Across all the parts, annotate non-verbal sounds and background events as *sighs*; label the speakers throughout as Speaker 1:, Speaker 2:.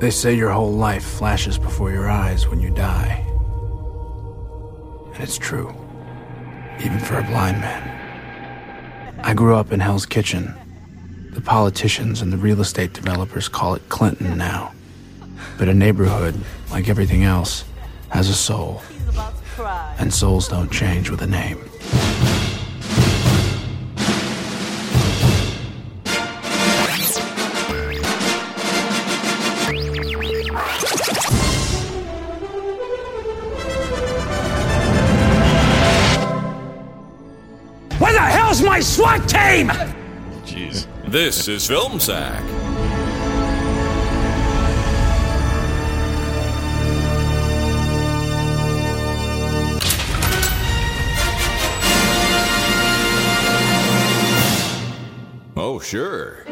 Speaker 1: They say your whole life flashes before your eyes when you die. And it's true, even for a blind man. I grew up in Hell's Kitchen. The politicians and the real estate developers call it Clinton now. But a neighborhood, like everything else, has a soul. And souls don't change with a name.
Speaker 2: Where the hell's my SWAT team?
Speaker 3: Jeez.
Speaker 4: This is Film Sack. Oh, sure.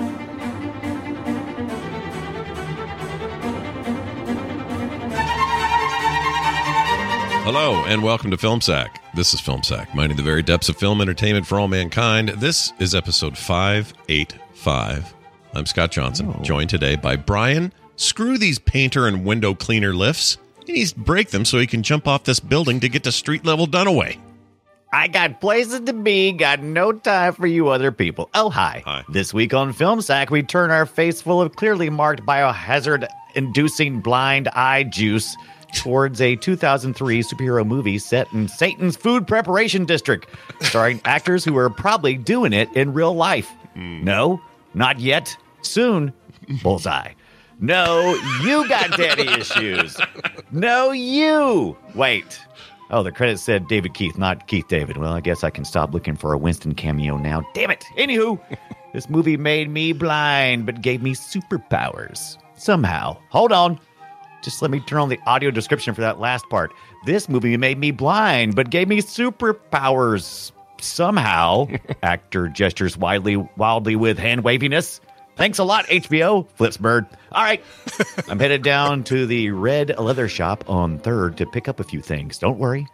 Speaker 3: Hello and welcome to Film Sack. This is Film Sack, mining the very depths of film entertainment for all mankind. This is episode 585. I'm Scott Johnson, joined today by Brian. Screw these painter and window cleaner lifts. He needs to break them so he can jump off this building to get to street level Dunaway.
Speaker 5: I got places to be, got no time for you other people. Oh, hi.
Speaker 3: Hi.
Speaker 5: This week on Film Sack, we turn our face full of clearly marked biohazard inducing blind eye juice towards a 2003 superhero movie set in Satan's food preparation district, starring *laughs* actors who are probably doing it in real life. No, not yet. Soon, bullseye. No, you got daddy issues. No, you. Wait. Oh, the credits said David Keith, not Keith David. Well, I guess I can stop looking for a Winston cameo now. Damn it. Anywho, this movie made me blind, but gave me superpowers. Somehow. Hold on. Just let me turn on the audio description for that last part. This movie made me blind, but gave me superpowers. Somehow, actor gestures widely, wildly with hand waviness. Thanks a lot, HBO. Flips bird. All right. I'm headed down to the red leather shop on 3rd to pick up a few things. Don't worry.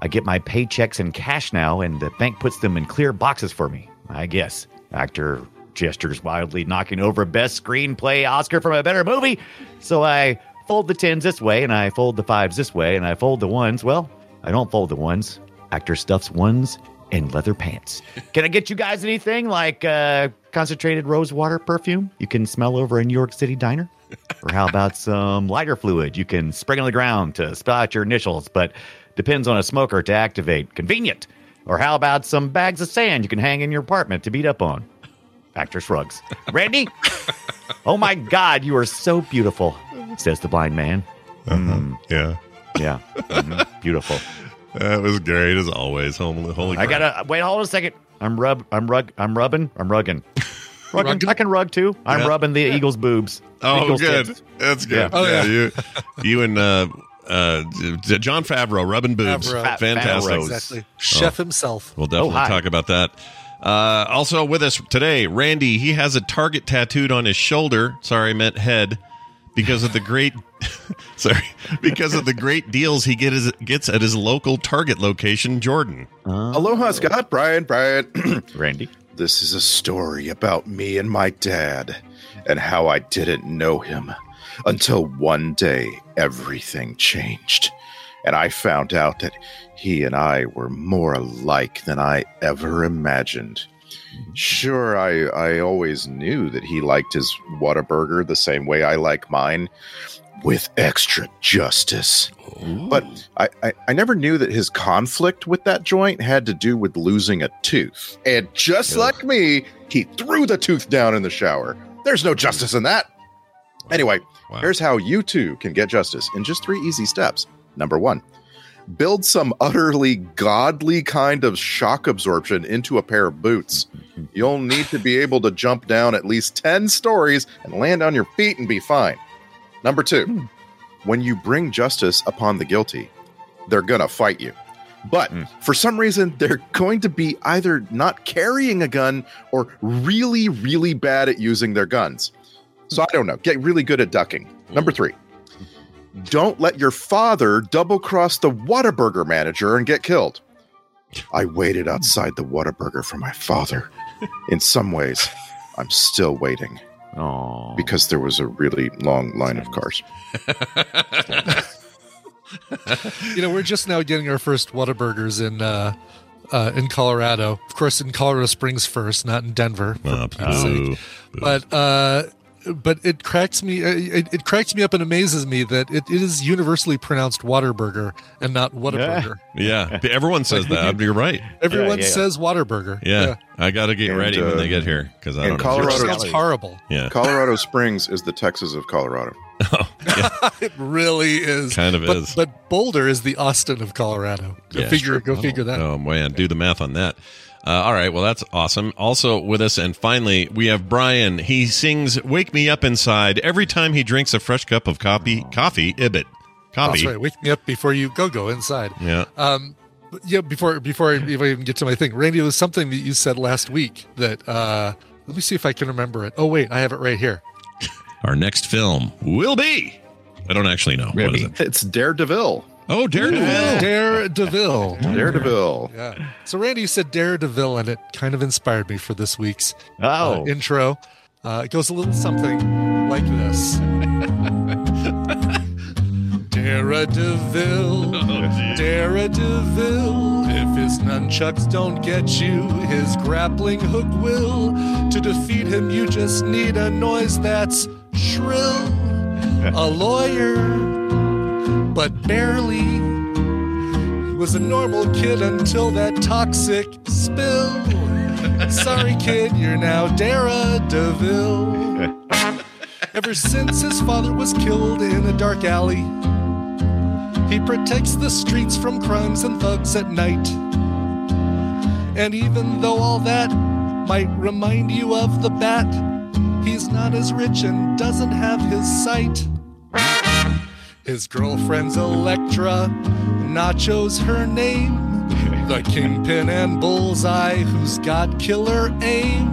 Speaker 5: I get my paychecks in cash now, and the bank puts them in clear boxes for me. I guess. Actor gestures wildly, knocking over Best Screenplay Oscar from a better movie. So I fold the tens this way, and I fold the fives this way, and I fold the ones. Well, I don't fold the ones. Actor stuffs ones in leather pants. Can I get you guys anything like uh, concentrated rose water perfume you can smell over a New York City diner? Or how about some lighter fluid you can spring on the ground to spell out your initials, but depends on a smoker to activate? Convenient. Or how about some bags of sand you can hang in your apartment to beat up on? Actor shrugs. Randy? oh my God, you are so beautiful, says the blind man.
Speaker 3: Yeah.
Speaker 5: Yeah, mhm, beautiful.
Speaker 3: That was great as always. Holy, holy
Speaker 5: I
Speaker 3: crap.
Speaker 5: gotta wait. Hold on a second. I'm rub. I'm rug. I'm rubbing. I'm rugging. rugging.
Speaker 3: Rugging?
Speaker 5: I can rug too. I'm
Speaker 3: Yeah.
Speaker 5: rubbing the Eagles' boobs.
Speaker 3: Oh,
Speaker 5: Eagles'
Speaker 3: good.
Speaker 5: tits.
Speaker 3: That's good.
Speaker 5: Yeah.
Speaker 3: Oh, yeah. You, you and uh, uh, J- John Favreau rubbing boobs.
Speaker 6: Favreau.
Speaker 3: Fantastic.
Speaker 5: Favreau.
Speaker 6: Exactly. Chef himself.
Speaker 3: We'll
Speaker 7: Oh,
Speaker 3: definitely
Speaker 5: hi.
Speaker 3: talk about that. Uh, also with us today, Randy. He has a target tattooed on his shoulder. Sorry, I meant head. Because of the great, *laughs* sorry, because of the great deals he get his, gets at his local Target location, Jordan.
Speaker 7: Aloha, Scott. Brian, *clears throat* Brian.
Speaker 5: Randy.
Speaker 7: this is a story about me and my dad and how I didn't know him until one day everything changed. And I found out that he and I were more alike than I ever imagined. Sure, I, I always knew that he liked his Whataburger the same way I like mine, with extra justice.
Speaker 3: Oh.
Speaker 7: But I, I, I never knew that his conflict with that joint had to do with losing a tooth. And just like me, he threw the tooth down in the shower. There's no justice in that. Anyway,
Speaker 3: Wow.
Speaker 7: here's how you too can get justice in just three easy steps. Number one, build some utterly godly kind of shock absorption into a pair of
Speaker 3: *laughs*
Speaker 7: boots. You'll need to be able to jump down at least 10 stories and land on your feet and be fine. Number
Speaker 3: Hmm.
Speaker 7: two, when you bring justice upon the guilty, they're going to fight you. But for some reason, they're going to be either not carrying a gun or really, really bad at using their guns. So I don't know. Get really good at ducking. Number three, don't let your father double cross the Whataburger manager and get killed. I waited outside the Whataburger for my father. In some ways, I'm still waiting
Speaker 5: Oh,
Speaker 7: because there was a really long line of cars.
Speaker 6: You know, we're just now getting our first Whataburgers in uh, uh, in Colorado. Of course, in Colorado Springs first, not in Denver. for
Speaker 3: Oh,
Speaker 6: Pete's sake.
Speaker 3: boo.
Speaker 6: but uh, but it cracks me. uh, It, it cracks me up and amazes me that it, it is universally pronounced Waterburger and not Whataburger.
Speaker 7: *laughs*
Speaker 3: Yeah, everyone says that. You're right.
Speaker 6: Everyone
Speaker 5: yeah, yeah.
Speaker 6: says Waterburger.
Speaker 3: Yeah, I got to get
Speaker 7: And,
Speaker 3: ready when
Speaker 7: uh,
Speaker 3: they get here because I
Speaker 7: in
Speaker 3: don't know.
Speaker 6: Which
Speaker 7: Colorado-
Speaker 6: sounds horrible.
Speaker 3: Yeah,
Speaker 7: Colorado Springs is the Texas of Colorado.
Speaker 6: It really is.
Speaker 3: Kind of
Speaker 6: but,
Speaker 3: is.
Speaker 6: But Boulder is the Austin of Colorado. Go
Speaker 3: Yeah,
Speaker 6: figure.
Speaker 3: sure.
Speaker 6: Go figure that.
Speaker 3: Oh man, do the math on that. Uh, all right, well that's awesome. Also with us, and finally we have Brian. He sings "Wake Me Up Inside" every time he drinks a fresh cup of coffee. Coffee, Ibit,
Speaker 6: That's
Speaker 3: coffee.
Speaker 6: right. Wake me up before you go go inside.
Speaker 3: Yeah.
Speaker 6: Um, but yeah. Before before I before I even get to my thing, Randy, there was something that you said last week that uh, let me see if I can remember it. Oh wait, I have it right here.
Speaker 3: Our next film will be. I don't actually know what is it.
Speaker 7: It's Daredevil.
Speaker 3: Oh, Daredevil.
Speaker 6: Daredevil.
Speaker 7: Daredevil.
Speaker 6: Yeah. So Randy you said Daredevil, and it kind of inspired me for this week's uh,
Speaker 5: oh,
Speaker 6: intro. Uh, it goes a little something like this. Daredevil, Daredevil. If his nunchucks don't get you, his grappling hook will. To defeat him, you just need a noise that's shrill. A lawyer, but barely. Was a normal kid until that toxic spill. Sorry, kid, you're now Daredevil. Ever since his father was killed in a dark alley, he protects the streets from crimes and thugs at night. And even though all that might remind you of the bat, he's not as rich and doesn't have his sight. His girlfriend's Electra, Nacho's her name. The kingpin and bullseye, who's got killer aim.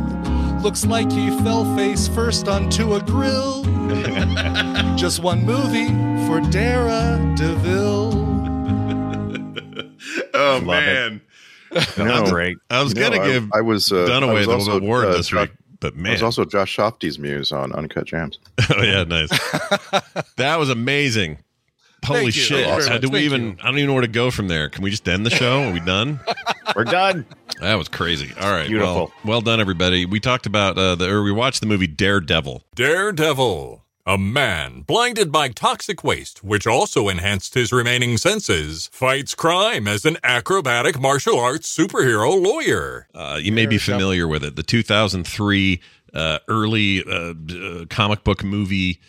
Speaker 6: Looks like he fell face first onto a
Speaker 3: *laughs*
Speaker 6: grill. Just one movie for Daredevil.
Speaker 3: Oh
Speaker 5: man.
Speaker 7: No.
Speaker 5: great.
Speaker 3: I was
Speaker 7: No,
Speaker 3: gonna
Speaker 7: I-
Speaker 3: give
Speaker 7: I was, uh, I
Speaker 3: Dunaway
Speaker 7: was
Speaker 3: the
Speaker 7: also,
Speaker 3: award
Speaker 7: uh,
Speaker 3: this
Speaker 7: Josh-
Speaker 3: week, but man,
Speaker 7: It was also Josh Shofty's muse on Uncut Jams.
Speaker 3: *laughs* oh yeah, nice. that was amazing. Holy
Speaker 6: you.
Speaker 3: shit!
Speaker 6: Thank you very
Speaker 3: How do
Speaker 6: much.
Speaker 3: we
Speaker 6: Thank
Speaker 3: even?
Speaker 6: you.
Speaker 3: I don't even know where to go from there. Can we just end the show? Are we done?
Speaker 5: We're done.
Speaker 3: That was crazy. All right,
Speaker 5: Beautiful.
Speaker 3: Well, well done, everybody. We talked about uh, the or we watched the movie Daredevil.
Speaker 4: Daredevil, a man blinded by toxic waste, which also enhanced his remaining senses, fights crime as an acrobatic martial arts superhero lawyer.
Speaker 3: Uh, you may be familiar with it. The 2003 uh, early uh, d- uh, comic book movie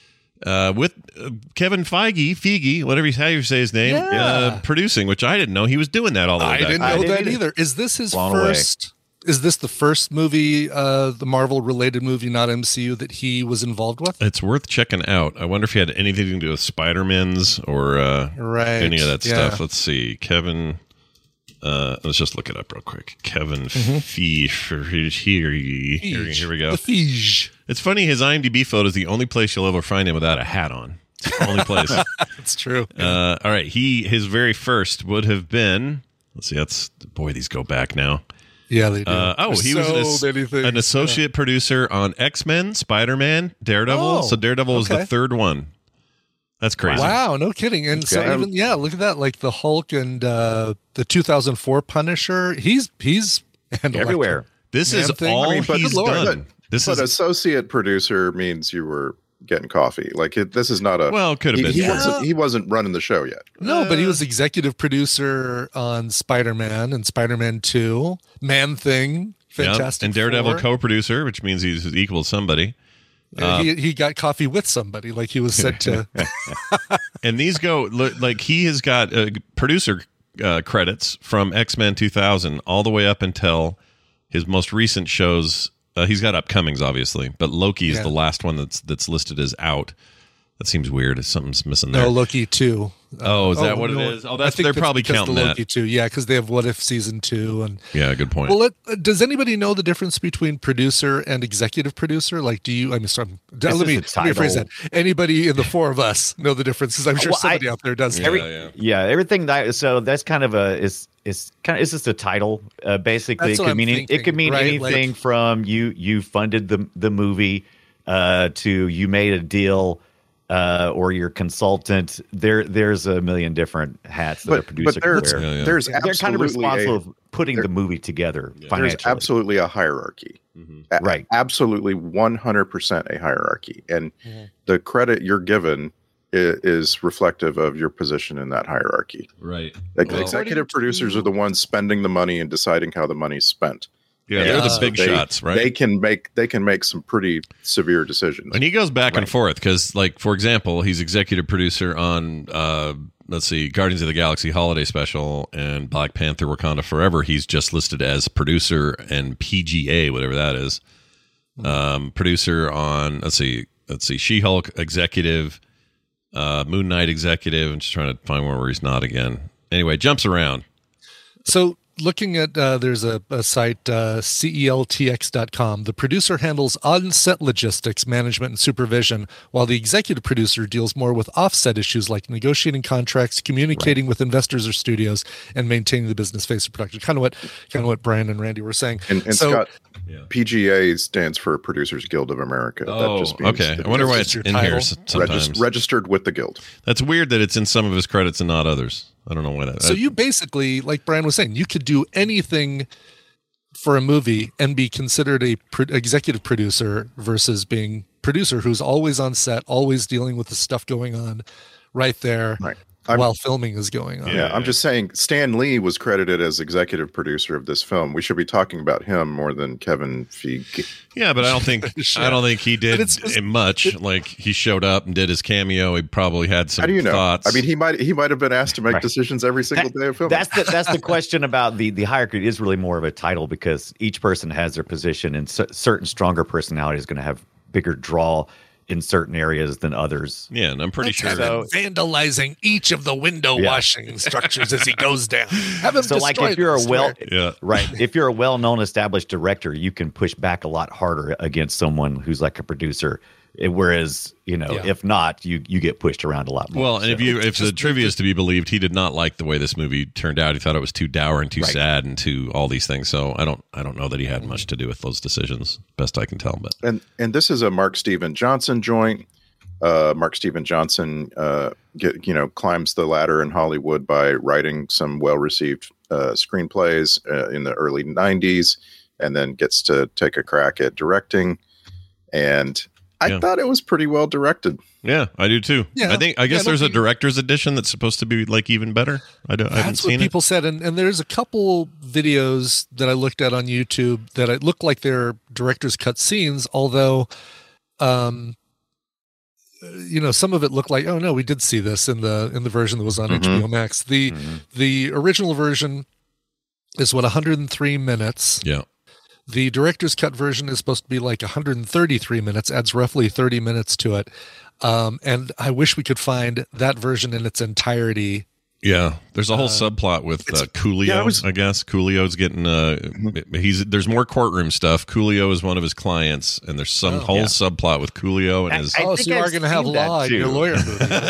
Speaker 3: uh, with uh, Kevin Feige, Feige, whatever you, how you say his name, uh, producing, which I didn't know he was doing that all the way
Speaker 6: I
Speaker 3: back.
Speaker 6: didn't know
Speaker 5: I didn't
Speaker 6: that
Speaker 5: either.
Speaker 6: either. Is this his
Speaker 5: Blown away.
Speaker 6: first? Is this the first movie, uh, the Marvel related movie, not MCU, that he was involved with?
Speaker 3: It's worth checking out. I wonder if he had anything to do with Spider Man's or uh,
Speaker 6: Right,
Speaker 3: any of that
Speaker 6: yeah.
Speaker 3: stuff. Let's see, Kevin. Uh, let's just look it up real quick. Kevin
Speaker 6: Mm-hmm.
Speaker 3: Feige. Here, here, here we go.
Speaker 6: The Feige.
Speaker 3: It's funny his IMDb photo is the only place you'll ever find him without a hat on. It's the only
Speaker 6: *laughs*
Speaker 3: place.
Speaker 6: That's true.
Speaker 3: uh, all right, he his very first would have been. Let's see. That's boy. These go back now.
Speaker 6: yeah, they do.
Speaker 3: Uh, oh,
Speaker 6: There's
Speaker 3: he
Speaker 6: so
Speaker 3: was an,
Speaker 6: many
Speaker 3: as-
Speaker 6: things.
Speaker 3: an associate producer on X Men, Spider Man, Daredevil.
Speaker 6: Oh,
Speaker 3: so Daredevil is the
Speaker 6: okay.
Speaker 3: third one. That's crazy.
Speaker 6: Wow, no kidding. And so
Speaker 7: Okay.
Speaker 6: even yeah, look at that. Like the Hulk and uh the 2004 Punisher. He's he's and
Speaker 5: Everywhere.
Speaker 3: This
Speaker 6: Damn
Speaker 3: is
Speaker 6: thing.
Speaker 3: all
Speaker 6: I
Speaker 7: mean, but
Speaker 3: he's
Speaker 7: Lord,
Speaker 3: done.
Speaker 7: but-
Speaker 3: this
Speaker 7: but
Speaker 3: is
Speaker 7: associate producer means you were getting coffee. Like it, this is not a
Speaker 3: well, could
Speaker 7: he,
Speaker 3: have been.
Speaker 7: he
Speaker 3: sure.
Speaker 7: wasn't, he wasn't running the show yet.
Speaker 6: Electra. No, but
Speaker 3: Uh.
Speaker 6: he was executive producer on Spider-Man and Spider-Man 2, Man Thing,
Speaker 3: Yeah,
Speaker 6: Fantastic.
Speaker 3: And Daredevil
Speaker 6: Four.
Speaker 3: co-producer, which means he's equal to somebody.
Speaker 6: And
Speaker 3: uh.
Speaker 6: he, he got coffee
Speaker 3: *laughs*
Speaker 6: with somebody like he was sent to
Speaker 3: And these go look, like he has got a producer uh, credits from X Men 2000 all the way up until his most recent shows. Uh, he's got upcomings, obviously, but Loki is
Speaker 6: Yeah.
Speaker 3: the last one that's that's listed as out. That seems weird. If something's missing there.
Speaker 6: No, Loki two.
Speaker 3: Oh, is that what
Speaker 6: no,
Speaker 3: it is? Oh, that's
Speaker 6: I think
Speaker 3: they're probably
Speaker 6: because
Speaker 3: counting
Speaker 6: the
Speaker 3: that.
Speaker 6: Loki two. Yeah, because they have What If season two and
Speaker 3: yeah, good point.
Speaker 6: Well, let, does anybody know the difference between producer and executive producer? Like, do you? I'm sorry. Let
Speaker 5: This
Speaker 6: me,
Speaker 5: is
Speaker 6: let me
Speaker 5: a title. Uh,
Speaker 6: rephrase that. Anybody in the four of us know the difference? Because I'm sure
Speaker 5: Well, I-
Speaker 6: somebody out there does.
Speaker 3: Yeah,
Speaker 5: every-
Speaker 3: yeah.
Speaker 5: Yeah, everything that so that's kind of a is is kind of is just a title. Uh, basically,
Speaker 6: That's
Speaker 5: it
Speaker 6: what
Speaker 5: could
Speaker 6: I'm
Speaker 5: mean it could
Speaker 6: thinking,
Speaker 5: mean
Speaker 6: right? Like-
Speaker 5: anything from you you funded the the movie uh, to you made a deal uh, or your consultant. There there's a million different hats that a
Speaker 7: But,
Speaker 5: producer
Speaker 7: but
Speaker 5: can
Speaker 7: there's,
Speaker 5: wear.
Speaker 3: Yeah, yeah.
Speaker 7: there's
Speaker 5: They're kind of
Speaker 7: absolutely a-
Speaker 5: responsible of putting
Speaker 7: there-
Speaker 5: the movie together
Speaker 7: there's
Speaker 5: financially. Mm-hmm.
Speaker 7: absolutely a hierarchy.
Speaker 3: Mhm.
Speaker 7: A-
Speaker 5: Right.
Speaker 7: Absolutely 100% a hierarchy. And the credit you're given is, is reflective of your position in that hierarchy.
Speaker 3: Right.
Speaker 7: Like,
Speaker 3: Well-
Speaker 7: executive producers are the ones spending the money and deciding how the money's spent.
Speaker 3: Yeah, they're the
Speaker 6: Yeah.
Speaker 3: big
Speaker 7: They-
Speaker 3: shots, right?
Speaker 7: They can make they can make some pretty severe decisions.
Speaker 3: And he goes back and
Speaker 5: Right.
Speaker 3: forth because, like, for example, he's executive producer on, uh, let's see, Guardians of the Galaxy Holiday Special and Black Panther Wakanda Forever. He's just listed as producer and PGA, whatever that is. Um, producer on, let's see, let's see, She Hulk executive, uh, Moon Knight executive. I'm just trying to find where he's not again. Anyway, jumps around.
Speaker 6: So, looking at uh, there's a, a site uh, celtx.com. The producer handles on-set logistics, management, and supervision, while the executive producer deals more with offset issues like negotiating contracts, communicating with investors or studios, and maintaining the business face of production. Kind of what kind of what Brian and Randy were saying.
Speaker 7: and and
Speaker 6: So-
Speaker 7: Scott,
Speaker 3: Yeah.
Speaker 7: PGA stands for Producers Guild of America.
Speaker 3: Oh, okay. I wonder why
Speaker 6: That's
Speaker 3: it's
Speaker 6: just your
Speaker 3: in here s-
Speaker 6: title.
Speaker 3: sometimes.
Speaker 7: regis- registered with the guild.
Speaker 3: That's weird that it's in some of his credits and not others. I don't know why that.
Speaker 6: So
Speaker 3: I-
Speaker 6: you basically, like Brian was saying, you could do anything for a movie and be considered a pro- executive producer versus being producer who's always on set, always dealing with the stuff going on right there
Speaker 7: Right. I'm-
Speaker 6: while filming is going on.
Speaker 7: Yeah, I'm just saying Stan Lee was credited as executive producer of this film. We should be talking about him more than Kevin Feige.
Speaker 3: Yeah, but I don't
Speaker 7: *laughs*
Speaker 3: think
Speaker 6: Sure.
Speaker 3: I don't think he did
Speaker 6: But it's just-
Speaker 3: it much. like he showed up and did his cameo. He probably had some
Speaker 7: How do you know?
Speaker 3: thoughts.
Speaker 7: I mean, he might he might have been asked to make
Speaker 5: Right.
Speaker 7: decisions every single day of filming.
Speaker 5: That's the that's the
Speaker 6: *laughs*
Speaker 5: question about the the hierarchy. It is really more of a title because each person has their position, and cer- certain stronger personality is going to have bigger draw in certain areas than others.
Speaker 3: yeah, and I'm pretty sure.
Speaker 5: So-
Speaker 6: vandalizing each of the window
Speaker 5: Yeah.
Speaker 6: washing structures as he goes down.
Speaker 7: *laughs*
Speaker 6: Have him
Speaker 5: So, like,
Speaker 6: destroy
Speaker 5: if you're a
Speaker 6: this
Speaker 5: well,
Speaker 6: where-
Speaker 3: yeah,
Speaker 5: right, if you're a well-known established director, you can push back a lot harder against someone who's like a producer. Eh, Whereas, you know,
Speaker 6: Yeah.
Speaker 5: if not, you you get pushed around a lot more.
Speaker 3: Well, and if you if the trivia is to be believed, he did not like the way this movie turned out. He thought it was too dour and too sad and too all these things. So I don't I don't know that he had
Speaker 7: Mm.
Speaker 3: much to do with those decisions, best I can tell. But
Speaker 7: and and this is a Mark Steven Johnson joint. Uh, Mark Steven Johnson, uh, get, you know, climbs the ladder in Hollywood by writing some well-received uh, screenplays uh, in the early '90s, and then gets to take a crack at directing. And I
Speaker 3: Yeah.
Speaker 7: thought it was pretty well directed.
Speaker 3: yeah, I do too.
Speaker 6: Yeah.
Speaker 3: I think I
Speaker 6: Yeah,
Speaker 3: guess
Speaker 6: I don't
Speaker 3: there's a
Speaker 6: think-
Speaker 3: director's edition that's supposed to be like even better. I, don't, I haven't
Speaker 6: That's what
Speaker 3: seen it.
Speaker 6: people said, and, and there's a couple videos that I looked at on YouTube that it looked like they're director's cut scenes, although, um, you know, some of it looked like, oh no, we did see this in the in the version that was on
Speaker 3: Mm-hmm.
Speaker 7: Mhm.
Speaker 6: HBO Max. The the original version is what 103 minutes.
Speaker 3: Yeah,
Speaker 6: The director's cut version is supposed to be like 133 minutes, adds roughly 30 minutes to it. Um, and I wish we could find that version in its entirety.
Speaker 3: yeah. There's a whole subplot with uh, Coolio.
Speaker 7: yeah,
Speaker 3: I,
Speaker 7: I was-
Speaker 3: guess Coolio's getting uh,
Speaker 6: Mm-hmm.
Speaker 3: he's there's more courtroom stuff. Coolio is one of his clients, and there's some
Speaker 7: Oh,
Speaker 3: whole subplot with Coolio and his.
Speaker 5: I
Speaker 6: oh,
Speaker 5: think
Speaker 6: so you
Speaker 5: I've
Speaker 6: are going to have
Speaker 5: seen that
Speaker 6: law in your
Speaker 5: too.
Speaker 6: *laughs* lawyer movie.
Speaker 5: Right.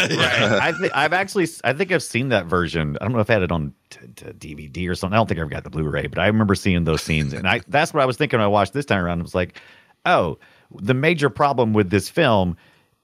Speaker 5: I th- I've actually, I think I've seen that version. I don't know if I had it on t- t- DVD or something. I don't think I've got the Blu-ray, but I remember seeing those scenes, and I that's what I was thinking when I watched this time around. I was like, oh, the major problem with this film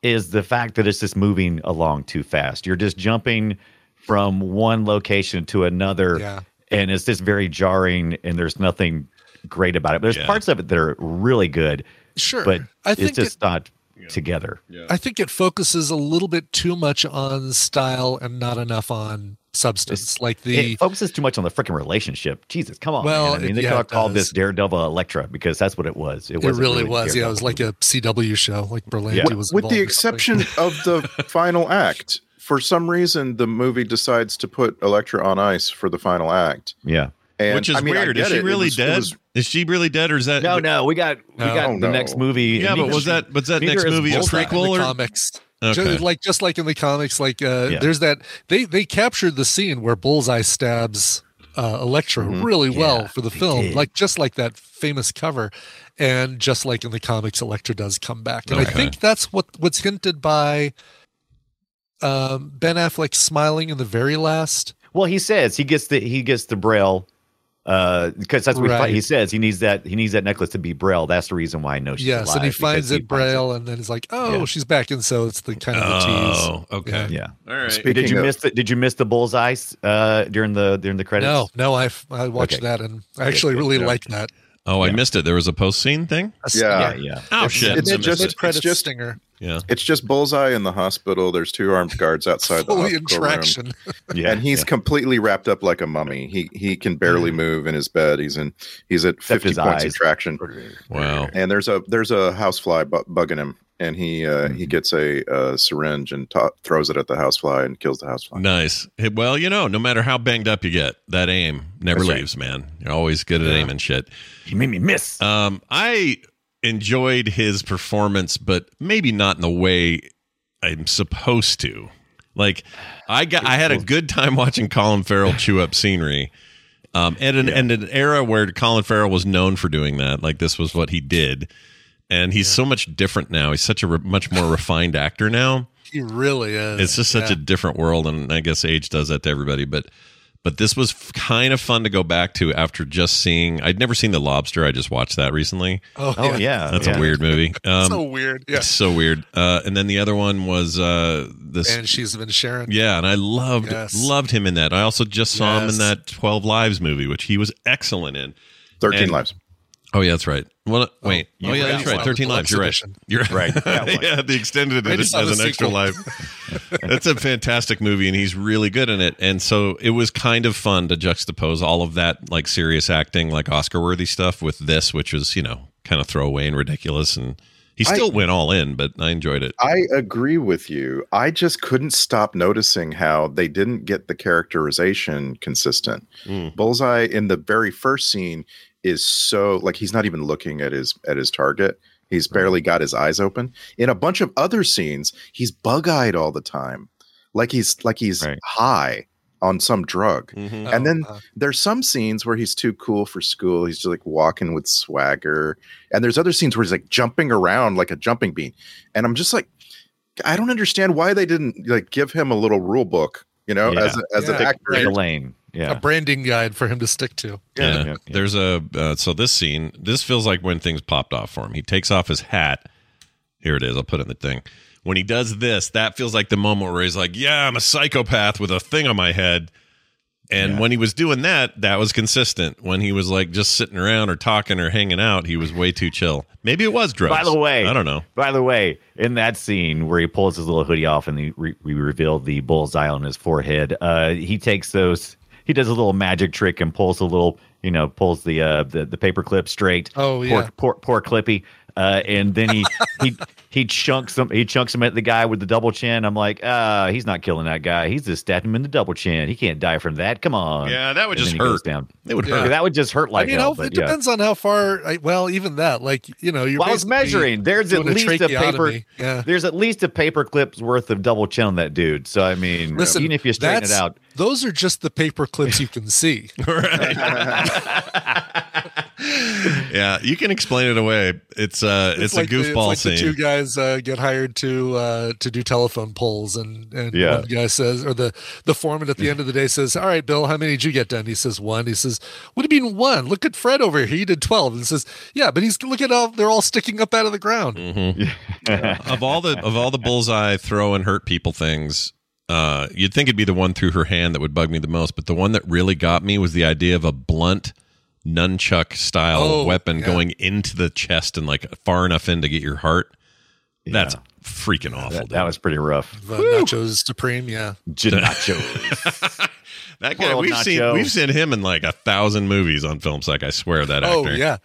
Speaker 5: is the fact that it's just moving along too fast. You're just jumping from one location to another,
Speaker 6: Yeah.
Speaker 5: and it's just very jarring, and there's nothing great about it. But there's
Speaker 3: Yeah.
Speaker 5: parts of it that are really good,
Speaker 6: Sure.
Speaker 5: but
Speaker 6: I think
Speaker 5: it's just not together.
Speaker 6: it, I think it focuses a little bit too much on style and not enough on substance. Like the
Speaker 5: it focuses too much on the freaking relationship. Jesus, come on.
Speaker 6: Well,
Speaker 5: man. I mean,
Speaker 6: it-
Speaker 5: they
Speaker 6: yeah,
Speaker 5: could
Speaker 6: it
Speaker 5: have called
Speaker 6: does.
Speaker 5: this Daredevil Electra because that's what it was. It,
Speaker 6: it
Speaker 5: wasn't
Speaker 6: really was. Yeah, it
Speaker 5: Daredevil.
Speaker 6: was like a CW show, like Berlanti
Speaker 5: Yeah.
Speaker 6: was
Speaker 7: with
Speaker 6: involved
Speaker 7: the
Speaker 6: or something.
Speaker 3: *laughs*
Speaker 7: exception of the final act for some reason, the movie decides to put Elektra on ice for the final act.
Speaker 5: Yeah.
Speaker 7: And,
Speaker 3: Which is
Speaker 7: I mean, I
Speaker 3: weird. Is
Speaker 7: get
Speaker 3: she
Speaker 7: it. It
Speaker 3: really
Speaker 7: was- it
Speaker 3: dead?
Speaker 7: was-
Speaker 3: is she really dead, or is that?
Speaker 5: No, no, we got we got
Speaker 7: Oh,
Speaker 5: the
Speaker 7: no.
Speaker 5: next movie.
Speaker 3: Yeah, but
Speaker 5: Neither
Speaker 3: was
Speaker 5: she-
Speaker 3: that was that
Speaker 5: neither
Speaker 3: next
Speaker 5: is
Speaker 3: movie a
Speaker 5: Bullseye.
Speaker 6: in
Speaker 3: prequel
Speaker 6: the
Speaker 3: or?
Speaker 6: comics.
Speaker 3: Okay.
Speaker 6: Just like just like in the comics, like uh,
Speaker 5: Yeah.
Speaker 6: there's that they they captured the scene where Bullseye stabs uh, Electra
Speaker 7: Mhm.
Speaker 6: really
Speaker 5: Mm-hmm. Yeah,
Speaker 6: well for the
Speaker 5: they
Speaker 6: film,
Speaker 5: did.
Speaker 6: like just like that famous cover, and just like in the comics, Electra does come back, and I
Speaker 3: Okay.
Speaker 6: think that's what what's hinted by um, Ben Affleck smiling in the very last.
Speaker 5: Well, he says he gets the he gets the braille because that's what he fi-
Speaker 6: Right.
Speaker 5: he, says. He needs that he needs that necklace to be braille. That's the reason why I know she's
Speaker 6: yes,
Speaker 5: alive.
Speaker 6: and he
Speaker 5: because
Speaker 6: finds it
Speaker 5: finds
Speaker 6: Braille, and then he's like, "Oh,
Speaker 5: Yeah.
Speaker 6: she's back," and so it's the kind of the tease.
Speaker 3: Oh, okay.
Speaker 5: Yeah.
Speaker 3: All right.
Speaker 7: Speak-
Speaker 5: did you
Speaker 7: Speaking of-
Speaker 5: miss the Did you miss the bullseye uh, during the during the credits?
Speaker 6: No, no, I I watched
Speaker 5: Okay.
Speaker 6: that, and I actually
Speaker 5: good,
Speaker 6: really
Speaker 5: good.
Speaker 6: like that.
Speaker 3: Oh, I
Speaker 5: Yeah.
Speaker 3: missed it. There was a post scene thing.
Speaker 5: Yeah,
Speaker 7: Yeah.
Speaker 5: yeah.
Speaker 3: Oh
Speaker 6: It's-
Speaker 3: shit!
Speaker 7: it's
Speaker 3: I missed
Speaker 7: just-
Speaker 3: it.
Speaker 6: Credit
Speaker 7: just-
Speaker 6: stinger,
Speaker 3: yeah.
Speaker 7: It's just Bullseye in the hospital. There's two armed guards outside the
Speaker 6: fully in
Speaker 7: hospital room.
Speaker 6: traction.
Speaker 5: yeah,
Speaker 7: and he's
Speaker 5: yeah. Mm-hmm.
Speaker 7: completely wrapped up like a mummy. He he can barely move in his bed. He's in he's at fifty
Speaker 5: his
Speaker 7: points
Speaker 5: eyes.
Speaker 7: of traction.
Speaker 3: Wow.
Speaker 7: And there's a there's a housefly bu- bugging him, and he uh,
Speaker 5: Mm-hmm.
Speaker 7: he gets a, uh syringe and to throws it at the housefly and kills the housefly.
Speaker 3: Nice. Hey, Well, you know, no matter how banged up you get, that aim never
Speaker 5: That's right.
Speaker 3: leaves, man. You're always good at aiming shit.
Speaker 5: he made me miss.
Speaker 3: Um, I enjoyed his performance, but maybe not in the way I'm supposed to. Like, I got, I had a good time watching Colin
Speaker 5: *laughs*
Speaker 3: Farrell chew up scenery. Um, at an and an era where Colin Farrell was known for doing that, like this was what he did, and he's so much different now. He's such a re- much more refined actor now.
Speaker 6: *laughs* He really is.
Speaker 3: it's just such a different world and i guess age does that to everybody but but this was f- kind of fun to go back to after just seeing i'd never seen the lobster i just watched that recently
Speaker 6: Oh,
Speaker 5: oh
Speaker 6: yeah.
Speaker 5: yeah,
Speaker 3: that's
Speaker 5: yeah.
Speaker 3: a weird
Speaker 6: *laughs*
Speaker 3: movie um
Speaker 6: so weird. Yeah.
Speaker 3: it's so weird uh and then the other one was uh this
Speaker 6: And she's been sharing.
Speaker 3: yeah and i loved
Speaker 6: Yes.
Speaker 3: loved him in that i also just saw him in
Speaker 6: Yes.
Speaker 3: that 12 lives movie which he was excellent in
Speaker 5: Mm-hmm.
Speaker 7: Thirteen
Speaker 3: And-
Speaker 7: lives.
Speaker 3: oh yeah that's right well wait
Speaker 5: you
Speaker 3: oh yeah
Speaker 5: forgot
Speaker 3: that's right
Speaker 6: one.
Speaker 3: 13
Speaker 6: The
Speaker 3: lives you're right
Speaker 6: exhibition.
Speaker 3: you're *laughs*
Speaker 5: Right, that one.
Speaker 3: yeah the extended
Speaker 6: I
Speaker 3: edition
Speaker 6: just saw
Speaker 3: as
Speaker 6: the
Speaker 3: an extra
Speaker 6: sequel.
Speaker 3: live *laughs* That's a fantastic movie, and he's really good in it. And so it was kind of fun to juxtapose all of that, like serious acting, like Oscar worthy stuff, with this, which was, you know, kind of throwaway and ridiculous. And he still went all in, but I enjoyed it.
Speaker 7: I agree with you. I just couldn't stop noticing how they didn't get the characterization consistent.
Speaker 3: Mm.
Speaker 7: Bullseye in the very first scene is so like he's not even looking at his at his target. He's barely got his eyes open. In a bunch of other scenes, he's bug-eyed all the time. Like he's like he's
Speaker 5: Right.
Speaker 7: high on some drug.
Speaker 3: Mhm.
Speaker 7: And then
Speaker 6: uh,
Speaker 7: there's some scenes where he's too cool for school. He's just like walking with swagger. And there's other scenes where he's like jumping around like a jumping bean. And I'm just like, I don't understand why they didn't like give him a little rule book, you know,
Speaker 5: Yeah.
Speaker 7: as, a, as an
Speaker 6: Yeah.
Speaker 7: actor.
Speaker 5: Pick a lane. Yeah,
Speaker 6: a branding guide for him to stick to.
Speaker 3: Yeah.
Speaker 5: yeah, yeah.
Speaker 3: There's a, uh, so this scene, this feels like when things popped off for him. He takes off his hat. Here it is. I'll put it in the thing. When he does this, that feels like the moment where he's like, yeah, I'm a psychopath with a thing on my head. And
Speaker 5: Yeah.
Speaker 3: when he was doing that, that was consistent. When he was like just sitting around or talking or hanging out, he was way too chill. Maybe it was drugs.
Speaker 5: By the way-
Speaker 3: I don't know.
Speaker 5: By the way, in that scene where he pulls his little hoodie off and he re- we reveal the bullseye on his forehead, uh, he takes those. He does a little magic trick and pulls a little, you know, pulls the uh, the, the paper clip straight.
Speaker 6: Oh,
Speaker 5: poor,
Speaker 6: yeah.
Speaker 5: poor, poor Clippy. Uh, and then he
Speaker 6: *laughs*
Speaker 5: he he chunks him. He chunks him at the guy with the double chin. I'm like, uh, he's not killing that guy. He's just stabbing him in the double chin. He can't die from that. Come on.
Speaker 3: Yeah, that would
Speaker 5: And
Speaker 3: just
Speaker 5: then he goes
Speaker 3: hurt.
Speaker 5: Down.
Speaker 3: It would
Speaker 6: Yeah.
Speaker 3: hurt.
Speaker 5: *laughs* That would just hurt
Speaker 6: I
Speaker 5: like
Speaker 6: mean,
Speaker 5: hell.
Speaker 6: I'll- it
Speaker 5: but yeah.
Speaker 6: depends on how far. I, well, even that, like you know, you.
Speaker 5: Well, I was measuring. There's at least a paper.
Speaker 6: Yeah.
Speaker 5: There's at least a paper clip's worth of double chin on that dude. So I mean,
Speaker 6: Listen,
Speaker 5: even if you straighten it
Speaker 6: that's-
Speaker 5: out,
Speaker 6: Those are just the paper
Speaker 5: *laughs*
Speaker 6: clips you can see.
Speaker 3: yeah, you can explain it away. It's uh, it's,
Speaker 6: like
Speaker 3: a
Speaker 6: the-
Speaker 3: goofball
Speaker 6: it's like
Speaker 3: scene.
Speaker 6: The two guys uh, get hired to uh, to do telephone polls, and and
Speaker 5: Yeah.
Speaker 6: one guy says, or the the foreman at the end of the day says, "All right, Bill, how many did you get done?" He says one. He says, "What do you mean one? Look at Fred over here. He did 12. And he says, "Yeah, but he's look at all they're all sticking up out of the ground."
Speaker 3: Mm-hmm. of all the of all the bullseye throw and hurt people things, uh, you'd think it'd be the one through her hand that would bug me the most. But the one that really got me was the idea of a blunt nunchuck style
Speaker 6: Oh,
Speaker 3: weapon
Speaker 6: yeah.
Speaker 3: going into the chest and like far enough in to get your heart. That's
Speaker 5: Yeah.
Speaker 3: freaking awful.
Speaker 5: *laughs* that,
Speaker 3: dude.
Speaker 5: that was pretty rough.
Speaker 6: The nachos supreme, yeah.
Speaker 3: *laughs*
Speaker 5: Gennaccio.
Speaker 3: that
Speaker 5: poor
Speaker 3: guy.
Speaker 5: old
Speaker 3: We've seen
Speaker 5: Nacho.
Speaker 3: we've seen him in like a thousand movies on film psych. I swear that actor.
Speaker 6: Oh yeah,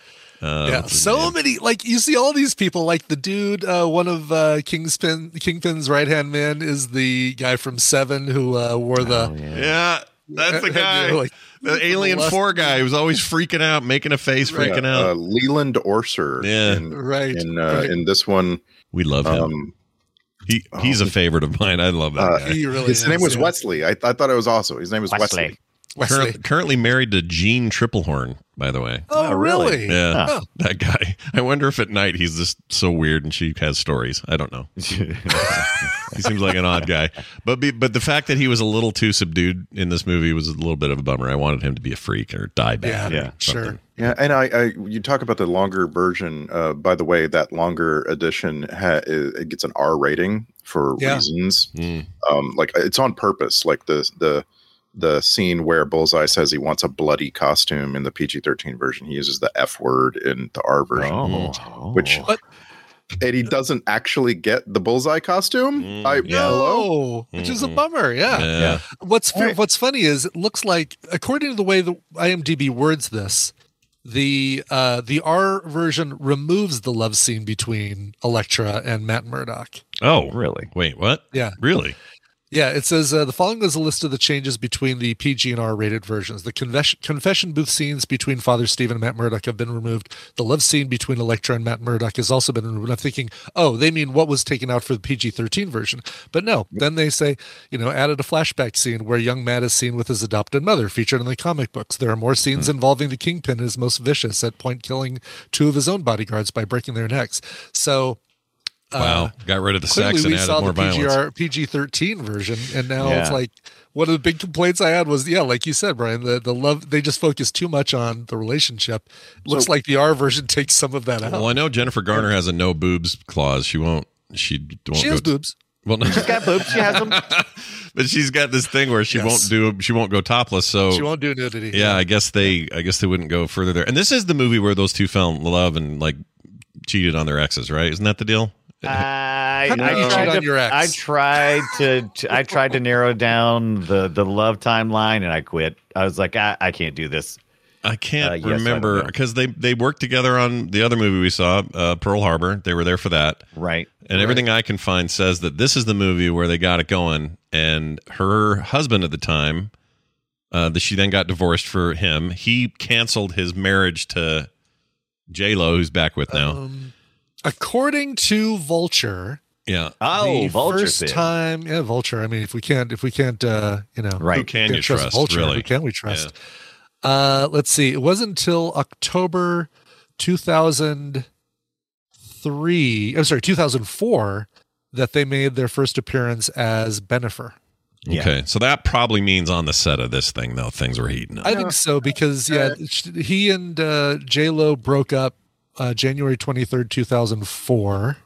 Speaker 3: Uh,
Speaker 6: yeah,
Speaker 3: what's his
Speaker 6: so
Speaker 3: name?
Speaker 6: many like you see all these people like the dude uh, one of uh, Kingpin Kingpin's right hand man is the guy from Seven who uh, wore the
Speaker 3: Oh,
Speaker 5: *laughs*
Speaker 3: Yeah,
Speaker 6: *laughs*
Speaker 3: that's the guy.
Speaker 6: Like,
Speaker 3: the Alien
Speaker 6: left-
Speaker 3: Four guy who's always freaking out, making a face, freaking
Speaker 7: Yeah, Uh,
Speaker 3: out.
Speaker 7: Leland Orser.
Speaker 3: Yeah.
Speaker 7: In,
Speaker 6: right,
Speaker 7: in, uh,
Speaker 6: right.
Speaker 7: in this one,
Speaker 3: We love him.
Speaker 7: um,
Speaker 3: he he's a favorite of mine. I love that
Speaker 7: uh,
Speaker 3: guy.
Speaker 6: he really
Speaker 7: his
Speaker 6: is,
Speaker 7: name was
Speaker 6: Oh, yeah.
Speaker 7: Wesley. I, I thought it was also his name was Wesley.
Speaker 5: Wesley.
Speaker 6: Wesley.
Speaker 3: Currently, currently married to Gene Triplehorn, by the way.
Speaker 6: Oh, really?
Speaker 3: Yeah,
Speaker 6: Huh.
Speaker 3: that guy. I wonder if at night he's just so weird and she has stories. I don't know. He seems like an odd guy, but be, but the fact that he was a little too subdued in this movie was a little bit of a bummer. I wanted him to be a freak or die
Speaker 6: Yeah,
Speaker 3: bad. or
Speaker 5: Yeah.
Speaker 3: something.
Speaker 6: sure.
Speaker 7: Yeah, and I, I you talk about the longer version. Uh, by the way, that longer edition ha- it gets an R rating for
Speaker 6: Yeah.
Speaker 7: reasons.
Speaker 3: Mm.
Speaker 7: Um, like it's on purpose. Like the the the scene where Bullseye says he wants a bloody costume in the PG thirteen version, he uses the F word in the R version,
Speaker 5: Oh.
Speaker 7: which
Speaker 6: But-
Speaker 7: and he doesn't actually get the Bullseye costume.
Speaker 3: Mm.
Speaker 7: I
Speaker 3: Yeah.
Speaker 7: hello.
Speaker 6: No, which is a
Speaker 3: Mhm.
Speaker 6: bummer. Yeah.
Speaker 3: Yeah.
Speaker 6: What's fu-
Speaker 7: Right.
Speaker 6: what's funny is it looks like according to the way the IMDb words this, the uh the R version removes the love scene between Electra and Matt Murdock.
Speaker 3: Oh,
Speaker 5: Really?
Speaker 3: Wait, what?
Speaker 6: Yeah.
Speaker 3: Really?
Speaker 6: Yeah, it says uh, the following is a list of the changes between the PG and R rated versions. The confession, confession booth scenes between Father Steve and Matt Murdock have been removed. The love scene between Electra and Matt Murdock has also been removed. I'm thinking, oh, they mean what was taken out for the PG 13 version. But no, then they say, you know, added a flashback scene where young Matt is seen with his adopted mother, featured in the comic books. There are more scenes involving the Kingpin and his most vicious at point killing two of his own bodyguards by breaking their necks. So.
Speaker 3: Wow. Got rid of the sex and
Speaker 6: Uh, Clearly, we
Speaker 3: added
Speaker 6: saw
Speaker 3: more
Speaker 6: the
Speaker 3: violence.
Speaker 6: PGR, PG-13 version, and now it's
Speaker 5: Yeah.
Speaker 6: like one of the big complaints I had was, yeah, like you said, Brian, the, the love they just focus too much on the relationship. Looks like the R version takes some of that out.
Speaker 3: Well, I know Jennifer Garner has a no boobs clause. She won't. She won't.
Speaker 6: she
Speaker 3: go
Speaker 6: has
Speaker 3: to-
Speaker 6: boobs.
Speaker 3: Well, no.
Speaker 6: *laughs*
Speaker 5: She's got boobs. She has them.
Speaker 3: but she's got this thing where she
Speaker 6: Yes.
Speaker 3: won't do. She won't go topless. So
Speaker 6: She won't do nudity.
Speaker 3: Oh. yeah, I guess they. I guess they wouldn't go further there. And this is the movie where those two fell in love and like cheated on their exes, right? Isn't that the deal?
Speaker 5: I,
Speaker 6: How do
Speaker 5: I
Speaker 6: you cheat
Speaker 5: tried
Speaker 6: on
Speaker 5: to,
Speaker 6: your ex?
Speaker 5: I tried to, to- I tried to narrow down the the love timeline, and I quit. I was like, I, I can't do this.
Speaker 3: I can't
Speaker 5: Uh, yes, I don't
Speaker 3: remember
Speaker 5: know.
Speaker 3: because they they worked together on the other movie we saw, uh, Pearl Harbor. They were there for that.
Speaker 5: Right?
Speaker 3: And everything I can find says that this is the movie where they got it going, and her husband at the time, uh, that she then got divorced for him. He canceled his marriage to J Lo, who's back with now.
Speaker 5: Oh.
Speaker 6: Um, according to Vulture,
Speaker 3: yeah,
Speaker 5: Oh,
Speaker 6: the
Speaker 5: vulture
Speaker 6: first
Speaker 5: fish.
Speaker 6: time, yeah, Vulture. I mean, if we can't, if we can't, uh, you know,
Speaker 5: Right.
Speaker 3: who can
Speaker 6: can't
Speaker 3: you trust?
Speaker 6: Vulture,
Speaker 3: really?
Speaker 6: who can we trust? Uh, let's see. It wasn't until October 2003, I'm sorry, 2004, that they made their first appearance as Benifer.
Speaker 5: Yeah.
Speaker 3: Okay, so that probably means on the set of this thing, though, things were heating up.
Speaker 6: I think so because, yeah, sh- he and uh, J-Lo broke up uh, January 23rd, 2004.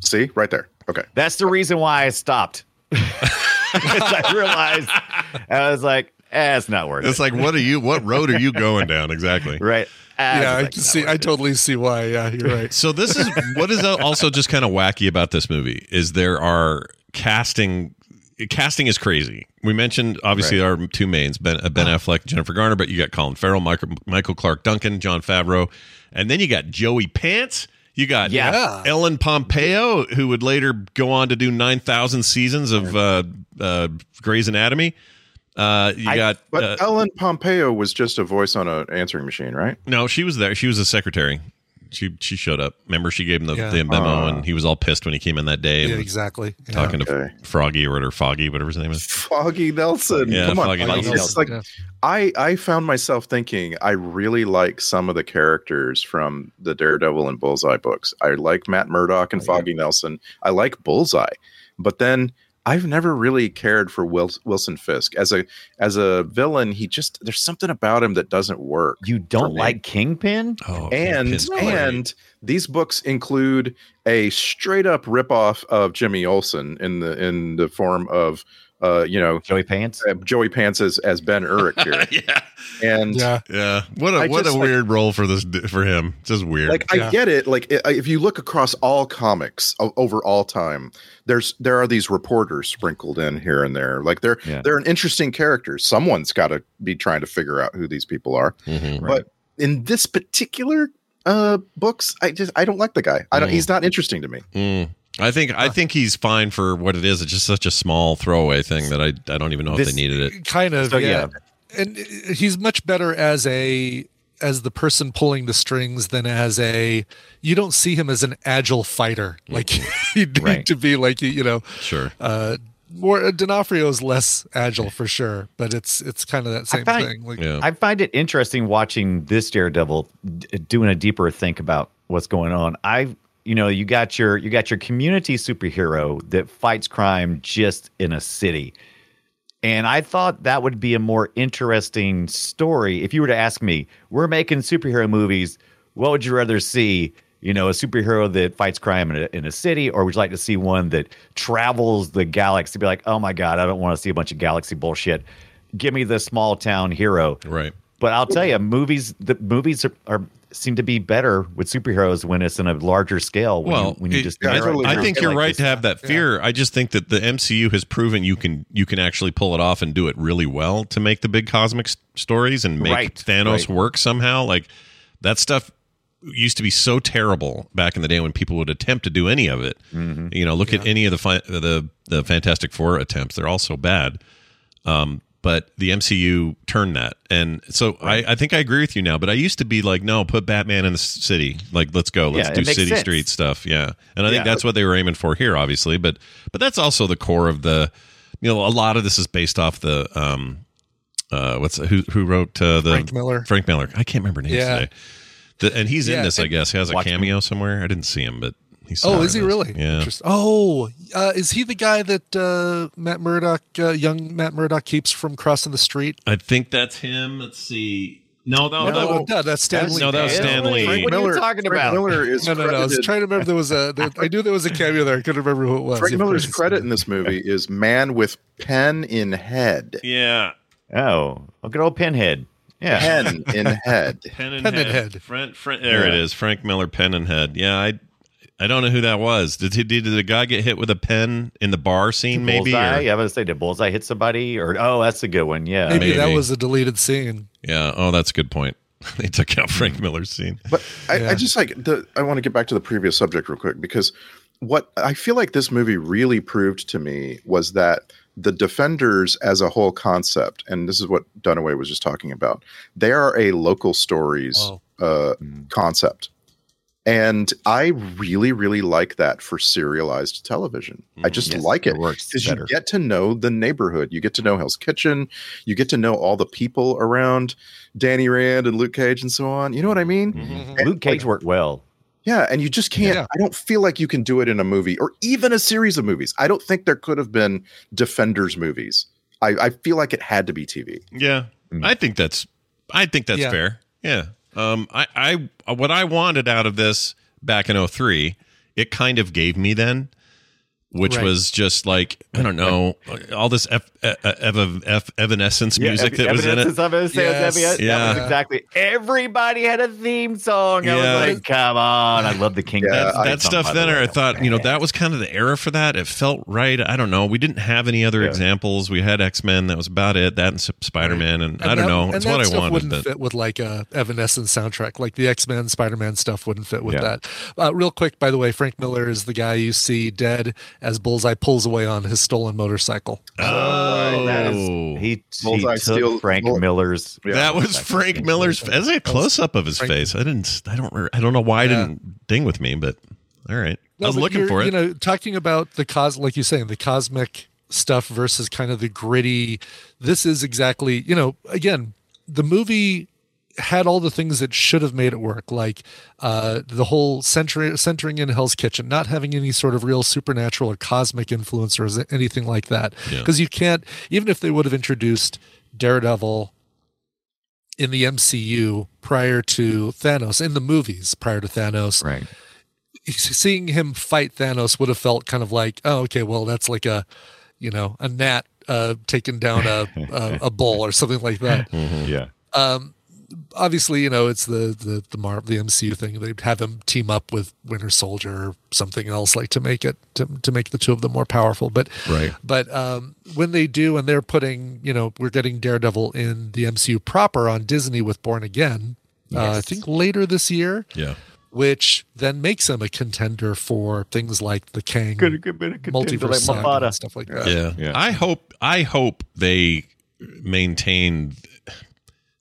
Speaker 7: See right there. Okay.
Speaker 5: That's the reason why I stopped. *laughs* 'Cause I realized I was like, eh, it's not worth
Speaker 3: it's
Speaker 5: it.
Speaker 3: like, what are you? What road are you going down exactly?
Speaker 5: right? Ah,
Speaker 6: yeah,
Speaker 5: it's
Speaker 6: I
Speaker 5: like,
Speaker 6: can
Speaker 5: not
Speaker 6: see.
Speaker 5: worth
Speaker 6: I
Speaker 5: it.
Speaker 6: totally see why.
Speaker 3: *laughs*
Speaker 6: Yeah, you're right.
Speaker 3: So this is what is also just kind of wacky about this movie is there are casting casting is crazy. We mentioned obviously our two mains Ben uh, Ben Affleck, Jennifer Garner, but you got Colin Farrell, Michael, Michael Clark Duncan, John Favreau, and then you got Joey Pants. You got
Speaker 5: Yeah.
Speaker 3: Ellen Pompeo, who would later go on to do nine thousand seasons of uh, uh, Grey's Anatomy. Uh, you
Speaker 5: I-
Speaker 3: got
Speaker 7: But
Speaker 3: uh,
Speaker 7: Ellen Pompeo was just a voice on an answering machine, right?
Speaker 3: No, she was there. She was a secretary. She she showed up. Remember, she gave him the,
Speaker 6: Yeah.
Speaker 3: the memo,
Speaker 7: Uh.
Speaker 3: and he was all pissed when he came in that day.
Speaker 6: Yeah,
Speaker 3: and was
Speaker 6: exactly. Yeah.
Speaker 3: Talking
Speaker 7: Okay.
Speaker 3: to Froggy or whatever Foggy, whatever his name is.
Speaker 7: Foggy Nelson.
Speaker 3: Yeah,
Speaker 7: Come on.
Speaker 3: Foggy
Speaker 7: Foggy
Speaker 3: Nelson.
Speaker 7: It's like
Speaker 6: Yeah.
Speaker 7: I I found myself thinking I really like some of the characters from the Daredevil and Bullseye books. I like Matt Murdock
Speaker 3: Oh,
Speaker 7: and Foggy Nelson. I like Bullseye, but then I've never really cared for Wil- Wilson Fisk as a as a villain. He just there's something about him that doesn't work.
Speaker 5: You
Speaker 7: For
Speaker 5: don't
Speaker 7: me.
Speaker 5: like Kingpin?
Speaker 3: Oh,
Speaker 7: and and these books include a straight up ripoff of Jimmy Olsen in the in the form of uh you know
Speaker 5: Joey Pants?
Speaker 7: uh, Joey Pants as, as Ben Urich here
Speaker 3: *laughs* yeah,
Speaker 7: and.
Speaker 6: Yeah.
Speaker 3: yeah. What a
Speaker 7: I
Speaker 3: what a
Speaker 7: just, like-
Speaker 3: weird role for this for him. Just weird.
Speaker 7: like
Speaker 6: Yeah.
Speaker 7: i get it like i- if you look across all comics o- over all time there's there are these reporters sprinkled in here and there like they're
Speaker 5: Yeah.
Speaker 7: they're an interesting character someone's got to be trying to figure out who these people are
Speaker 3: Mhm.
Speaker 7: but in this particular uh books, I just I don't like the guy. I don't.
Speaker 3: Mm.
Speaker 7: He's not interesting to me.
Speaker 3: Mm. I think I think he's fine for what it is. It's just such a small throwaway thing that I I don't even know if
Speaker 5: This-
Speaker 3: they needed it.
Speaker 6: kind of
Speaker 5: So,
Speaker 6: yeah. and uh, he's much better as a as the person pulling the strings than as a you don't see him as an agile fighter
Speaker 3: Mm-hmm.
Speaker 6: like *laughs* you need
Speaker 5: Right.
Speaker 6: to be like you you know
Speaker 3: Sure.
Speaker 6: uh more D'Onofrio's less agile for sure but it's it's kind of that same
Speaker 5: find-
Speaker 6: thing like
Speaker 3: Yeah.
Speaker 5: I find it interesting watching this Daredevil d- doing a deeper think about what's going on. I, you know, you got your you got your community superhero that fights crime just in a city, and I thought that would be a more interesting story. If you were to ask me, we're making superhero movies. What would you rather see? You know, a superhero that fights crime in a, in a city, or would you like to see one that travels the galaxy? Be like, oh my god, I don't want to see a bunch of galaxy bullshit. Give me the small town hero.
Speaker 3: right.
Speaker 5: But I'll tell you, movies the movies are, are seem to be better with superheroes when it's in a larger scale. When
Speaker 3: Well,
Speaker 5: you, when you
Speaker 3: it-
Speaker 5: just
Speaker 3: I,
Speaker 7: narrow it
Speaker 3: I
Speaker 7: down
Speaker 3: think
Speaker 7: to
Speaker 3: you're
Speaker 5: like
Speaker 3: right
Speaker 5: this-
Speaker 3: to have that fear. I just think that the MCU has proven you can you can actually pull it off and do it really well to make the big cosmic s- stories and make
Speaker 5: Right,
Speaker 3: Thanos
Speaker 5: right.
Speaker 3: work somehow. Like that stuff used to be so terrible back in the day when people would attempt to do any of it. You know, look at any of the fi- the the Fantastic Four attempts; they're all so bad. Um, but the MCU turned that, and so I, I think I agree with you now. But I used to be like, no, put Batman in the s- city. Like, let's go, let's
Speaker 5: Yeah, it
Speaker 3: do
Speaker 5: makes
Speaker 3: city
Speaker 5: sense.
Speaker 3: streets stuff. Yeah, and I think
Speaker 7: Yeah.
Speaker 3: that's what they were aiming for here, obviously. But but that's also the core of the. You know, a lot of this is based off the um, uh, what's who who wrote uh, the
Speaker 6: Frank Miller.
Speaker 3: Frank Miller. I can't remember names
Speaker 6: Yeah.
Speaker 3: today. The, and he's in
Speaker 6: Yeah,
Speaker 3: this, I
Speaker 6: and-
Speaker 3: guess. He has a
Speaker 5: Watchmen.
Speaker 3: cameo somewhere. I didn't see him, but he's.
Speaker 6: Oh, is he really?
Speaker 3: Yeah.
Speaker 6: Interest- Oh, uh, is he the guy that uh, Matt Murdock, uh, young Matt Murdock, keeps from crossing the street?
Speaker 3: I think that's him. Let's see. No, Oh, no,
Speaker 6: no, no, that's Stanley.
Speaker 3: no, that was Stan Lee.
Speaker 5: What are you talking
Speaker 7: Frank
Speaker 5: about?
Speaker 7: Miller is
Speaker 6: No, no, no. I was
Speaker 7: credited-
Speaker 6: trying to remember there was a. There, I knew there was a cameo there. I couldn't remember who it was.
Speaker 7: Frank
Speaker 6: Of
Speaker 7: Miller's
Speaker 6: course.
Speaker 7: credit in this movie is "Man with Pen in Head."
Speaker 3: Yeah.
Speaker 5: Oh, look at old Pinhead. Yeah,
Speaker 7: Pen in Head.
Speaker 3: Pen and
Speaker 6: Pen
Speaker 3: head.
Speaker 6: and Head.
Speaker 3: Fran- Fran- there it is. Frank Miller, pen and head. Yeah, I, I don't know who that was. Did he? Did the guy get hit with a pen in the bar scene? Maybe.
Speaker 5: Bullseye.
Speaker 3: or-
Speaker 5: Yeah, I was gonna say, did Bullseye hit somebody? Or oh, that's a good one. Yeah,
Speaker 6: Maybe, that
Speaker 3: Maybe.
Speaker 6: was a deleted scene.
Speaker 3: yeah. Oh, that's a good point. *laughs* they took out Frank Miller's scene.
Speaker 7: But I,
Speaker 6: Yeah.
Speaker 7: I just like the. I want to get back to the previous subject real quick because what I feel like this movie really proved to me was that the Defenders as a whole concept, and this is what Dunaway was just talking about, they are a local stories
Speaker 6: Wow.
Speaker 7: uh, concept, and I really, really like that for serialized television. I
Speaker 6: Mm-hmm.
Speaker 3: Mm,
Speaker 7: just
Speaker 5: Yes,
Speaker 7: like it.
Speaker 5: works
Speaker 7: because
Speaker 5: better.
Speaker 7: you get to know the neighborhood. You get to know Hell's Kitchen. You get to know all the people around Danny Rand and Luke Cage and so on. You know what I mean? And,
Speaker 5: Luke Cage
Speaker 7: like,
Speaker 5: worked well.
Speaker 7: yeah, and you just can't.
Speaker 6: Yeah.
Speaker 7: I don't feel like you can do it in a movie or even a series of movies. I don't think there could have been Defenders movies. I, I feel like it had to be TV.
Speaker 3: Yeah, I think that's I think that's
Speaker 6: Mm. Yeah.
Speaker 3: fair. Yeah. Um. I I what I wanted out of this back in 03, it kind of gave me then, which
Speaker 6: Right.
Speaker 3: was just like I don't know all this ev- ev- ev- ev- evanescence music that was in it.
Speaker 5: Of it,
Speaker 6: Yes.
Speaker 5: That
Speaker 6: Yeah.
Speaker 5: was exactly. Everybody had a theme song. I
Speaker 3: Yeah.
Speaker 5: was like, come on. I love the King.
Speaker 7: Yeah,
Speaker 3: that,
Speaker 7: I-
Speaker 3: that stuff then I thought you know that was kind of the era for that it felt right I don't know we didn't have any other examples we had X-Men that was about it that and Sp- Spider-Man and, I don't
Speaker 6: And that-
Speaker 3: know
Speaker 6: and
Speaker 3: it's
Speaker 6: that
Speaker 3: what I
Speaker 6: stuff
Speaker 3: wanted
Speaker 6: Wouldn't
Speaker 3: but
Speaker 6: fit with like a Evanescence soundtrack, like the X Men, Spider Man stuff wouldn't fit with
Speaker 5: Yeah.
Speaker 6: that. Uh, real quick, by the way, Frank Miller is the guy you see dead as Bullseye pulls away on his stolen motorcycle.
Speaker 3: oh
Speaker 5: That is- he, he
Speaker 7: Bullseye
Speaker 5: took
Speaker 7: steal-
Speaker 5: Frank
Speaker 7: bull-
Speaker 5: Miller's.
Speaker 3: that was Frank Miller's. That's a close up of his
Speaker 6: Frank-
Speaker 3: face. I didn't. I don't. re- I don't know why
Speaker 6: Yeah.
Speaker 3: it didn't ding with me, but all right.
Speaker 6: No,
Speaker 3: I was
Speaker 6: but
Speaker 3: looking
Speaker 6: you're-
Speaker 3: for it.
Speaker 6: You know, talking about the cos, like you're saying, the cosmic stuff versus kind of the gritty. This is exactly, you know, again, the movie had all the things that should have made it work, like uh, the whole centering, centering in Hell's Kitchen, not having any sort of real supernatural or cosmic influence or s- anything like that.
Speaker 3: Yeah.
Speaker 6: Because you can't, even if they would have introduced Daredevil in the MCU prior to Thanos, in the movies prior to Thanos,
Speaker 5: Right.
Speaker 6: seeing him fight Thanos would have felt kind of like, oh, okay, well, that's like a, you know, a gnat uh, taking down a, a a bull or something like that.
Speaker 5: Yeah.
Speaker 6: Um, obviously, you know, it's the the the Mar- the MCU thing. They have him team up with Winter Soldier or something else, like to make it to to make the two of them more powerful. But
Speaker 3: Right.
Speaker 6: but um, when they do, and they're putting, you know, we're getting Daredevil in the MCU proper on Disney with Born Again uh, I think later this year,
Speaker 3: Yeah.
Speaker 6: which then makes him a contender for things like the Kang
Speaker 5: have been a contender
Speaker 6: multiverse
Speaker 5: like
Speaker 6: saga and
Speaker 5: Mafada.
Speaker 6: stuff like that.
Speaker 3: Yeah.
Speaker 7: Yeah.
Speaker 3: I hope I hope they maintain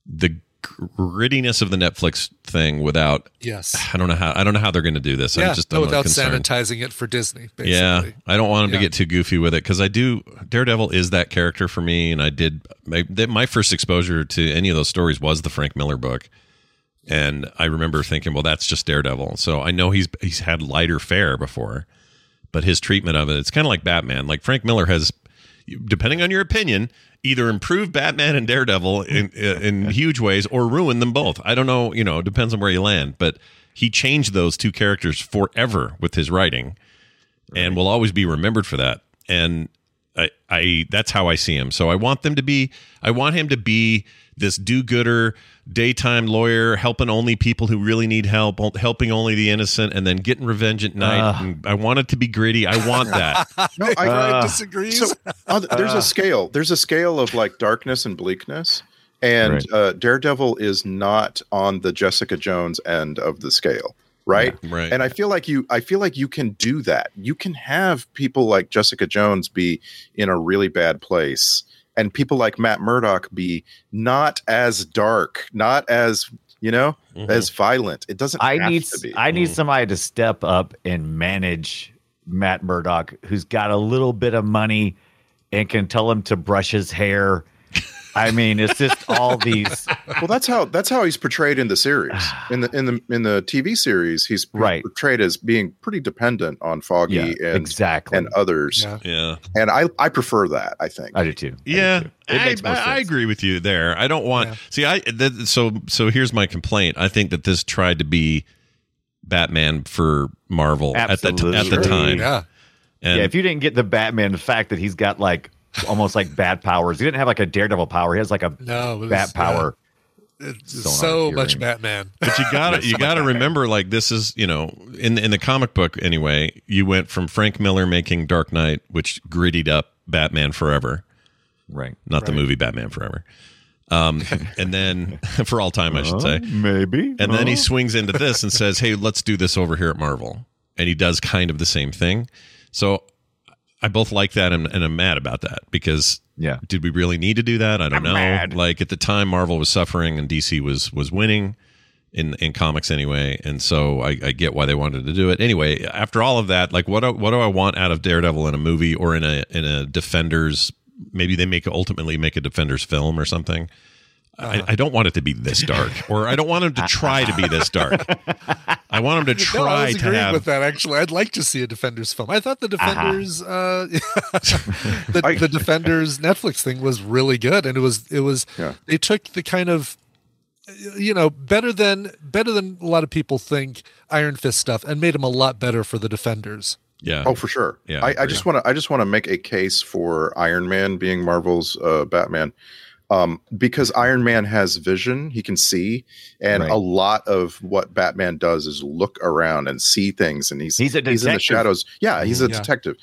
Speaker 3: the grittiness of the Netflix thing without
Speaker 6: Yes.
Speaker 3: I don't know how I don't know how they're going to do this.
Speaker 6: yeah,
Speaker 3: I'm just
Speaker 6: no,
Speaker 3: I'm
Speaker 6: without
Speaker 3: concerned.
Speaker 6: sanitizing it for Disney, basically.
Speaker 3: Yeah, I don't want him to
Speaker 6: Yeah.
Speaker 3: get too goofy with it because I do. Daredevil is that character for me, and I did. My, that- my first exposure to any of those stories was the Frank Miller book, and I remember thinking, "Well, that's just Daredevil." So I know he's he's had lighter fare before, but his treatment of it, it's kind of like Batman. Like Frank Miller has, depending on your opinion, either improved Batman and Daredevil in in
Speaker 6: *laughs*
Speaker 3: huge ways or ruined them both. I don't know. You know, it depends on where you land, but. He changed those two characters forever with his writing and will always be remembered for that. And I, I that's how I see him. So I want them to be. I want him to be this do-gooder, daytime lawyer, helping only people who really need help, o- helping only the innocent, and then getting revenge at night. And I want it to be gritty. I want that.
Speaker 5: *laughs*
Speaker 7: No, I,
Speaker 6: Ryan disagrees.
Speaker 7: so uh, there's a scale. There's a scale of like darkness and bleakness, and
Speaker 8: Right.
Speaker 7: uh, Daredevil is not on the Jessica Jones end of the scale, right?
Speaker 3: right.
Speaker 7: And I feel like you, I feel like you can do that. You can have people like Jessica Jones be in a really bad place, and people like Matt Murdock be not as dark, not as you know,
Speaker 3: Mhm.
Speaker 7: as violent. It doesn't.
Speaker 5: Mm-hmm. I
Speaker 7: have
Speaker 5: need
Speaker 7: to be.
Speaker 5: I need
Speaker 3: Mm.
Speaker 5: somebody to step up and manage Matt Murdock, who's got a little bit of money and can tell him to brush his hair. I mean, it's just all these
Speaker 7: well that's how that's how he's portrayed in
Speaker 5: *sighs*
Speaker 7: the series in the in the in the tv series he's
Speaker 5: Right.
Speaker 7: portrayed as being pretty dependent on foggy
Speaker 5: yeah,
Speaker 7: and
Speaker 5: exactly.
Speaker 7: and uh, others
Speaker 6: Yeah.
Speaker 3: yeah.
Speaker 7: and i i prefer that i think
Speaker 5: I do too. I do
Speaker 3: Yeah,
Speaker 5: too. It
Speaker 3: I,
Speaker 5: makes more
Speaker 3: I, I
Speaker 5: sense.
Speaker 3: agree with you there. I don't want
Speaker 6: Yeah.
Speaker 3: see. I th- so so here's my complaint. I think that this tried to be Batman for Marvel at the t- at
Speaker 5: Absolutely.
Speaker 3: the time.
Speaker 6: Yeah.
Speaker 3: And
Speaker 5: yeah, if you didn't get the Batman, the fact that he's got like almost like bat powers. He didn't have like a daredevil power. He has like a
Speaker 6: No. it was-
Speaker 5: bat power.
Speaker 6: yeah. It's
Speaker 5: Going on
Speaker 6: so
Speaker 5: here,
Speaker 6: much
Speaker 5: and-
Speaker 6: Batman.
Speaker 3: but
Speaker 5: *laughs*
Speaker 3: you gotta you gotta remember like this is you know in in the comic book anyway you went from frank miller making dark knight which grittied up batman forever
Speaker 5: Right.
Speaker 3: not the movie batman forever
Speaker 5: *laughs*
Speaker 3: um and then *laughs* for all time i should say
Speaker 5: Maybe.
Speaker 3: and then he
Speaker 5: Huh?
Speaker 3: swings into this and says, "Hey, let's do this over here at Marvel." And he does kind of the same thing. So I both like that and, and I'm mad about that because
Speaker 5: Yeah.
Speaker 3: did we really need to do that? I don't know.
Speaker 5: mad.
Speaker 3: Like at the time, Marvel was suffering and DC was was winning in in comics anyway, and so I, I get why they wanted to do it. Anyway, after all of that, like what do, what do I want out of Daredevil in a movie or in a in a Defenders? Maybe they make ultimately make a Defenders film or something. I, I don't want it to be this dark, or I don't want him to try to be this dark. I want him to
Speaker 6: No, I
Speaker 3: try
Speaker 6: was
Speaker 3: to
Speaker 6: agreeing
Speaker 3: have. Uh-huh.
Speaker 6: with that. Actually, I'd like to see a Defenders film. I thought the Defenders, uh *laughs* the,
Speaker 7: I-
Speaker 6: the Defenders Netflix thing was really good, and it was it was
Speaker 7: Yeah.
Speaker 6: they took the kind of you know better than better than a lot of people think Iron Fist stuff, and made them a lot better for the Defenders.
Speaker 3: Yeah.
Speaker 7: oh for sure
Speaker 3: Yeah, I
Speaker 7: i, I
Speaker 3: agree.
Speaker 7: just want to i just want to make a case for iron man being marvel's uh, batman um, because Iron Man has vision, he can see, and
Speaker 5: Right.
Speaker 7: a lot of what Batman does is look around and see things, and he's
Speaker 5: He's a
Speaker 7: he's in the
Speaker 5: detective.
Speaker 7: shadows. Yeah, he's a
Speaker 6: Yeah.
Speaker 7: detective.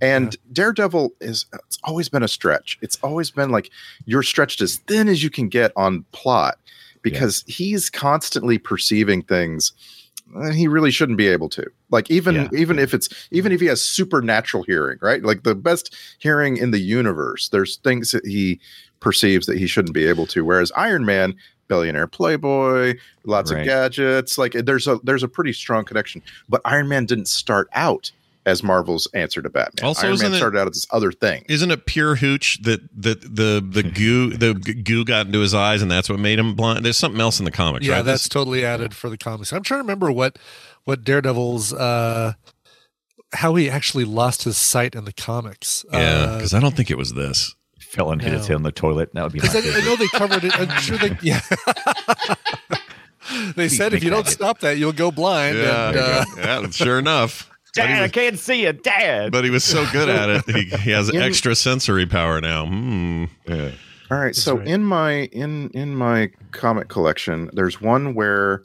Speaker 7: And Daredevil is it's always been a stretch. It's always been like you're stretched as thin as you can get on plot because he's constantly perceiving things and he really shouldn't be able to. Like even
Speaker 5: Yeah.
Speaker 7: even if it's even if he has supernatural hearing, right? Like the best hearing in the universe. There's things that he perceives that he shouldn't be able to whereas Iron Man billionaire playboy lots
Speaker 5: Right.
Speaker 7: of gadgets like there's a there's a pretty strong connection but Iron Man didn't start out as Marvel's answer to Batman.
Speaker 3: Also,
Speaker 7: Iron
Speaker 3: isn't
Speaker 7: Man
Speaker 3: it-
Speaker 7: started out as this other thing.
Speaker 3: Isn't it pure hooch that that the *laughs* the goo the g- goo got into his eyes and that's what made him blind? There's something else in the comics,
Speaker 6: Yeah,
Speaker 3: right?
Speaker 6: that's
Speaker 3: This-
Speaker 6: totally added for the comics. I'm trying to remember what what Daredevil's uh how he actually lost his sight in the comics.
Speaker 3: yeah,
Speaker 6: Uh,
Speaker 3: because I don't think it was this.
Speaker 5: Fell and hit his
Speaker 6: No.
Speaker 5: head in the toilet. That would be my
Speaker 6: Because I, I
Speaker 5: favorite.
Speaker 6: know they covered it. I'm sure they. Yeah. *laughs* they said if
Speaker 5: make
Speaker 6: you
Speaker 5: that
Speaker 6: don't
Speaker 5: hit.
Speaker 6: stop that, you'll go blind. and, uh,
Speaker 3: yeah, sure
Speaker 6: *laughs*
Speaker 3: enough.
Speaker 5: Dad, I can't see you, Dad.
Speaker 3: But he was so good at it, he, he
Speaker 6: *laughs*
Speaker 3: has extra sensory power now. Hmm.
Speaker 7: All right, so
Speaker 6: right.
Speaker 7: in my in in my comic collection, there's one where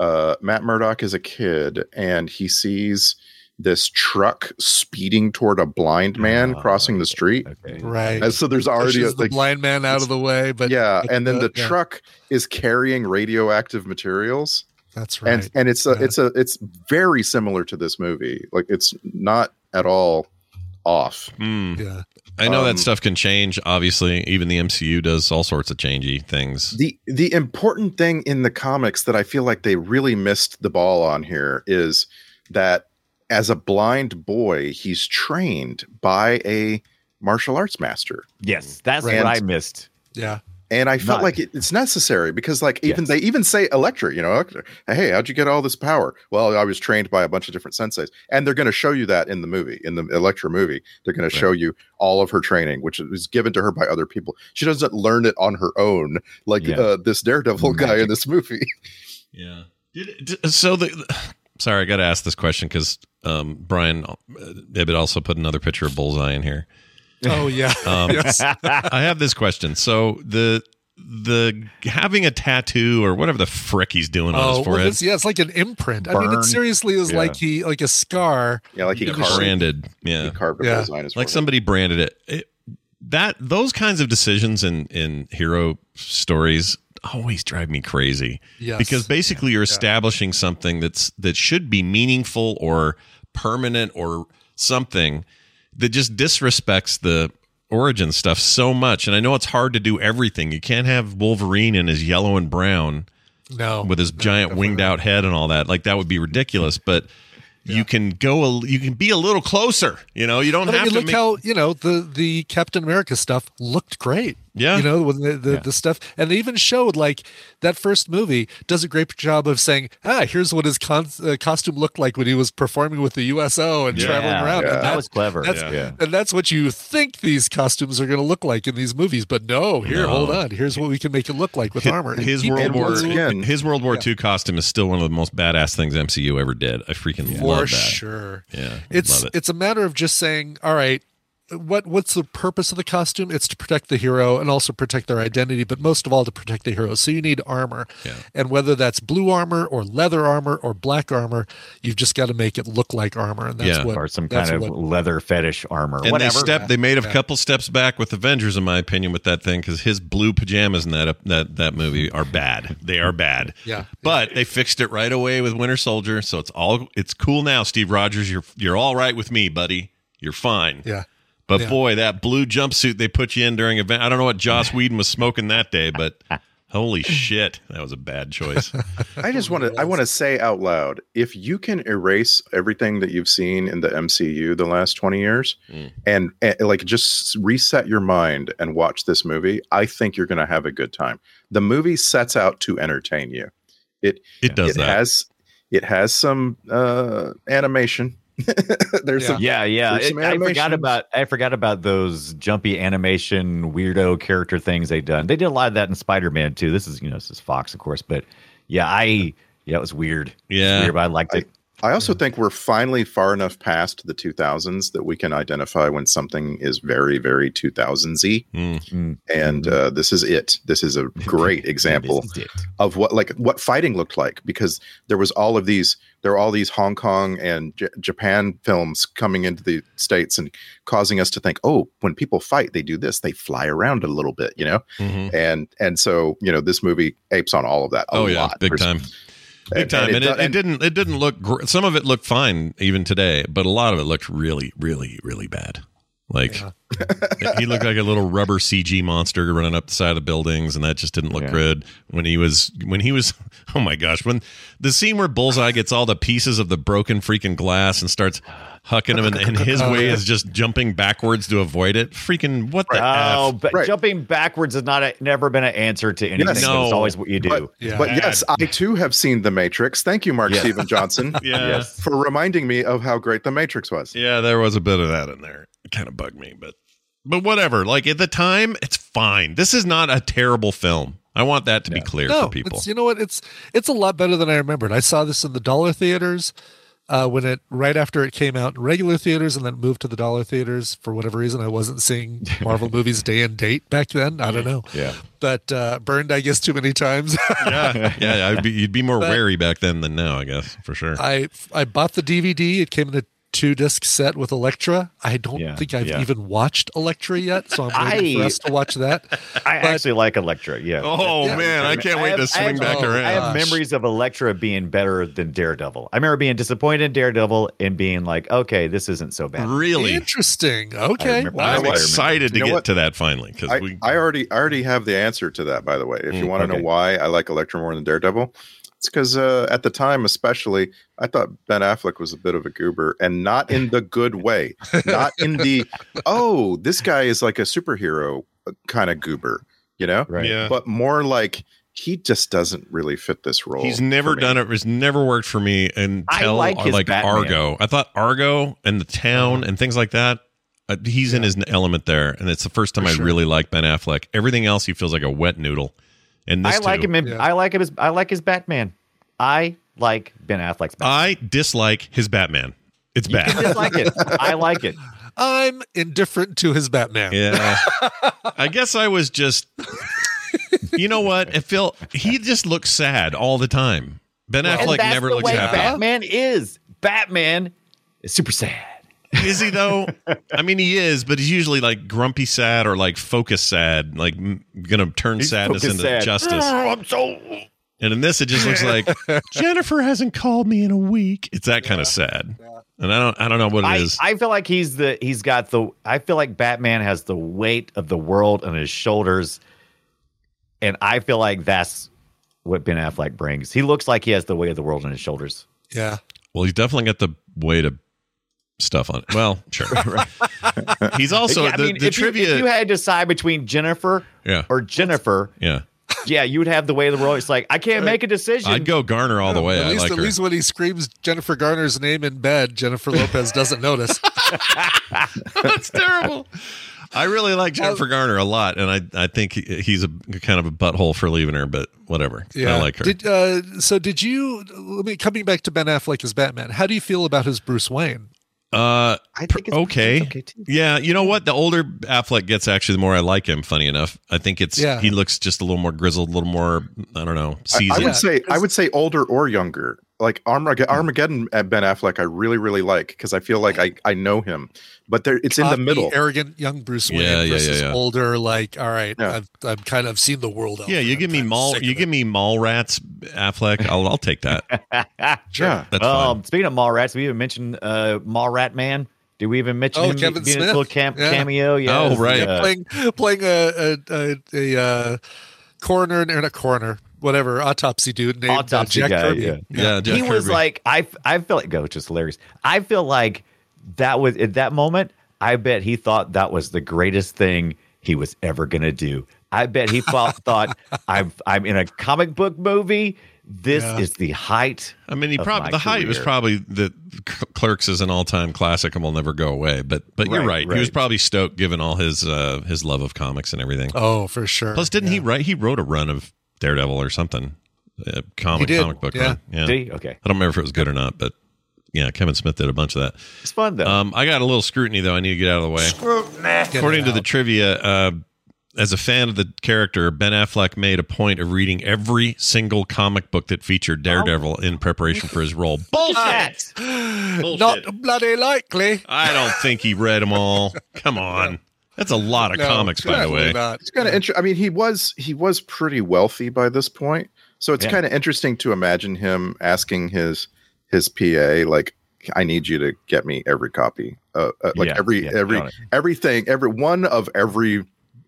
Speaker 7: uh, Matt Murdock is a kid and he sees this truck speeding toward a blind man
Speaker 3: Ah,
Speaker 7: crossing the street.
Speaker 5: Okay.
Speaker 6: Right.
Speaker 7: And so there's already a,
Speaker 6: Pushes the
Speaker 7: like,
Speaker 6: blind man out of the way, but
Speaker 7: yeah,
Speaker 6: but
Speaker 7: and then the
Speaker 6: yeah,
Speaker 7: truck is carrying radioactive materials,
Speaker 6: That's right.
Speaker 7: and and it's a
Speaker 6: Yeah.
Speaker 7: it's a it's very similar to this movie. Like it's not at all off.
Speaker 3: Hmm.
Speaker 6: yeah.
Speaker 3: I know
Speaker 7: Um,
Speaker 3: that stuff can change. Obviously, even the MCU does all sorts of changey things.
Speaker 7: The the important thing in the comics that I feel like they really missed the ball on here is that as a blind boy, he's trained by a martial arts master.
Speaker 5: Yes, that's
Speaker 7: Right.
Speaker 5: what I missed. *laughs*
Speaker 7: *laughs*
Speaker 6: Yeah.
Speaker 7: And I felt
Speaker 5: Not-
Speaker 7: like it, it's necessary because, like, even
Speaker 5: Yes.
Speaker 7: they even say Electra, you know, Electra, hey, how'd you get all this power? Well, I was trained by a bunch of different senseis, and they're going to show you that in the movie, in the Electra movie, they're going to show you all of her training, which is given to her by other people. She doesn't learn it on her own, like
Speaker 5: Yeah.
Speaker 7: uh, this Daredevil guy in this movie.
Speaker 3: Yeah. Did, d- so the. Sorry, I got to ask this question because um, Brian uh, Ibbett also put another picture of Bullseye in here.
Speaker 6: Oh yeah.
Speaker 3: Um, *laughs*
Speaker 6: *laughs* yes.
Speaker 3: I have this question. So the the having a tattoo or whatever the frick he's doing on
Speaker 6: Oh,
Speaker 3: his
Speaker 6: well,
Speaker 3: forehead,
Speaker 6: it's, yeah, it's like an imprint. I mean,
Speaker 5: Burn.
Speaker 6: it seriously is like he like a scar.
Speaker 7: yeah, like he
Speaker 6: Yeah,
Speaker 7: carved,
Speaker 3: branded, yeah,
Speaker 7: he carved a
Speaker 6: Yeah.
Speaker 7: design as
Speaker 3: like somebody branded it. it. That those kinds of decisions in in hero stories always drive me crazy.
Speaker 6: Yes.
Speaker 3: because basically you're establishing something that's that should be meaningful or permanent or something that just disrespects the origin stuff so much and i know it's hard to do everything you can't have wolverine in his yellow and brown
Speaker 6: no
Speaker 3: with his
Speaker 6: no,
Speaker 3: giant
Speaker 6: definitely
Speaker 3: winged
Speaker 6: not.
Speaker 3: out head and all that like that would be ridiculous but you can go a, you can be a little closer you know you don't
Speaker 6: But I
Speaker 3: have
Speaker 6: mean,
Speaker 3: to
Speaker 6: look
Speaker 3: make-
Speaker 6: how you know the the Captain America stuff looked great.
Speaker 3: Yeah.
Speaker 6: you know when the the, the stuff, and they even showed like that first movie does a great job of saying, ah, here's what his con- uh, costume looked like when he was performing with the USO and
Speaker 3: Yeah.
Speaker 6: traveling around.
Speaker 7: Yeah.
Speaker 6: And
Speaker 5: That was clever.
Speaker 6: That's,
Speaker 5: Yeah.
Speaker 6: And that's what you think these costumes are going to look like in these movies, but no. Here,
Speaker 3: No.
Speaker 6: hold on. Here's what we can make it look like with armor. And
Speaker 3: his
Speaker 6: keep
Speaker 3: World
Speaker 6: it
Speaker 7: and
Speaker 3: War
Speaker 7: once again-
Speaker 3: his World War II costume is still one of the most badass things MCU ever did. I freaking
Speaker 6: for
Speaker 3: love that.
Speaker 6: sure.
Speaker 3: Yeah,
Speaker 6: it's
Speaker 3: love it.
Speaker 6: it's a matter of just saying all right what what's the purpose of the costume it's to protect the hero and also protect their identity but most of all to protect the hero so you need armor
Speaker 3: Yeah.
Speaker 6: and whether that's blue armor or leather armor or black armor you've just got to make it look like armor and that's
Speaker 3: Yeah.
Speaker 6: what
Speaker 5: Or some
Speaker 6: that's
Speaker 5: kind of
Speaker 6: what-
Speaker 5: leather fetish armor.
Speaker 3: and
Speaker 5: whatever.
Speaker 3: they step they made a couple steps back with Avengers, in my opinion, with that thing because his blue pajamas in that uh, that that movie are bad. They are bad.
Speaker 6: Yeah.
Speaker 3: but they fixed it right away with Winter Soldier, so it's all it's cool now. Steve Rogers, you're you're all right with me, buddy. You're fine.
Speaker 6: yeah
Speaker 3: But
Speaker 6: Yeah.
Speaker 3: boy, that blue jumpsuit they put you in during event. I don't know what
Speaker 6: *laughs*
Speaker 3: Joss Whedon was smoking that day, but holy shit, that was a bad choice.
Speaker 7: I just want to I want to say out loud if you can erase everything that you've seen in the MCU the last 20 years and, and, like just reset your mind and watch this movie I think you're going to have a good time. The movie sets out to entertain you. It
Speaker 3: It does
Speaker 7: it
Speaker 3: that.
Speaker 7: has it has some uh animation. *laughs* There's
Speaker 6: Yeah.
Speaker 7: some
Speaker 5: yeah, yeah.
Speaker 7: There's some
Speaker 5: It- I forgot
Speaker 7: animations.
Speaker 5: about I forgot about those jumpy animation weirdo character things they done. They did a lot of that in Spider Man too. This is you know this is Fox of course, but yeah, I yeah it was weird. It was
Speaker 3: Yeah.
Speaker 5: weird, but I liked it.
Speaker 7: I also think we're finally far enough past the 2000s that we can identify when something is very, very 2000s y. And uh, this is it. This is a great example
Speaker 5: This is it.
Speaker 7: of what like what fighting looked like because there was all of these there were all these Hong Kong and J- Japan films coming into the states and causing us to think, oh, when people fight, they do this, they fly around a little bit, you know,
Speaker 3: Mhm.
Speaker 7: and and so you know this movie apes on all of that. A
Speaker 3: Oh yeah,
Speaker 7: lot.
Speaker 3: big
Speaker 7: There's-
Speaker 3: time. big
Speaker 7: and-
Speaker 3: time,
Speaker 7: and
Speaker 3: and, it,
Speaker 7: do-
Speaker 3: it
Speaker 7: and-
Speaker 3: didn't. It didn't look. Gr- some of it looked fine even today, but a lot of it looked really, really, really bad. Like *laughs* he looked like a little rubber CG monster running up the side of the buildings, and that just didn't look
Speaker 5: Yeah.
Speaker 3: good. When he was, when he was, *laughs* oh my gosh, when the scene where Bullseye gets all the pieces of the broken freaking glass and starts hucking him, and, and
Speaker 7: *laughs*
Speaker 3: his way is just jumping backwards to avoid it. Freaking what the
Speaker 5: Oh,
Speaker 3: f?
Speaker 5: but
Speaker 7: Right.
Speaker 5: jumping backwards has not a, never been an answer to anything.
Speaker 7: Yes.
Speaker 5: so It's
Speaker 3: No.
Speaker 5: always what you do.
Speaker 7: But,
Speaker 6: Yeah.
Speaker 7: but yes, I too have seen The Matrix. Thank you, Mark
Speaker 5: Yeah.
Speaker 7: Steven Johnson,
Speaker 3: Yeah.
Speaker 5: Yes.
Speaker 7: for reminding me of how great The Matrix was.
Speaker 3: Yeah, there was a bit of that in there. It kind of bugged me, but but whatever. Like at the time, it's fine. This is not a terrible film. I want that to be clear
Speaker 6: no
Speaker 3: for people.
Speaker 6: it's you know what it's it's a lot better than I remembered. I saw this in the dollar theaters uh, when it right after it came out in regular theaters and then it moved to the dollar theaters for whatever reason. I
Speaker 5: *laughs*
Speaker 6: wasn't seeing Marvel movies day and date back then. I don't know.
Speaker 5: Yeah.
Speaker 6: But uh, burned, I guess, too many times. *laughs*
Speaker 3: *laughs* yeah, yeah. I'd be, you'd be more
Speaker 6: But-
Speaker 3: wary back then than now, I guess for sure.
Speaker 6: I I bought the DVD. It came in a two disc set with Elektra. I don't
Speaker 5: Yeah,
Speaker 6: think I've
Speaker 5: yeah.
Speaker 6: even watched Elektra yet, so I'm waiting for
Speaker 5: I-
Speaker 6: us to watch that.
Speaker 5: I *laughs*
Speaker 6: But-
Speaker 5: actually like Elektra. Yeah.
Speaker 3: Oh
Speaker 6: Yeah.
Speaker 3: man, I can't wait
Speaker 5: have-
Speaker 3: to swing
Speaker 5: have-
Speaker 3: back
Speaker 6: oh,
Speaker 3: around.
Speaker 5: I have
Speaker 6: Gosh.
Speaker 5: memories of Elektra being better than Daredevil. I remember being disappointed in Daredevil and being like, okay, this isn't so bad.
Speaker 3: really,
Speaker 6: Interesting. Okay.
Speaker 5: remember
Speaker 6: wow.
Speaker 3: I'm
Speaker 7: Spider-Man.
Speaker 3: excited to
Speaker 7: You know
Speaker 3: get
Speaker 7: what?
Speaker 3: to that finally because
Speaker 7: I,
Speaker 3: we.
Speaker 7: I already I already have the answer to that. By the way, if you
Speaker 5: Mm,
Speaker 7: want to
Speaker 5: okay.
Speaker 7: know why I like Electra more than Daredevil, it's because uh, at the time, especially, I thought Ben Affleck was a bit of a goober, and not in the good way, not
Speaker 3: *laughs*
Speaker 7: in the oh this guy is like a superhero kind of goober, you know,
Speaker 5: Right.
Speaker 3: Yeah.
Speaker 7: but more like he just doesn't really fit this role.
Speaker 3: He's never
Speaker 7: for me.
Speaker 3: done it. It's never worked for me
Speaker 5: I
Speaker 3: until
Speaker 5: like
Speaker 3: uh,
Speaker 5: his
Speaker 3: like
Speaker 5: Batman. Uh-huh.
Speaker 3: Argo. I thought Argo and the town and things like that. Uh, he's in his element there, and it's the first time I really like Ben Affleck. Everything else, he feels like a wet noodle. And this
Speaker 5: I like
Speaker 3: too.
Speaker 5: him. In,
Speaker 6: Yeah.
Speaker 5: I like him. As, I like his Batman. I like Ben Affleck's Batman.
Speaker 3: I dislike his Batman. It's
Speaker 5: I
Speaker 3: bad.
Speaker 5: just like it. I like
Speaker 3: *laughs*
Speaker 5: it.
Speaker 6: I'm indifferent to his Batman.
Speaker 3: Yeah. I guess I was just You know what? It felt he just looks sad all the time. Ben
Speaker 5: And
Speaker 3: Affleck
Speaker 5: that's
Speaker 3: never
Speaker 5: the
Speaker 3: looks
Speaker 5: way
Speaker 3: happy.
Speaker 5: Batman is. Batman is super sad.
Speaker 3: Is he though? I mean, he is, but he's usually like grumpy sad or like focus sad, like m- gonna turn sadness
Speaker 5: focus
Speaker 3: into
Speaker 5: sad.
Speaker 3: justice. Oh, I'm so. And in this, it just looks
Speaker 5: *laughs*
Speaker 3: like Jennifer hasn't called me in a week. It's that kind of sad, and I don't, I don't know what it
Speaker 5: I,
Speaker 3: is.
Speaker 5: I feel like he's the he's got the I feel like Batman has the weight of the world on his shoulders, and I feel like that's what Ben Affleck brings. He looks like he has the weight of the world on his shoulders.
Speaker 6: Yeah.
Speaker 3: well, he's definitely got the way to stuff on it. Well, sure.
Speaker 5: *laughs*
Speaker 3: he's also
Speaker 5: Yeah,
Speaker 3: the, the
Speaker 5: if you-
Speaker 3: trivia.
Speaker 5: if you had to decide between Jennifer
Speaker 3: yeah,
Speaker 5: or Jennifer,
Speaker 3: yeah.
Speaker 5: yeah, you would have the way of the world. It's like I can't make a decision.
Speaker 3: I'd go Garner all the way.
Speaker 6: at
Speaker 3: I
Speaker 6: least,
Speaker 3: like
Speaker 6: at
Speaker 3: her.
Speaker 6: least when he screams Jennifer Garner's name in bed, Jennifer Lopez
Speaker 3: *laughs*
Speaker 6: doesn't notice. *laughs*
Speaker 3: That's terrible. I really like Jennifer Garner a lot, and I I think he- he's a kind of a butthole for leaving her, but whatever. I like her.
Speaker 6: Did, uh, so did you? Let me coming back to Ben Affleck as Batman. How do you feel about his Bruce Wayne?
Speaker 3: uh,
Speaker 5: I
Speaker 3: pr-
Speaker 5: think it's-
Speaker 3: okay.
Speaker 5: it's okay, too.
Speaker 3: yeah, you know what? The older Affleck gets, actually, the more I like him. Funny enough, I think it's
Speaker 6: Yeah.
Speaker 3: he looks just a little more grizzled, a little more I don't know
Speaker 7: I, I
Speaker 3: seasoned.
Speaker 7: would say I would say older or younger. Like
Speaker 5: Mm.
Speaker 7: Armageddon, Armageddon at Ben Affleck, I really really like because I feel like I I know him, but there it's in
Speaker 6: Cocky,
Speaker 7: the middle.
Speaker 6: arrogant young Bruce Wayne
Speaker 3: Yeah, yeah, yeah,
Speaker 6: versus
Speaker 3: yeah.
Speaker 6: older, like all right,
Speaker 7: Yeah.
Speaker 6: I've, I've kind of seen the world. out
Speaker 3: yeah, you
Speaker 6: there.
Speaker 3: give me
Speaker 6: I'm
Speaker 3: mall,
Speaker 6: sick
Speaker 3: you
Speaker 6: of
Speaker 3: give
Speaker 6: it.
Speaker 3: me mall rats Affleck. I'll I'll take that.
Speaker 7: Yeah,
Speaker 3: That's fine.
Speaker 5: Um, speaking of Mallrats, we even mentioned uh, Mallrat Man. Did we even mention
Speaker 6: Oh,
Speaker 5: him
Speaker 6: Kevin
Speaker 5: being
Speaker 6: Smith.
Speaker 5: a little cam-
Speaker 6: Yeah.
Speaker 5: cameo? Yeah,
Speaker 3: Oh,
Speaker 5: it was
Speaker 3: right.
Speaker 5: the, uh,
Speaker 6: playing playing a a, a, a uh, coroner or not coroner, whatever autopsy dude named uh,
Speaker 5: Autopsy
Speaker 6: Jack
Speaker 5: guy,
Speaker 6: Kirby.
Speaker 5: yeah.
Speaker 3: Yeah, Jack
Speaker 5: he was
Speaker 3: Kirby.
Speaker 5: like, I I feel like go, just hilarious. I feel like that was at that moment. I bet he thought that was the greatest thing he was ever gonna do. I bet
Speaker 3: *laughs*
Speaker 5: he thought thought I'm I'm in a comic book movie. This is the height.
Speaker 3: I mean, he
Speaker 5: of
Speaker 3: probably
Speaker 5: my
Speaker 3: the height was
Speaker 5: career.
Speaker 3: probably the Clerks is an all time classic and will never go away. But but you're
Speaker 5: Right,
Speaker 3: right. He was
Speaker 5: right.
Speaker 3: probably stoked given all his uh, his love of comics and everything.
Speaker 6: Oh, for sure.
Speaker 3: Plus, didn't he write? He wrote a run of Daredevil or something, uh, comic
Speaker 6: He did,
Speaker 3: comic book
Speaker 6: yeah.
Speaker 3: run. Yeah,
Speaker 5: Did he? Okay,
Speaker 3: I don't remember if it was good or not, but yeah, Kevin Smith did a bunch of that.
Speaker 5: it's fun though.
Speaker 3: Um, I got a little scrutiny though. I need to get out of the way.
Speaker 6: Get
Speaker 3: According
Speaker 6: it
Speaker 3: to the
Speaker 6: out.
Speaker 3: trivia, uh, as a fan of the character, Ben Affleck made a point of reading every single comic book that featured Daredevil in preparation for his role.
Speaker 5: *gasps* Bullshit.
Speaker 3: Bullshit.
Speaker 6: not bloody likely.
Speaker 3: I don't think he read them all. Come on. That's a lot of
Speaker 6: No,
Speaker 3: comics, by the
Speaker 6: definitely
Speaker 3: way.
Speaker 6: not.
Speaker 7: it's kind of interesting. I mean, he was he was pretty wealthy by this point, so it's
Speaker 5: Yeah.
Speaker 7: kind of interesting to imagine him asking his his PA like, "I need you to get me every copy, uh, uh, like
Speaker 5: Yeah,
Speaker 7: every
Speaker 5: yeah,
Speaker 7: every
Speaker 5: got it.
Speaker 7: everything, every one of every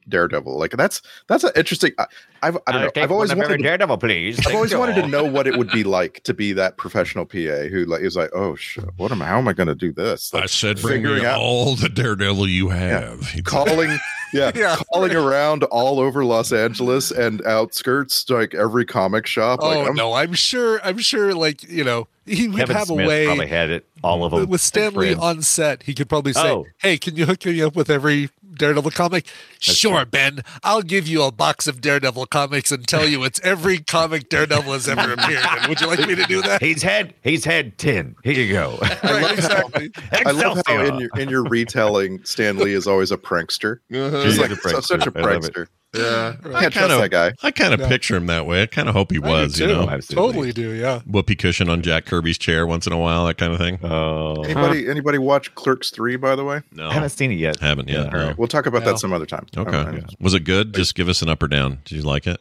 Speaker 7: Daredevil." Like that's that's an interesting. I, I've I don't
Speaker 5: Uh,
Speaker 7: know.
Speaker 5: take
Speaker 7: I've always
Speaker 5: one of every
Speaker 7: wanted.
Speaker 5: Daredevil, please.
Speaker 7: I've
Speaker 5: Thank
Speaker 7: always
Speaker 5: you.
Speaker 7: wanted to know what it would be like to be that professional PA who like is like, oh shit, what am I? How am I going to do this?
Speaker 3: *laughs*
Speaker 7: Like,
Speaker 3: said,
Speaker 7: bring me Figuring out-
Speaker 3: all the Daredevil you have.
Speaker 7: calling yeah,
Speaker 6: Yeah.
Speaker 7: calling around all over los angeles and outskirts like every comic shop
Speaker 6: Oh
Speaker 7: like I'm-
Speaker 6: no, I'm sure. I'm sure. Like you know, he would
Speaker 5: Kevin
Speaker 6: have
Speaker 5: Smith
Speaker 6: a way.
Speaker 5: probably had it all of them
Speaker 6: with Stanley
Speaker 5: Friends.
Speaker 6: on set, he could probably say,
Speaker 5: Oh.
Speaker 6: "Hey, can you hook me up with every Daredevil comic?" sure, Ben. I'll give you a box of Daredevil comics and tell you it's every comic Daredevil
Speaker 5: *laughs*
Speaker 6: has ever appeared. in. Would you like me to do that?
Speaker 5: He's had he's had ten. Here you go.
Speaker 6: Right, exactly.
Speaker 7: *laughs* i love how
Speaker 5: Excelsior.
Speaker 7: in your in your retelling stan lee is always a prankster
Speaker 5: He's
Speaker 7: he's like
Speaker 5: a
Speaker 7: "So- such a
Speaker 5: prankster. I love it.
Speaker 7: prankster Yeah,
Speaker 3: I
Speaker 7: can't trust
Speaker 3: kinda-
Speaker 7: that guy.
Speaker 3: I kind of
Speaker 6: No.
Speaker 3: picture him that way. I kind of hope he was, you know,
Speaker 6: I
Speaker 5: Absolutely.
Speaker 6: totally do. Yeah.
Speaker 3: whoopee cushion on Jack Kirby's chair once in a while, that kind of thing.
Speaker 5: Oh,
Speaker 7: Anybody anybody watch Clerks three? By the way,
Speaker 3: No,
Speaker 5: I haven't seen it yet.
Speaker 3: Oh. haven't yet.
Speaker 5: Yeah.
Speaker 3: no.
Speaker 7: we'll talk about
Speaker 6: No.
Speaker 7: that some other time.
Speaker 3: Okay.
Speaker 7: Um,
Speaker 3: Was it good? Just give us an up or down. Did you like it?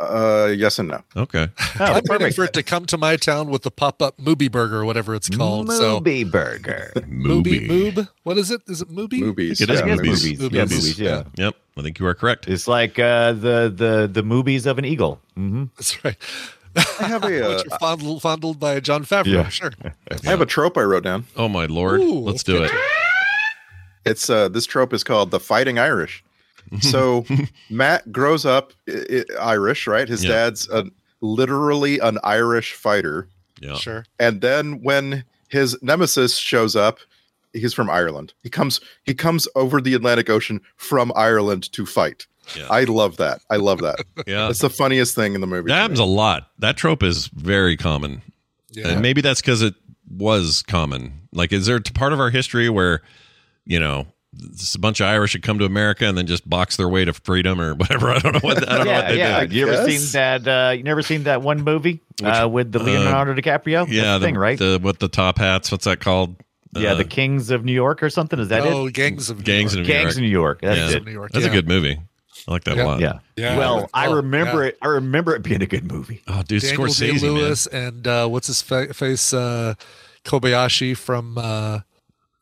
Speaker 7: Uh, yes and no.
Speaker 3: Okay.
Speaker 5: Oh,
Speaker 6: I'm waiting for it to come to my town with the pop up movie burger or whatever it's called. So
Speaker 5: Movie burger.
Speaker 6: movie
Speaker 3: Movie.
Speaker 6: moob. What is it? Is it movie?
Speaker 7: Movies.
Speaker 3: It is
Speaker 5: I guess
Speaker 3: movies.
Speaker 5: movies. Yeah,
Speaker 6: Movies.
Speaker 5: movies. Yeah.
Speaker 6: Yeah.
Speaker 3: Yep. I think you are correct.
Speaker 5: It's like uh, the the the movies of an eagle. hmm
Speaker 6: That's right.
Speaker 7: I have a uh,
Speaker 6: Which are fondled, fondled by John Favreau.
Speaker 5: Yeah.
Speaker 6: Sure.
Speaker 7: I have a trope I wrote down.
Speaker 3: Oh my lord.
Speaker 6: Ooh,
Speaker 3: Let's do it.
Speaker 7: It's uh, this trope is called the fighting Irish.
Speaker 3: *laughs*
Speaker 7: So Matt grows up I- I- Irish, right? His
Speaker 3: Yeah.
Speaker 7: dad's a, literally an Irish fighter,
Speaker 3: Yeah.
Speaker 6: Sure.
Speaker 7: and then when his nemesis shows up, he's from Ireland. He comes he comes over the Atlantic Ocean from Ireland to fight.
Speaker 3: Yeah.
Speaker 7: I love that. I
Speaker 3: *laughs*
Speaker 7: love that.
Speaker 3: Yeah.
Speaker 7: That's the funniest thing in the movie.
Speaker 3: That
Speaker 7: to
Speaker 3: happens
Speaker 7: me.
Speaker 3: a lot. That trope is very common.
Speaker 6: Yeah.
Speaker 3: And maybe that's because it was common. Like, is there a part of our history where, you know, s- a bunch of Irish had come to America and then just box their way to freedom or whatever? *laughs* I don't know what. I don't know what
Speaker 5: Yeah,
Speaker 3: they
Speaker 5: yeah.
Speaker 3: did.
Speaker 5: You ever
Speaker 7: guess.
Speaker 5: seen that? Uh, you never seen that one movie uh, with the Leonardo DiCaprio? That's
Speaker 3: Yeah,
Speaker 5: the thing, right?
Speaker 3: The what the top hats? What's that called?
Speaker 5: yeah,
Speaker 3: Uh,
Speaker 5: the Kings of New York or something. Is that
Speaker 6: oh,
Speaker 5: it?
Speaker 6: gangs of
Speaker 3: gangs
Speaker 6: New
Speaker 3: in
Speaker 6: York.
Speaker 3: New
Speaker 5: Gangs
Speaker 3: York.
Speaker 5: of New York. That's
Speaker 3: Yeah.
Speaker 6: Gangs
Speaker 5: it.
Speaker 6: of New York.
Speaker 3: That's
Speaker 6: yeah.
Speaker 3: a good movie. I like that a
Speaker 6: Yeah.
Speaker 3: lot.
Speaker 5: Yeah.
Speaker 6: Yeah.
Speaker 5: Well,
Speaker 6: That's
Speaker 5: I
Speaker 6: cool.
Speaker 5: remember
Speaker 6: Yeah.
Speaker 5: it. I remember it being a good movie.
Speaker 3: Oh, dude,
Speaker 6: Daniel
Speaker 3: Scorsese,
Speaker 6: Day
Speaker 3: man.
Speaker 6: Lewis and uh, what's his fa- face? Uh, Kobayashi from uh,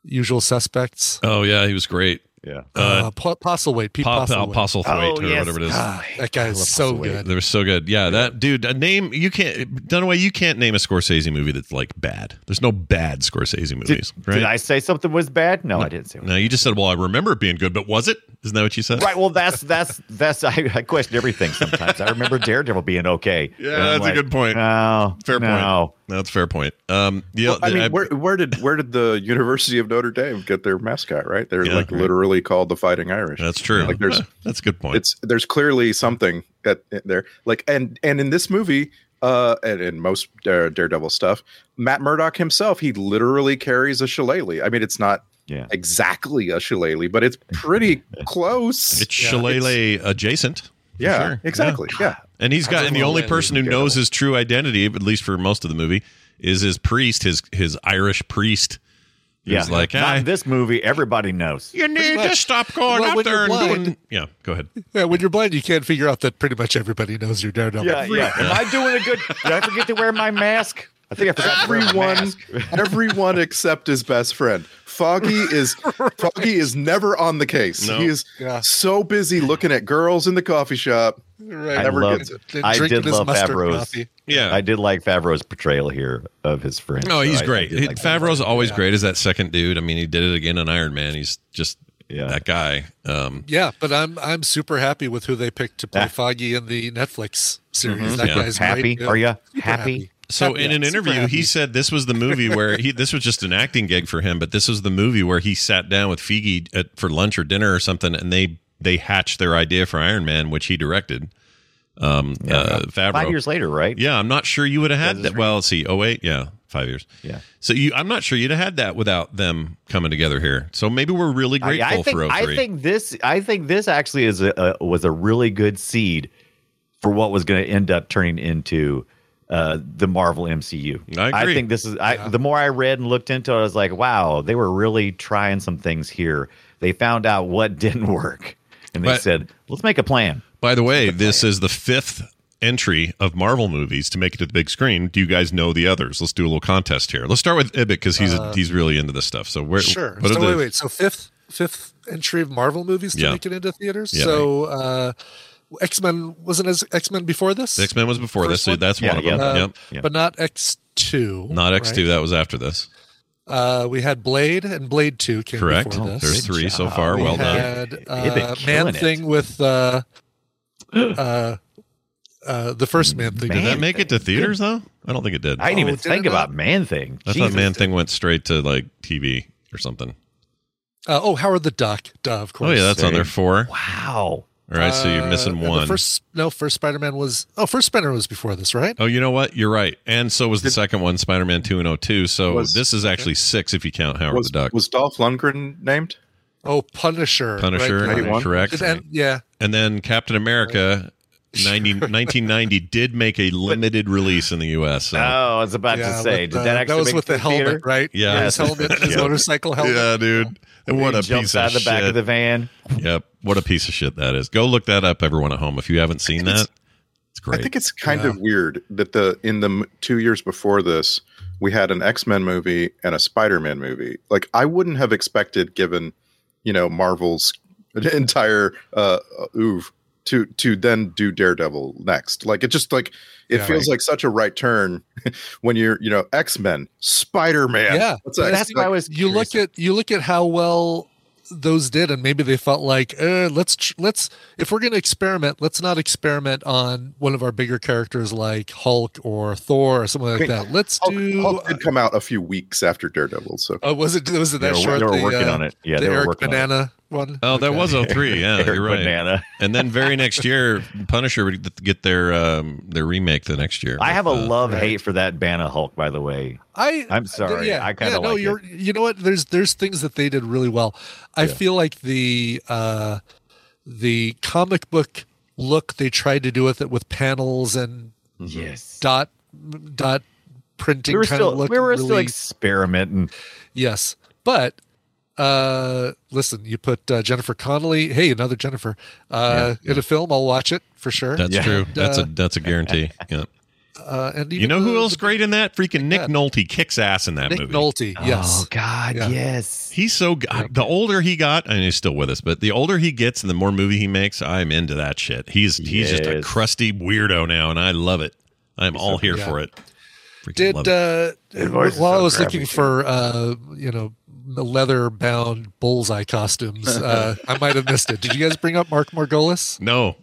Speaker 6: Usual Suspects.
Speaker 3: Oh yeah, he was great.
Speaker 5: Yeah.
Speaker 3: Uh,
Speaker 6: Uh, po- Postlethwaite. Pete
Speaker 3: Pop
Speaker 6: Postlethwaite.
Speaker 3: Postlethwaite
Speaker 5: Oh,
Speaker 3: or
Speaker 5: yes.
Speaker 3: whatever it is.
Speaker 5: Ah,
Speaker 6: That guy is so good.
Speaker 3: They were so good. Yeah, that dude. A name you can't Dunaway. You can't name a Scorsese movie that's like bad. There's no bad Scorsese movies, right?
Speaker 5: Did I say something was bad? No, I didn't say.
Speaker 3: no, you just said, "Well, I remember it being good," but was it? Isn't that what you said?
Speaker 5: Right. Well, that's that's that's. *laughs* I, I question everything sometimes. I remember Daredevil being okay.
Speaker 3: Yeah,
Speaker 5: And I'm
Speaker 3: that's a good point.
Speaker 5: No,
Speaker 3: Fair
Speaker 5: no.
Speaker 3: point. No, that's a fair point. Um, yeah,
Speaker 7: Well, I mean,
Speaker 3: I-
Speaker 7: where, where did where did the University of Notre Dame get their mascot? Right, they're
Speaker 3: Yeah,
Speaker 7: like
Speaker 3: right.
Speaker 7: literally called the Fighting Irish.
Speaker 3: that's true.
Speaker 7: Like there's
Speaker 3: Huh, that's a good point.
Speaker 7: it's there's clearly something that there. Like and and in this movie, uh, and in most uh, Daredevil stuff, Matt Murdock himself he literally carries a shillelagh. I mean, it's not
Speaker 5: Yeah.
Speaker 7: exactly a shillelagh, but it's
Speaker 3: *laughs*
Speaker 7: pretty close.
Speaker 3: It's shillelagh adjacent. for
Speaker 7: yeah,
Speaker 3: sure.
Speaker 7: exactly. Yeah.
Speaker 3: And he's got,
Speaker 6: don't
Speaker 3: and the
Speaker 6: know
Speaker 3: only
Speaker 6: when
Speaker 3: person who knows his true identity, at least for most of the movie, is his priest, his his Irish priest. He's like,
Speaker 5: not
Speaker 3: "Hey,
Speaker 5: in this movie. Everybody knows.
Speaker 3: you need
Speaker 6: much.
Speaker 3: to stop going
Speaker 6: Well,
Speaker 3: out
Speaker 6: when
Speaker 3: there and
Speaker 6: you're
Speaker 3: doing. Yeah, go
Speaker 5: *laughs*
Speaker 3: ahead.
Speaker 6: Yeah, when you're blind, you can't figure out that pretty much everybody knows you're Daredevil.
Speaker 5: Yeah,
Speaker 6: *laughs*
Speaker 5: yeah. Am I doing a good? Did I forget to wear my mask? I think I forgot to wear my
Speaker 7: everyone
Speaker 5: mask.
Speaker 3: *laughs*
Speaker 7: everyone except his best friend foggy is foggy is never on the case
Speaker 3: No.
Speaker 7: he is
Speaker 6: Yeah.
Speaker 7: so busy looking at girls in the coffee shop
Speaker 6: Right.
Speaker 5: I
Speaker 7: Never
Speaker 5: love-
Speaker 7: gets it.
Speaker 6: And
Speaker 5: I
Speaker 6: drinking
Speaker 5: did
Speaker 6: his
Speaker 5: love
Speaker 6: mustard
Speaker 5: Favreau's.
Speaker 6: coffee.
Speaker 3: Yeah,
Speaker 5: I did like Favreau's portrayal here of his friend.
Speaker 3: No, he's
Speaker 5: So I- I
Speaker 3: great.
Speaker 5: did
Speaker 3: He-
Speaker 5: like that.
Speaker 3: Favreau's always great as that second dude. I mean, he did it again in Iron Man. He's just
Speaker 5: Yeah.
Speaker 3: that guy. Um,
Speaker 6: Yeah, but I'm I'm super happy with who they picked to play
Speaker 5: Yeah.
Speaker 6: Foggy in the Netflix series. That
Speaker 3: Mm-hmm. Yeah.
Speaker 6: guy's
Speaker 5: Happy?
Speaker 6: great. Yeah.
Speaker 5: Are you
Speaker 6: Super
Speaker 5: happy?
Speaker 3: so
Speaker 6: Happy,
Speaker 3: in an
Speaker 6: yeah, super
Speaker 3: interview, he
Speaker 6: happy.
Speaker 3: said this was the movie where he this was just an acting gig for him, but this was the movie where he sat down with Feige at, for lunch or dinner or something, and they they hatched their idea for Iron Man, which he directed. Um, uh, Favreau.
Speaker 5: Five years later, right?
Speaker 3: Yeah, I'm not sure you would have had that. Well, let's see, oh wait, yeah, five years.
Speaker 5: Yeah.
Speaker 3: So you, I'm not sure you'd have had that without them coming together here. So maybe we're really
Speaker 5: I-
Speaker 3: grateful
Speaker 5: I think,
Speaker 3: for 03.
Speaker 5: I think this. I think this actually is a, a was a really good seed for what was going to end up turning into uh, the Marvel MCU.
Speaker 3: I agree.
Speaker 5: think this is. I, The more I read and looked into it, I was like, wow, they were really trying some things here. They found out what *laughs* didn't work, and they
Speaker 3: But-
Speaker 5: said, let's make a plan.
Speaker 3: By the way, this is the fifth entry of Marvel movies to make it to the big screen. Do you guys know the others? Let's do a little contest here. Let's start with Ibbic because he's he's really into this stuff. So we're
Speaker 6: Uh, Sure.
Speaker 3: what are
Speaker 6: so
Speaker 3: the-
Speaker 6: wait, wait. So fifth fifth entry of Marvel movies to
Speaker 3: Yeah.
Speaker 6: make it into theaters.
Speaker 3: Yeah.
Speaker 6: So uh, X Men wasn't as X Men before this,
Speaker 3: the X Men was before
Speaker 6: First
Speaker 3: this. so
Speaker 6: one?
Speaker 3: That's
Speaker 5: Yeah,
Speaker 3: one of
Speaker 5: yeah.
Speaker 3: them.
Speaker 6: Uh,
Speaker 3: yep.
Speaker 5: Yeah.
Speaker 6: but not X two.
Speaker 3: Not X two. That was after this.
Speaker 6: Uh, we had Blade and Blade Two came
Speaker 3: Correct. Oh,
Speaker 6: before this.
Speaker 3: There's three so
Speaker 5: job.
Speaker 3: far.
Speaker 6: we
Speaker 3: Well done.
Speaker 6: had
Speaker 5: They've been
Speaker 6: uh,
Speaker 5: killing
Speaker 6: Man
Speaker 5: it.
Speaker 6: Thing with uh, uh, uh, the first Man Thing.
Speaker 3: Did
Speaker 5: Man
Speaker 3: that make it to theaters though? I don't think it did.
Speaker 5: I
Speaker 3: I,
Speaker 5: didn't
Speaker 6: Oh,
Speaker 5: even
Speaker 6: did
Speaker 5: think
Speaker 6: it not?
Speaker 5: about Man Thing.
Speaker 3: thought
Speaker 5: Jesus.
Speaker 3: Man Thing went straight to like TV or something.
Speaker 6: Uh, oh, Howard the Duck. Duh, of
Speaker 3: Oh
Speaker 6: course.
Speaker 3: yeah, that's on there four.
Speaker 5: Wow.
Speaker 3: All right, so you're
Speaker 6: Uh,
Speaker 3: missing
Speaker 6: and the
Speaker 3: one.
Speaker 6: First, no, first Spider Man was. Oh, first Spider Man was before this, right?
Speaker 3: Oh, you know what? You're right. And so was the second one, Spider Man 2 and 02. So
Speaker 7: Was-
Speaker 3: this is actually six if you count Howard
Speaker 7: was,
Speaker 3: the Duck.
Speaker 7: was dolph lundgren named
Speaker 6: Oh, Punisher.
Speaker 3: Punisher,
Speaker 6: right?
Speaker 3: correct?
Speaker 6: And, yeah,
Speaker 3: And then Captain America 90, 1990 did make a limited release in the U.S. So.
Speaker 5: Oh, I was about
Speaker 6: yeah,
Speaker 5: to say, did
Speaker 6: with the-
Speaker 5: that actually
Speaker 6: was
Speaker 5: make
Speaker 6: with
Speaker 5: it
Speaker 6: the
Speaker 5: to
Speaker 6: helmet,
Speaker 5: theater?
Speaker 6: right?
Speaker 3: Yeah.
Speaker 6: his helmet,
Speaker 3: *laughs*
Speaker 6: his
Speaker 3: Yeah.
Speaker 6: motorcycle helmet.
Speaker 3: yeah, dude. And what
Speaker 5: he
Speaker 3: a
Speaker 5: jumps
Speaker 3: piece
Speaker 5: out
Speaker 3: of
Speaker 5: the
Speaker 3: shit.
Speaker 5: back of the van.
Speaker 3: Yep. What a piece of shit that is. Go look that up, everyone at home. If you haven't seen that, it's
Speaker 7: I
Speaker 3: great.
Speaker 7: think it's kind of weird that the in the m- two years before this, we had an X Men movie and a Spider Man movie. Like I wouldn't have expected, given you know Marvel's *laughs* entire uh, oeuvre, to to then do Daredevil next. Like it just like it
Speaker 6: Yeah.
Speaker 7: feels like such a right turn *laughs* when you're you know X Men, Spider Man.
Speaker 6: Yeah.
Speaker 5: That's why I was.
Speaker 6: you look at you look at how well those did and maybe they felt like uh, let's tr- let's if we're going to experiment let's not experiment on one of our bigger characters like hulk or thor or something like
Speaker 7: Wait,
Speaker 6: that let's
Speaker 7: Hulk,
Speaker 6: do
Speaker 7: Hulk did come out a few weeks after Daredevil, so
Speaker 6: uh, was it was it
Speaker 5: They
Speaker 6: that
Speaker 5: were-
Speaker 6: short
Speaker 5: they were
Speaker 6: the,
Speaker 5: working
Speaker 6: uh,
Speaker 5: on it. Yeah,
Speaker 6: the
Speaker 5: they were
Speaker 6: Eric
Speaker 5: working on it.
Speaker 6: banana one
Speaker 3: Oh, that
Speaker 6: Okay.
Speaker 3: was 03. Yeah,
Speaker 5: Eric
Speaker 3: you're right.
Speaker 5: Banana.
Speaker 3: And then very next year, Punisher would get their um, their remake the next year.
Speaker 5: I have a
Speaker 3: with, uh,
Speaker 5: love hate for that Banna Hulk, by the way.
Speaker 6: I
Speaker 5: I'm sorry. I kinda
Speaker 6: yeah, no,
Speaker 5: like it.
Speaker 6: you're you know what? There's there's things that they did really well. I feel like the uh the comic book look they tried to do with it with panels and
Speaker 5: Yes.
Speaker 6: dot dot printing
Speaker 5: We were
Speaker 6: kind
Speaker 5: still
Speaker 6: of look.
Speaker 5: we were still
Speaker 6: really-
Speaker 5: experimenting.
Speaker 6: yes, but uh listen, you put uh, Jennifer Connelly, hey, another Jennifer, uh in a film, I'll watch it for sure.
Speaker 3: That's
Speaker 5: Yeah.
Speaker 3: true.
Speaker 6: And,
Speaker 3: That's a
Speaker 6: uh,
Speaker 3: that's a
Speaker 6: *laughs*
Speaker 3: guarantee. Yeah.
Speaker 6: uh, and
Speaker 3: You
Speaker 6: even
Speaker 3: know who
Speaker 6: the-
Speaker 3: else great in that? Freaking Nick
Speaker 6: Yeah.
Speaker 3: Nolte kicks ass in that
Speaker 6: Nick
Speaker 3: movie.
Speaker 6: Nolte, yes.
Speaker 5: Oh God,
Speaker 6: Yeah.
Speaker 5: yes.
Speaker 3: He's so g- the older he got, and he's still with us. But the older he gets, and the more movie he makes, I'm into that shit. He's he's just a
Speaker 5: Yes.
Speaker 3: crusty weirdo now, and I love it. I'm all here
Speaker 6: yeah.
Speaker 3: for it. Freaking love
Speaker 6: did
Speaker 3: it.
Speaker 6: uh while
Speaker 7: voice is
Speaker 6: i
Speaker 7: so
Speaker 6: was
Speaker 7: crappy,
Speaker 6: looking
Speaker 7: too.
Speaker 6: for uh you know leather bound bullseye costumes
Speaker 7: *laughs*
Speaker 6: uh i might have missed it did you guys bring up mark margolis
Speaker 3: no,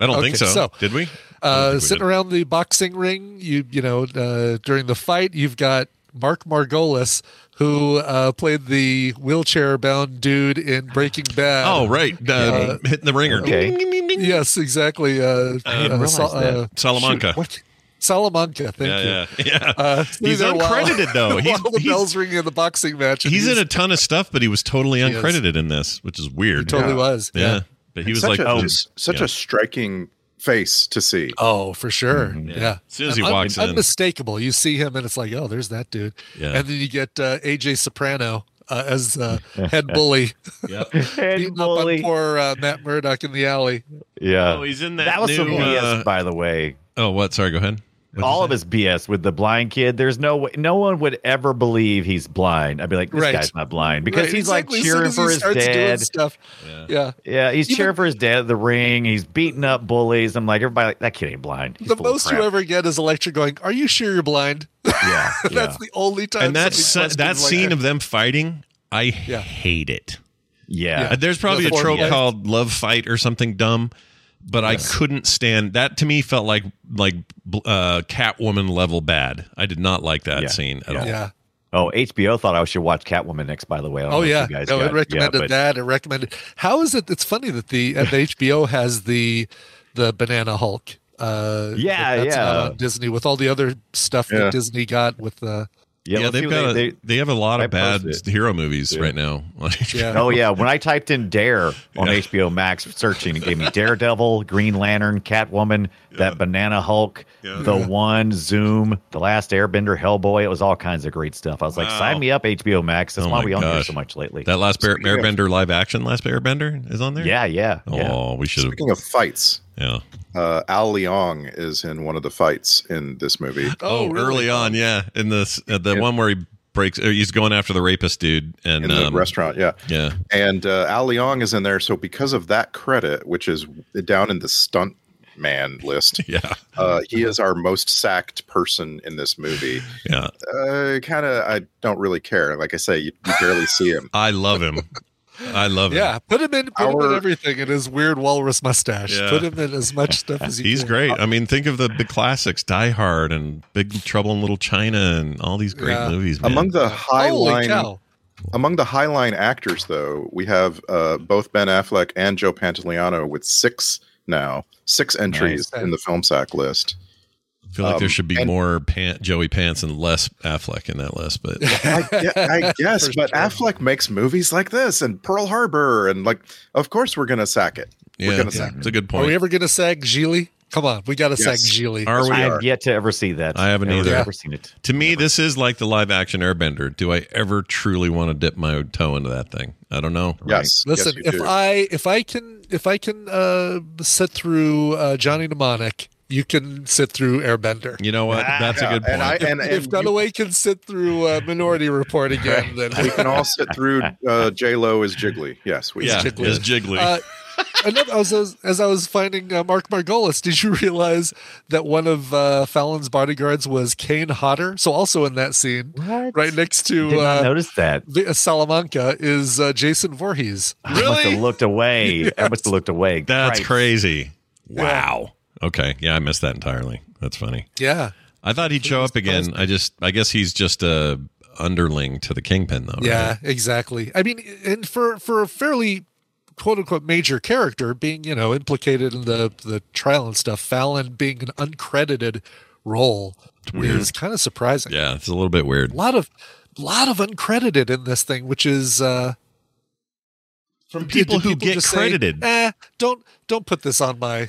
Speaker 3: I don't think so.
Speaker 6: okay, so,
Speaker 3: Did we? I don't
Speaker 6: uh
Speaker 3: think we
Speaker 6: sitting
Speaker 3: did.
Speaker 6: around the boxing ring you you know uh during the fight you've got mark margolis who uh played the wheelchair bound dude in breaking bad
Speaker 3: Oh right, uh, hitting the ringer.
Speaker 5: Okay.
Speaker 3: Ding, ding, ding, ding, ding.
Speaker 6: yes exactly uh, uh,
Speaker 5: realize
Speaker 6: Sal-
Speaker 5: that.
Speaker 6: uh,
Speaker 3: Salamanca.
Speaker 6: what salamanca thank
Speaker 3: yeah,
Speaker 6: you *laughs*
Speaker 3: yeah, yeah.
Speaker 6: Uh,
Speaker 3: He's
Speaker 6: sitting there while-
Speaker 3: uncredited, though. He's-
Speaker 6: *laughs* while the
Speaker 3: he's-
Speaker 6: bells ringing in the boxing match. and
Speaker 3: he's in a ton of stuff, but he was totally
Speaker 6: is.
Speaker 3: uncredited in this, which is weird.
Speaker 6: totally
Speaker 7: Yeah.
Speaker 6: was.
Speaker 3: yeah. but he was
Speaker 7: such
Speaker 3: like,
Speaker 7: a,
Speaker 3: oh,
Speaker 7: just such
Speaker 3: yeah.
Speaker 7: a striking face to see.
Speaker 6: Oh, for sure. yeah.
Speaker 3: Mm-hmm. As soon as he
Speaker 6: Un-
Speaker 3: walks in.
Speaker 6: unmistakable. You see him, and it's like, oh, there's that dude.
Speaker 3: Yeah. *laughs*
Speaker 6: And then you get uh, AJ Soprano uh, as uh, head
Speaker 5: *laughs*
Speaker 6: bully,
Speaker 5: And
Speaker 6: beating up on
Speaker 5: bully.
Speaker 6: poor uh, Matt Murdock in the alley.
Speaker 3: Oh,
Speaker 5: Yeah.
Speaker 3: he's in that.
Speaker 5: That was
Speaker 3: new,
Speaker 5: some BS,
Speaker 3: uh,
Speaker 5: by the way.
Speaker 3: oh, what? Sorry, go ahead. What'd you
Speaker 5: All
Speaker 3: say?
Speaker 5: of his BS with the blind kid. There's no way, no one would ever believe he's blind. I'd be like, this
Speaker 6: Right.
Speaker 5: guy's not blind because
Speaker 6: Right,
Speaker 5: he's
Speaker 6: exactly.
Speaker 5: like
Speaker 6: As soon
Speaker 5: cheering
Speaker 6: as he
Speaker 5: for his
Speaker 6: starts doing
Speaker 5: dad.
Speaker 6: stuff. Yeah.
Speaker 5: Yeah, he's
Speaker 6: Even-
Speaker 5: cheering for his dad at the ring. He's beating up bullies. I'm like, everybody, like that kid ain't blind. He's
Speaker 6: The
Speaker 5: full of
Speaker 6: most
Speaker 5: crap.
Speaker 6: you ever get is a lecture going, Are you sure you're blind? *laughs*
Speaker 5: Yeah, yeah.
Speaker 6: That's the only time.
Speaker 3: and that
Speaker 6: somebody
Speaker 3: se-
Speaker 6: questions
Speaker 3: that
Speaker 6: like
Speaker 3: scene of them fighting, I hate it.
Speaker 5: yeah.
Speaker 3: Uh, There's probably
Speaker 6: The
Speaker 3: a
Speaker 6: four
Speaker 3: trope
Speaker 6: fights.
Speaker 3: called "love fight" or something dumb, but I couldn't stand that. To me, felt like like bl- uh, Catwoman level bad. I did not like that
Speaker 5: Yeah.
Speaker 3: scene at
Speaker 5: Yeah.
Speaker 3: all.
Speaker 6: Yeah.
Speaker 5: Oh, HBO thought I should watch Catwoman next. By the way, I don't
Speaker 6: Oh
Speaker 5: know if
Speaker 6: yeah,
Speaker 5: you guys
Speaker 6: no,
Speaker 5: got-
Speaker 6: it recommended
Speaker 5: yeah, but-
Speaker 6: that. It recommended. How is it? It's funny that the, and the HBO has the the Banana Hulk. Uh,
Speaker 5: Yeah,
Speaker 6: that- that's not
Speaker 5: yeah.
Speaker 6: on Disney with all the other stuff
Speaker 7: Yeah.
Speaker 6: that Disney got with uh, the.
Speaker 3: Yeah,
Speaker 5: let's see
Speaker 3: they've
Speaker 5: what
Speaker 3: got
Speaker 5: they-
Speaker 3: a,
Speaker 5: they-
Speaker 3: they have a lot
Speaker 5: I
Speaker 3: of bad
Speaker 5: posted.
Speaker 3: hero movies right now. *laughs*
Speaker 6: Yeah.
Speaker 5: Oh yeah, when I typed in Dare on
Speaker 3: Yeah.
Speaker 5: HBO Max searching, it gave me Daredevil, Green Lantern, Catwoman, that Banana Hulk, The One, Zoom, The Last Airbender, Hellboy. It was all kinds of great stuff. I was like,
Speaker 3: Wow.
Speaker 5: sign me up, HBO Max. That's
Speaker 3: Oh,
Speaker 5: why
Speaker 3: my
Speaker 5: we on here
Speaker 3: gosh.
Speaker 5: so much lately.
Speaker 3: that last Bear, Airbender live action, last Airbender is on there.
Speaker 5: yeah, yeah, yeah.
Speaker 3: Oh, we should have.
Speaker 7: Speaking of fights,
Speaker 3: Yeah.
Speaker 7: uh, Al Leong is in one of the fights in this
Speaker 6: *gasps*
Speaker 7: movie.
Speaker 3: Oh, early on, yeah. In this, uh, the one where he breaks, or he's going after the rapist dude, and
Speaker 7: in the
Speaker 3: um,
Speaker 7: restaurant. Yeah,
Speaker 3: Yeah,
Speaker 7: and uh, Al Leong is in there. So because of that credit, which is down in the stunt man
Speaker 6: *laughs*
Speaker 7: list,
Speaker 3: yeah,
Speaker 7: uh, he is our most sacked person in
Speaker 6: *laughs*
Speaker 7: this movie.
Speaker 3: yeah.
Speaker 7: Uh, kind of, I don't really care. Like I say, you, you
Speaker 6: *laughs*
Speaker 7: barely see him.
Speaker 3: I love him. I love him.
Speaker 6: Yeah, put him in. Put him
Speaker 7: Our-
Speaker 6: in everything in his weird walrus mustache.
Speaker 3: Yeah.
Speaker 6: Put him in as
Speaker 5: *laughs*
Speaker 6: much stuff as you
Speaker 3: He's
Speaker 6: can.
Speaker 3: great. I mean, think of the, the classics, Die Hard and Big Trouble in Little China and all these great
Speaker 6: Yeah.
Speaker 3: movies. Man.
Speaker 7: Among the high
Speaker 6: Holy
Speaker 7: line,
Speaker 6: cow!
Speaker 7: among the high line actors, though, we have uh, both Ben Affleck and Joe Pantoliano with six now, six entries in the film sack list.
Speaker 3: I feel like there
Speaker 7: Um,
Speaker 3: should be
Speaker 7: and-
Speaker 3: more Pan- Joey Pants and less Affleck in that list, but
Speaker 7: I,
Speaker 3: *laughs*
Speaker 7: ge- I guess,
Speaker 6: First
Speaker 7: but
Speaker 6: one.
Speaker 7: Affleck makes movies like this and Pearl Harbor, and like, of course, we're gonna sack it.
Speaker 3: yeah,
Speaker 7: we're gonna
Speaker 3: it's
Speaker 7: sack
Speaker 3: it's a good
Speaker 6: Are we
Speaker 3: point.
Speaker 6: ever going to sag Gili? Come on, we got to
Speaker 7: Yes.
Speaker 6: sag Gili.
Speaker 3: Are we?
Speaker 7: I-
Speaker 5: I've yet to ever see that.
Speaker 3: I haven't
Speaker 5: Never-
Speaker 3: either.
Speaker 5: Never seen it.
Speaker 3: To me, this is like the live action Airbender. Do I ever truly want to dip my toe into that thing? I don't know.
Speaker 7: it. Yes,
Speaker 6: Listen,
Speaker 7: yes, you
Speaker 6: if
Speaker 7: do.
Speaker 6: I if I can if I can uh, sit through uh, Johnny Mnemonic, you can sit through Airbender.
Speaker 3: You know what? That's
Speaker 7: Yeah,
Speaker 3: a good point.
Speaker 7: and I *laughs*
Speaker 3: *laughs*
Speaker 7: and, and
Speaker 6: if
Speaker 7: you
Speaker 6: Dunaway can sit through uh, Minority Report again, then we
Speaker 7: we can all sit through uh, J Lo as Jiggly. Yes, we.
Speaker 3: yeah,
Speaker 7: can.
Speaker 6: Jiggly.
Speaker 3: it's jiggly.
Speaker 6: Uh, *laughs* another, as, I was, as I was finding uh, Mark Margolis, did you realize that one of uh, Fallon's bodyguards was Kane Hodder? So also in that scene,
Speaker 5: What?
Speaker 6: right next
Speaker 5: Did
Speaker 6: to
Speaker 5: not
Speaker 6: uh,
Speaker 5: notice that.
Speaker 6: the, uh, Salamanca, is uh, Jason Voorhees.
Speaker 5: I must have looked away. I must have looked away.
Speaker 3: That's
Speaker 5: Christ.
Speaker 3: crazy. Wow. Okay. Yeah, I missed that entirely. That's funny.
Speaker 6: Yeah,
Speaker 3: I thought he'd show up again. I just, I guess he's just a underling to the kingpin, though.
Speaker 6: yeah,
Speaker 3: right?
Speaker 6: exactly. I mean, and for for a fairly quote unquote major character being you know implicated in the the trial and stuff, Fallon being an uncredited role is kind of surprising.
Speaker 3: Mm-hmm. Yeah, it's a little bit weird.
Speaker 6: lot of lot of uncredited in this thing, which is uh
Speaker 3: From
Speaker 6: did just say, *laughs* eh, don't don't put this on my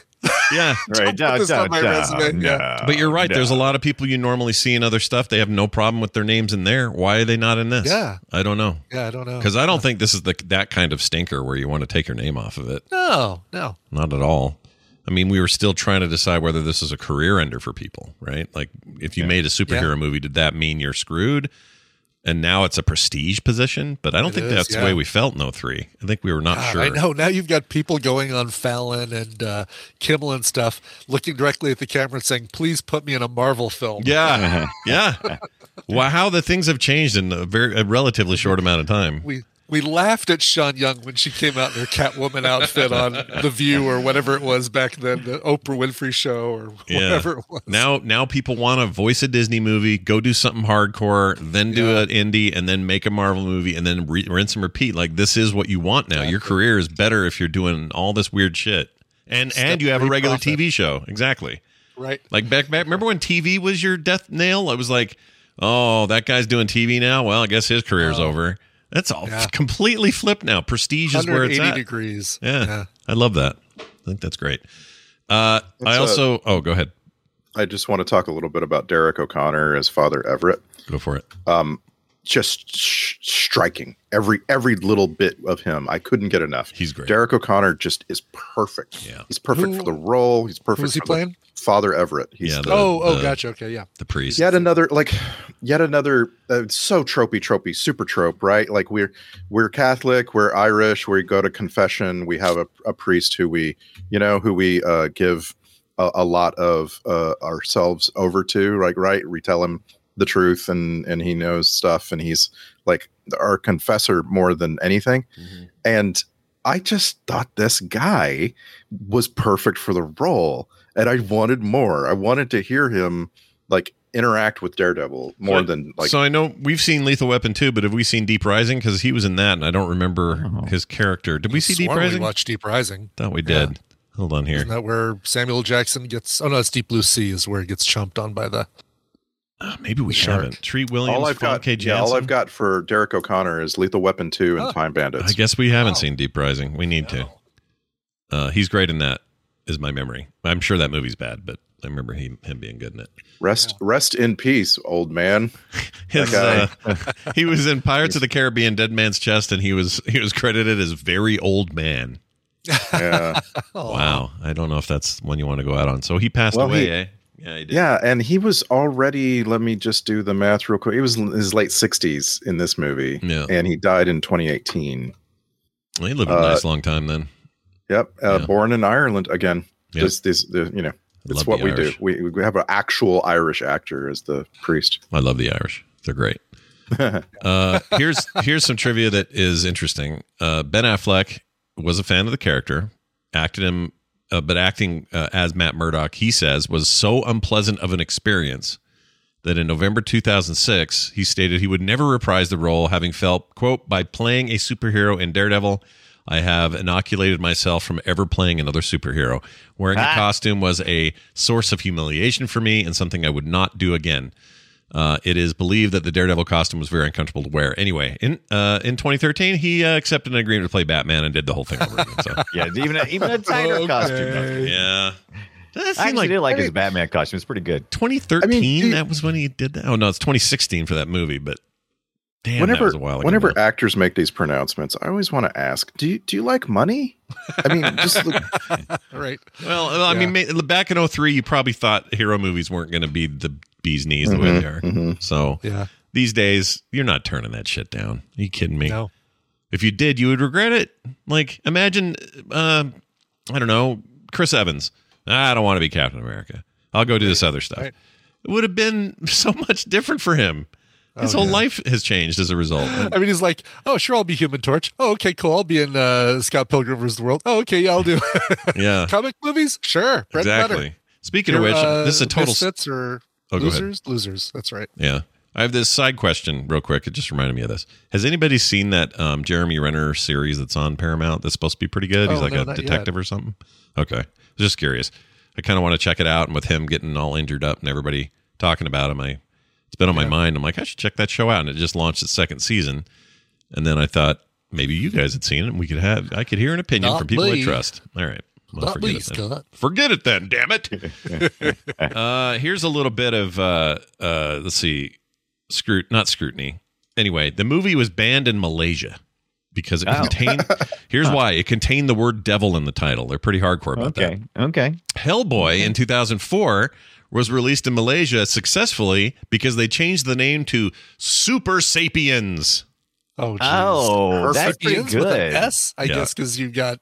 Speaker 3: yeah.
Speaker 6: *laughs* Don't
Speaker 5: Right.
Speaker 6: put
Speaker 5: No,
Speaker 6: this
Speaker 5: no,
Speaker 6: on my
Speaker 5: no,
Speaker 6: resume.
Speaker 5: no,
Speaker 6: Yeah.
Speaker 3: But you're right.
Speaker 5: no.
Speaker 3: There's a lot of people you normally see in other stuff. They have no problem with their names in there. Why are they not in this?
Speaker 6: Yeah. Oh,
Speaker 3: I don't know.
Speaker 6: yeah, I don't know.
Speaker 3: Because I don't think this is the that kind of stinker where you want to take your name off of it.
Speaker 6: No, no.
Speaker 3: Not at all. I mean, we were still trying to decide whether this is a career ender for people, right? Like, if you made a superhero movie, did that mean you're screwed? And now it's a prestige position, but I don't
Speaker 6: It
Speaker 3: think
Speaker 6: is,
Speaker 3: that's
Speaker 6: yeah.
Speaker 3: the way we felt in 03. I think we were not
Speaker 6: God,
Speaker 3: sure.
Speaker 6: Ah, I know. Now you've got people going on Fallon and uh, Kimmel and stuff, looking directly at the camera and saying, "Please put me in a Marvel film." *laughs*
Speaker 3: Yeah, yeah. Wow, how the things have changed in a very a relatively short amount of time.
Speaker 6: We we laughed at Sean Young when she came out in her Catwoman outfit on The View or whatever it was back then, the Oprah Winfrey Show or
Speaker 3: Yeah.
Speaker 6: whatever it was.
Speaker 3: Now, now people want to voice a Disney movie, go do something hardcore, then do an indie, and then make a Marvel movie, and then re- rinse and repeat. Like this is what you want now. Your career is better if you're doing all this weird shit, and and you have a
Speaker 6: three
Speaker 3: regular
Speaker 6: profit.
Speaker 3: TV show. Exactly.
Speaker 6: right?
Speaker 3: Like back back. Remember when TV was your death nail? I was like, oh, that guy's doing TV now. Well, I guess his career's over. That's all
Speaker 6: Yeah.
Speaker 3: completely flipped now. Prestige is where it's
Speaker 6: 180
Speaker 3: at.
Speaker 6: degrees.
Speaker 3: Yeah, I love that. I think that's great. Uh, I
Speaker 7: a-
Speaker 3: also. oh, go ahead.
Speaker 7: I just want to talk a little bit about Derek O'Connor as Father Everett.
Speaker 3: Go for it.
Speaker 7: Just sh- striking every every little bit of him. I couldn't get enough.
Speaker 3: He's great.
Speaker 7: Derek O'Connor just is perfect.
Speaker 3: Yeah.
Speaker 7: he's perfect
Speaker 6: Who-
Speaker 7: for the role. He's perfect.
Speaker 6: who's he
Speaker 7: for the-
Speaker 6: playing?
Speaker 7: Father Everett. He's
Speaker 3: Yeah,
Speaker 7: the-
Speaker 3: the-
Speaker 6: Oh, oh,
Speaker 3: the-
Speaker 6: gotcha. Okay, yeah.
Speaker 3: The priest.
Speaker 7: yet another like yet another uh, so tropey tropey super trope right like we're we're catholic we're irish we go to confession we have a, a priest who we you know who we uh, give a, a lot of uh, ourselves over to like right we tell him the truth and and he knows stuff and he's like our confessor more than anything and i just thought this guy was perfect for the role and i wanted more i wanted to hear him like interact with daredevil more
Speaker 3: So-
Speaker 7: than like
Speaker 3: so I know we've seen Lethal Weapon 2, but have we seen Deep Rising? Because he was in that, and I don't remember
Speaker 7: Oh.
Speaker 3: his character. Did we see Deep
Speaker 6: Sworn we
Speaker 3: Rising?
Speaker 6: watched Deep Rising.
Speaker 3: thought we did. Hold on here.
Speaker 6: Isn't that where Samuel Jackson gets? Oh no, it's Deep Blue Sea is where he gets chomped on by the.
Speaker 3: Ah, maybe we
Speaker 6: Shark.
Speaker 3: haven't. Treat Williams,
Speaker 7: all I've
Speaker 3: Philip
Speaker 7: got,
Speaker 3: K.
Speaker 7: yeah, all
Speaker 3: Jansen?
Speaker 7: I've got for Derek O'Connor is Lethal Weapon Two and Time Bandits.
Speaker 3: I guess we haven't seen Deep Rising. We need to. Uh, he's great in that, is my memory. I'm sure that movie's bad, but I remember he, him being good in it.
Speaker 7: Rest, rest in peace, old man.
Speaker 3: His,
Speaker 7: That
Speaker 3: uh, *laughs* he was in Pirates of the Caribbean, Dead Man's Chest, and he was he was credited as very old man. *laughs*
Speaker 7: Yeah,
Speaker 3: Wow, I don't know if that's one you want to go out on. So he passed
Speaker 7: Uh, Well,
Speaker 3: away.
Speaker 7: he-
Speaker 3: eh? Yeah, he did.
Speaker 7: yeah, and he was already. Let me just do the math real quick. He was in his late sixties in this movie,
Speaker 3: Yeah.
Speaker 7: and he died in 2018.
Speaker 3: He lived a
Speaker 7: Uh,
Speaker 3: nice long time then.
Speaker 7: Yep, uh,
Speaker 3: Yeah.
Speaker 7: born in Ireland again.
Speaker 3: Yeah.
Speaker 7: This, this, the, you know,
Speaker 3: love
Speaker 7: it's what
Speaker 3: the
Speaker 7: we
Speaker 3: Irish.
Speaker 7: do. We, we have an actual Irish actor as the priest.
Speaker 3: I love the Irish. They're great. uh, here's here's some trivia that is interesting. Uh, ben Affleck was a fan of the character, acted him, uh, but acting uh, as Matt Murdock, he says, was so unpleasant of an experience that in November 2006, he stated he would never reprise the role, having felt, quote, by playing a superhero in Daredevil, I have inoculated myself from ever playing another superhero. Wearing
Speaker 5: Ah.
Speaker 3: a costume was a source of humiliation for me and something I would not do again. Uh, it is believed that the Daredevil costume was very uncomfortable to wear. Anyway, in uh, in 2013, he uh, accepted an agreement to play Batman and did the whole thing over again.
Speaker 5: *laughs*
Speaker 3: So,
Speaker 5: Yeah, even a, even a
Speaker 6: *laughs*
Speaker 5: tighter costume.
Speaker 3: yeah, doesn't that
Speaker 5: I
Speaker 3: seem
Speaker 5: actually
Speaker 3: like
Speaker 5: did like his Batman costume. It's pretty good.
Speaker 3: 2013?
Speaker 7: dude-
Speaker 3: that was when he did that. Oh no, it's 2016 for that movie. But damn, that
Speaker 7: whenever
Speaker 3: was a while ago.
Speaker 7: whenever
Speaker 3: now.
Speaker 7: actors make these pronouncements, I always want to ask, do you, do you like money? I mean, just look,
Speaker 6: All right.
Speaker 3: Well, I mean, ma- back in 03, you probably thought hero movies weren't going to be the bee's knees the
Speaker 5: Mm-hmm,
Speaker 3: way they are. So
Speaker 6: Yeah.
Speaker 3: these days, you're not turning that shit down. Are you kidding me?
Speaker 6: No.
Speaker 3: If you did, you would regret it. Like, imagine, uh, I don't know, Chris Evans. "Ah, I don't want to be Captain America. I'll go do this other stuff.
Speaker 6: Right.
Speaker 3: It would have been *laughs* so much different for him. His
Speaker 6: Oh,
Speaker 3: whole life has changed as a
Speaker 6: *laughs*
Speaker 3: result. And-
Speaker 6: I mean, he's like, oh, sure, I'll be Human Torch. Oh, okay, cool. I'll be in uh, Scott Pilgrim vs. the World. Oh, okay, yeah, I'll do *laughs*
Speaker 3: yeah,
Speaker 6: comic movies. Sure, bread and butter.
Speaker 3: exactly. Speaking of
Speaker 6: Your,
Speaker 3: which,
Speaker 6: uh,
Speaker 3: this is a total.
Speaker 6: misfits or
Speaker 3: Oh, go ahead.
Speaker 6: losers. Losers. That's right.
Speaker 3: Yeah. I have this side question real quick. It just reminded me of this. Has anybody seen that um, Jeremy Renner series that's on Paramount that's supposed to be pretty good? He's
Speaker 6: Oh,
Speaker 3: like
Speaker 6: no,
Speaker 3: a
Speaker 6: not yet.
Speaker 3: detective or something. Okay. Just curious. I kind of want to check it out. And with him getting all injured up and everybody talking about him, I it's been on my mind. I'm like, I should check that show out. And it just launched its second season. And then I thought maybe you guys had seen it and we could have, I could hear an opinion
Speaker 6: Not
Speaker 3: from people I
Speaker 6: me.
Speaker 3: trust. All right. Well,
Speaker 6: Not
Speaker 3: forget
Speaker 6: me,
Speaker 3: it then.
Speaker 6: Scott.
Speaker 3: Forget it then, damn
Speaker 5: *laughs*
Speaker 3: it. uh, here's a little bit of uh, uh, let's see, scrut not scrutiny. Anyway, the movie was banned in Malaysia because it
Speaker 5: Oh. *laughs*
Speaker 3: contained. Here's why it contained the word "devil" in the title. They're pretty hardcore about
Speaker 5: Okay. Okay.
Speaker 3: that. Hellboy in 2004 was released in Malaysia successfully because they changed the name to Super Sapiens.
Speaker 6: Oh, geez.
Speaker 5: Oh, that's
Speaker 6: Perfect.
Speaker 5: pretty
Speaker 6: Begins with an
Speaker 5: good.
Speaker 6: S, I
Speaker 3: Yeah.
Speaker 6: guess, because you've got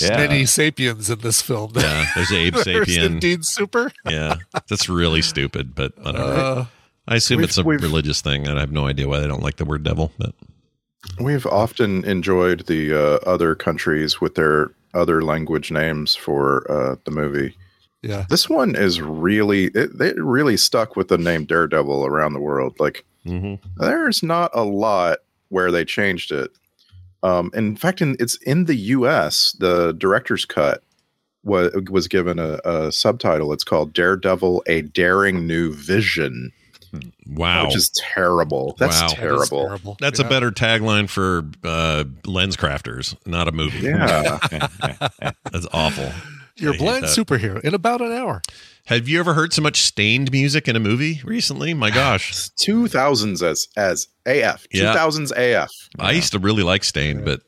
Speaker 5: Yeah.
Speaker 6: many sapiens in this film.
Speaker 3: Yeah, uh, there's
Speaker 5: *laughs*
Speaker 3: Abe
Speaker 6: *laughs* There's
Speaker 3: Sapien.
Speaker 6: Indeed, super.
Speaker 3: Yeah, that's really stupid, but I don't know.
Speaker 6: Uh,
Speaker 3: I assume
Speaker 7: We've-
Speaker 3: it's a
Speaker 7: we've-
Speaker 3: religious thing, and I have no idea why they don't like the word devil. But
Speaker 7: we've often enjoyed the uh, other countries with their other language names for uh, the movie.
Speaker 6: yeah.
Speaker 7: This one is really it, they really stuck with the name Daredevil around the world. Like Mm-hmm. there's not a lot where they changed it. Um, in fact, in, it's in the U.S. The director's cut was was given a, a subtitle. It's called "Daredevil: A Daring New Vision,"
Speaker 3: wow,
Speaker 7: which is terrible.
Speaker 3: Wow. That
Speaker 7: That's
Speaker 3: is
Speaker 6: That is
Speaker 7: terrible.
Speaker 6: terrible.
Speaker 3: That's
Speaker 6: Yeah.
Speaker 3: a better tagline for uh, lens crafters, not a movie.
Speaker 7: Yeah,
Speaker 3: *laughs* That's awful.
Speaker 6: You're
Speaker 3: I
Speaker 6: a
Speaker 3: hate
Speaker 6: blind
Speaker 3: that.
Speaker 6: superhero in about an hour.
Speaker 3: Have you ever heard so much stained music in a movie recently?
Speaker 7: *sighs*
Speaker 3: My gosh.
Speaker 7: two thousands as as AF. Two
Speaker 3: Yeah.
Speaker 7: thousands AF.
Speaker 3: I used to really like Stained, but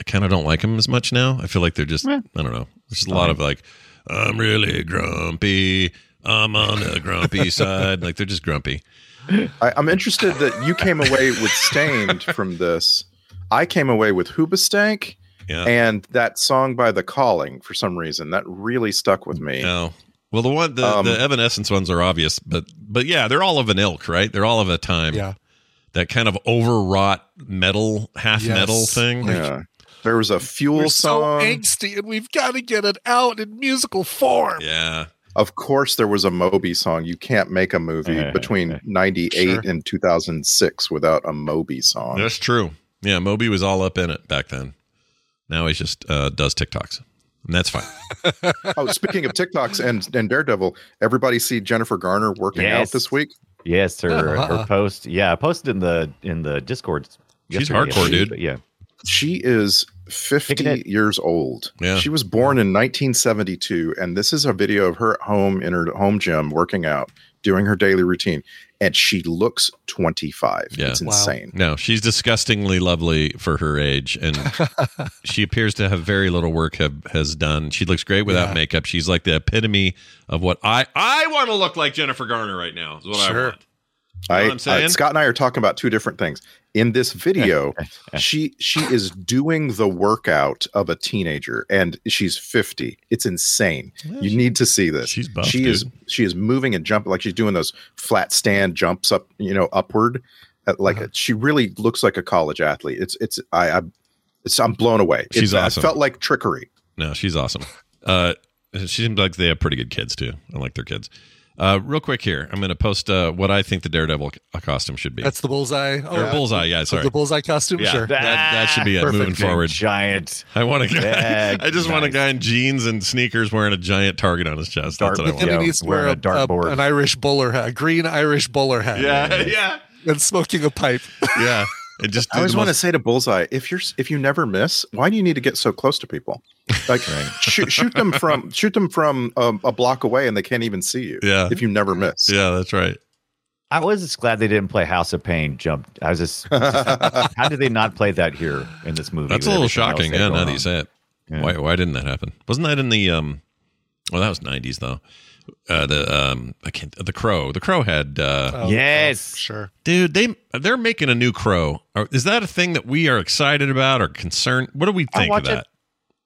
Speaker 3: I kind of don't like them as much now. I feel like they're just, I don't know. There's just a lot of like, I'm really grumpy. I'm on the
Speaker 7: *laughs*
Speaker 3: grumpy side. Like they're just grumpy.
Speaker 7: I, I'm interested that you came away
Speaker 3: *laughs*
Speaker 7: with stained from this. I came away with Hoobastank
Speaker 3: Yeah.
Speaker 7: and that song by The Calling for some reason. That really stuck with me.
Speaker 3: No. Well, the one, the,
Speaker 7: Um,
Speaker 3: the Evanescence ones are obvious, but, but yeah, they're all of an ilk, right? They're all of a time.
Speaker 6: Yeah.
Speaker 3: That kind of overwrought metal, half
Speaker 6: Yes.
Speaker 3: metal thing.
Speaker 7: Yeah. There was a fuel
Speaker 6: We're so
Speaker 7: song.
Speaker 6: angsty, and we've got to get it out in musical form.
Speaker 3: Yeah.
Speaker 7: of course, there was a Moby song. You can't make a movie between 98
Speaker 6: Sure.
Speaker 7: and 2006 without a Moby song.
Speaker 3: That's true. Yeah, Moby was all up in it back then. Now he's just uh, does TikToks, and that's
Speaker 6: *laughs*
Speaker 3: fine.
Speaker 7: Oh, speaking of TikToks and, and Daredevil, everybody see Jennifer Garner working
Speaker 5: Yes.
Speaker 7: out this week?
Speaker 5: Yes, her
Speaker 6: Uh-uh.
Speaker 5: her post. Yeah, I posted in the in the Discord.
Speaker 3: She's
Speaker 5: yesterday, I
Speaker 3: hardcore,
Speaker 5: believe,
Speaker 3: dude.
Speaker 5: but Yeah.
Speaker 7: She is
Speaker 5: Kicking
Speaker 7: 50
Speaker 5: it.
Speaker 7: years old.
Speaker 3: Yeah.
Speaker 7: She was born in 1972, and this is a video of her at home in her home gym working out, doing her daily routine, and she looks 25.
Speaker 3: Yeah.
Speaker 7: It's
Speaker 3: Wow.
Speaker 7: insane.
Speaker 3: No, she's disgustingly lovely for her age,
Speaker 6: *laughs*
Speaker 3: and she appears to have very little work have, has done. She looks great without
Speaker 6: Yeah.
Speaker 3: makeup. She's like the epitome of what I I want to look like Jennifer Garner right now. Is what I
Speaker 6: Sure.
Speaker 3: want. know what I'm saying?
Speaker 7: Scott and I are talking about two different things. In
Speaker 3: *laughs*
Speaker 7: this video, she she is doing the workout of a teenager, and she's 50. It's insane. you need to see this.
Speaker 3: she's buff,
Speaker 7: she is
Speaker 3: dude.
Speaker 7: she is moving and jumping like she's doing those flat stand jumps up, you know, upward. Uh, Like
Speaker 3: Uh-huh.
Speaker 7: she really looks like a college athlete. It's it's I, I it's I'm blown away.
Speaker 3: She's
Speaker 7: It's- I
Speaker 3: awesome.
Speaker 7: felt like trickery.
Speaker 3: No, she's awesome. Uh, she seems like they have pretty good kids too. I like their kids. Uh, real quick here, I'm going to post uh, what I think the Daredevil c- uh, costume should be.
Speaker 6: That's the bullseye. Oh,
Speaker 3: Or
Speaker 6: yeah.
Speaker 3: bullseye. Yeah, sorry.
Speaker 6: The bullseye costume.
Speaker 3: Yeah.
Speaker 6: Sure.
Speaker 3: That- that should be it, moving
Speaker 5: Ah, perfect, big
Speaker 3: forward.
Speaker 5: Giant.
Speaker 3: I want a guy.
Speaker 5: Yeah,
Speaker 3: I just want a
Speaker 5: nice.
Speaker 3: guy in jeans and sneakers wearing a giant target on his chest. That's what I
Speaker 5: Dark- *laughs*
Speaker 3: want.
Speaker 6: And
Speaker 5: Yeah,
Speaker 6: he needs to
Speaker 5: wearing
Speaker 6: wear
Speaker 5: a dartboard.
Speaker 6: an Irish bowler hat, a green Irish bowler hat.
Speaker 3: Yeah, yeah,
Speaker 6: And smoking a pipe. *laughs*
Speaker 3: yeah. It just
Speaker 7: I always
Speaker 3: do the
Speaker 7: want to
Speaker 3: most-
Speaker 7: say to Bullseye, if you're s- if you never miss, why do you need to get so close to people? Like *laughs* shoot, shoot them from shoot them from um, a block away, and they can't even see you.
Speaker 3: Yeah.
Speaker 7: if you never miss.
Speaker 3: Yeah, that's right.
Speaker 5: I was just glad they didn't play House of Pain. Jump. I was just.
Speaker 6: *laughs*
Speaker 5: how did they not play that here in this movie?
Speaker 3: That's a
Speaker 5: with
Speaker 3: little shocking.
Speaker 5: everything else they had
Speaker 3: Yeah, now
Speaker 5: going
Speaker 3: that you
Speaker 5: on?
Speaker 3: say it.
Speaker 5: Yeah.
Speaker 3: Why? Why didn't that happen? Wasn't that in the um? Well, that was '90s though. Uh, the um, I can't. The Crow. The Crow had. Uh,
Speaker 6: Oh,
Speaker 5: Yes.
Speaker 6: oh, sure.
Speaker 3: dude, they they're making a new Crow. Are- Is that a thing that we are excited about or concerned? What do we
Speaker 5: I'll
Speaker 3: think
Speaker 5: watch
Speaker 3: of that?
Speaker 5: it.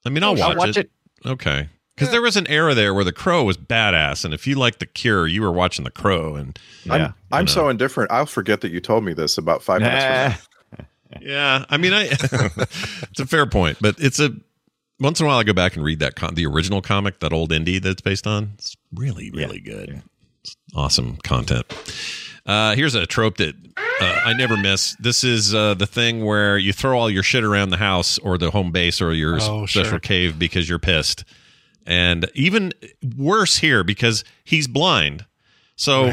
Speaker 3: I mean, I'll watch,
Speaker 5: I'll watch it.
Speaker 3: Okay. Because there was an era there where The Crow was badass, and if you liked The Cure, you were watching The Crow, and
Speaker 7: I'm,
Speaker 5: Yeah.
Speaker 7: I'm so indifferent. I'll forget that you told me this about five minutes.
Speaker 5: *laughs*
Speaker 7: From now.
Speaker 5: Nah.
Speaker 3: Yeah, I *laughs* mean, I it's a fair point, but it's a once in a while I go back and read that con- the original comic, that old indie that's based on. It's really, really good. It's awesome content. Uh, here's a trope that uh, I never miss. This is uh, the thing where you throw all your shit around the house or the home base or your
Speaker 6: Oh,
Speaker 3: special
Speaker 6: sure.
Speaker 3: cave because you're pissed. And even worse here because he's blind. So